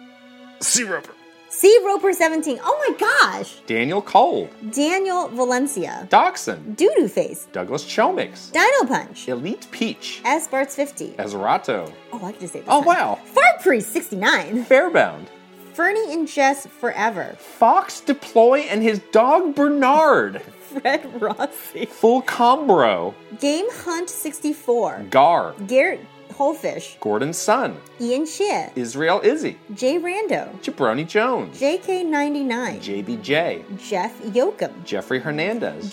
S2: Sea Roper,
S1: C Roper 17. Oh my gosh,
S2: Daniel Cole,
S1: Daniel Valencia,
S2: Dachshund,
S1: Doodoo Face,
S2: Douglas Chomix,
S1: Dino Punch,
S2: Elite Peach,
S1: S Bart's 50.
S2: Azerato,
S1: Oh, I could just say this.
S2: Oh
S1: time.
S2: wow,
S1: Fart Priest 69.
S2: Fairbound,
S1: Fernie and Jess Forever.
S2: Fox Deploy and his dog Bernard,
S1: Fred Rossi.
S2: Full Combro,
S1: Game Hunt 64.
S2: Gar,
S1: Garrett Holfish.
S2: Gordon Sun,
S1: Ian Shea.
S2: Israel Izzy,
S1: Jay Rando.
S2: Jabroni Jones,
S1: JK99.
S2: JBJ,
S1: Jeff Yoakum.
S2: Jeffrey Hernandez,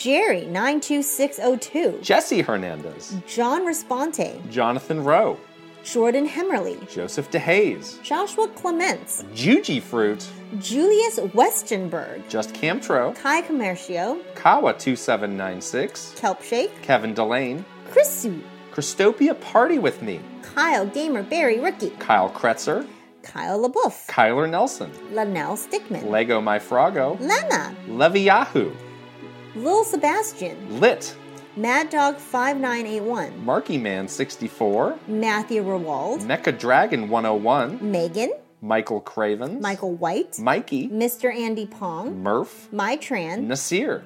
S1: Jerry92602.
S2: Jesse Hernandez,
S1: John Responte.
S2: Jonathan Rowe.
S1: Jordan Hemmerly.
S2: Joseph DeHaze,
S1: Joshua Clements.
S2: Juji Fruit,
S1: Julius Westenberg.
S2: Just Camtro,
S1: Kai Commercio.
S2: Kawa2796,
S1: Kelpshake.
S2: Kevin Delane,
S1: Chrisu.
S2: Christopia Party With Me,
S1: Kyle Gamer Barry Rookie.
S2: Kyle Kretzer,
S1: Kyle LaBeouf.
S2: Kyler Nelson,
S1: Lanelle Stickman.
S2: Lego My Frogo,
S1: Lana,
S2: Leviahu,
S1: Lil Sebastian,
S2: Lit,
S1: Mad Dog 5981,
S2: Marky Man 64,
S1: Matthew Rewald,
S2: Mecha Dragon 101,
S1: Megan,
S2: Michael Cravens,
S1: Michael White,
S2: Mikey,
S1: Mr. Andy Pong,
S2: Murph,
S1: My Tran,
S2: Nasir,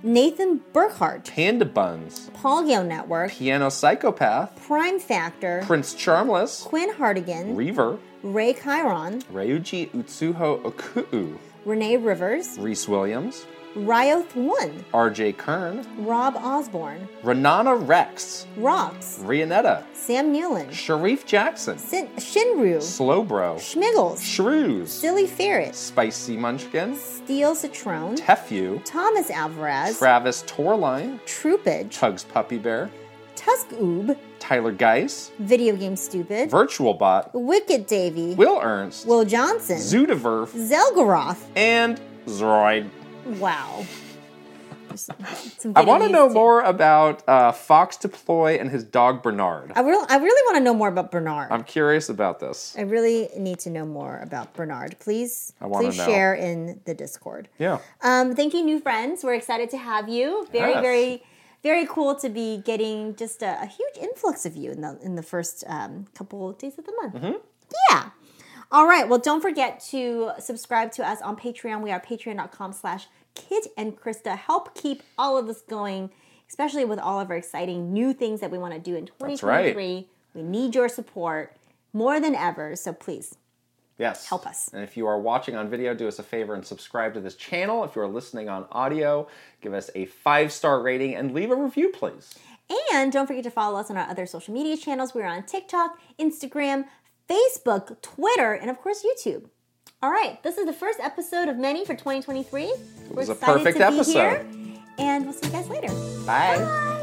S1: Nathan Burkhart,
S2: Panda Buns,
S1: Polio Network,
S2: Piano Psychopath,
S1: Prime Factor,
S2: Prince Charmless,
S1: Quinn Hardigan,
S2: Reaver,
S1: Ray Chiron,
S2: Ryuji Utsuho Okuu,
S1: Renee Rivers,
S2: Reese Williams,
S1: Ryoth One,
S2: RJ Kern,
S1: Rob Osborne,
S2: Renana Rex,
S1: Rox,
S2: Rianetta,
S1: Sam Neilan,
S2: Sharif Jackson,
S1: Sin- Shinru,
S2: Slowbro,
S1: Schmiggles,
S2: Shrews,
S1: Silly Ferret,
S2: Spicy Munchkin,
S1: Steel Citrone,
S2: Tefew,
S1: Thomas Alvarez,
S2: Travis Torline,
S1: Troopage,
S2: Tugs Puppy Bear,
S1: Tusk Oob,
S2: Tyler Geis,
S1: Video Game Stupid,
S2: Virtual Bot,
S1: Wicked Davy, Will,
S2: Will Ernst,
S1: Johnson,
S2: Zoodiverf,
S1: Zelgaroth.
S2: and Zroid.
S1: Wow. Some
S2: I want to
S1: Vietnamese
S2: know
S1: too.
S2: more about uh, Fox Deploy and his dog Bernard.
S1: I really, I really want to know more about Bernard.
S2: I'm curious about this.
S1: I really need to know more about Bernard. Please,
S2: I wanna
S1: please
S2: know.
S1: share in the Discord.
S2: Yeah.
S1: Um, thank you, new friends. We're excited to have you. Very,
S2: Yes.
S1: very, very cool to be getting just a, a huge influx of you in the in the first um, couple days of the month.
S2: Mm-hmm.
S1: Yeah. All right. Well, don't forget to subscribe to us on Patreon. We are patreon.com slash Kit and Krista. Help keep all of this going, especially with all of our exciting new things that we want to do in
S2: right.
S1: 2023. We need your support more than ever. So please
S2: Yes.
S1: Help us.
S2: And if you are watching on video, do us a favor and subscribe to this channel. If you are listening on audio, give us a five star rating and leave a review, please.
S1: And don't forget to follow us on our other social media channels. We're on TikTok, Instagram, Facebook, Twitter, and of course YouTube. All right, this is the first episode of many for 2023. It
S2: was a perfect episode.
S1: and we'll see you guys later.
S2: Bye.
S1: Bye.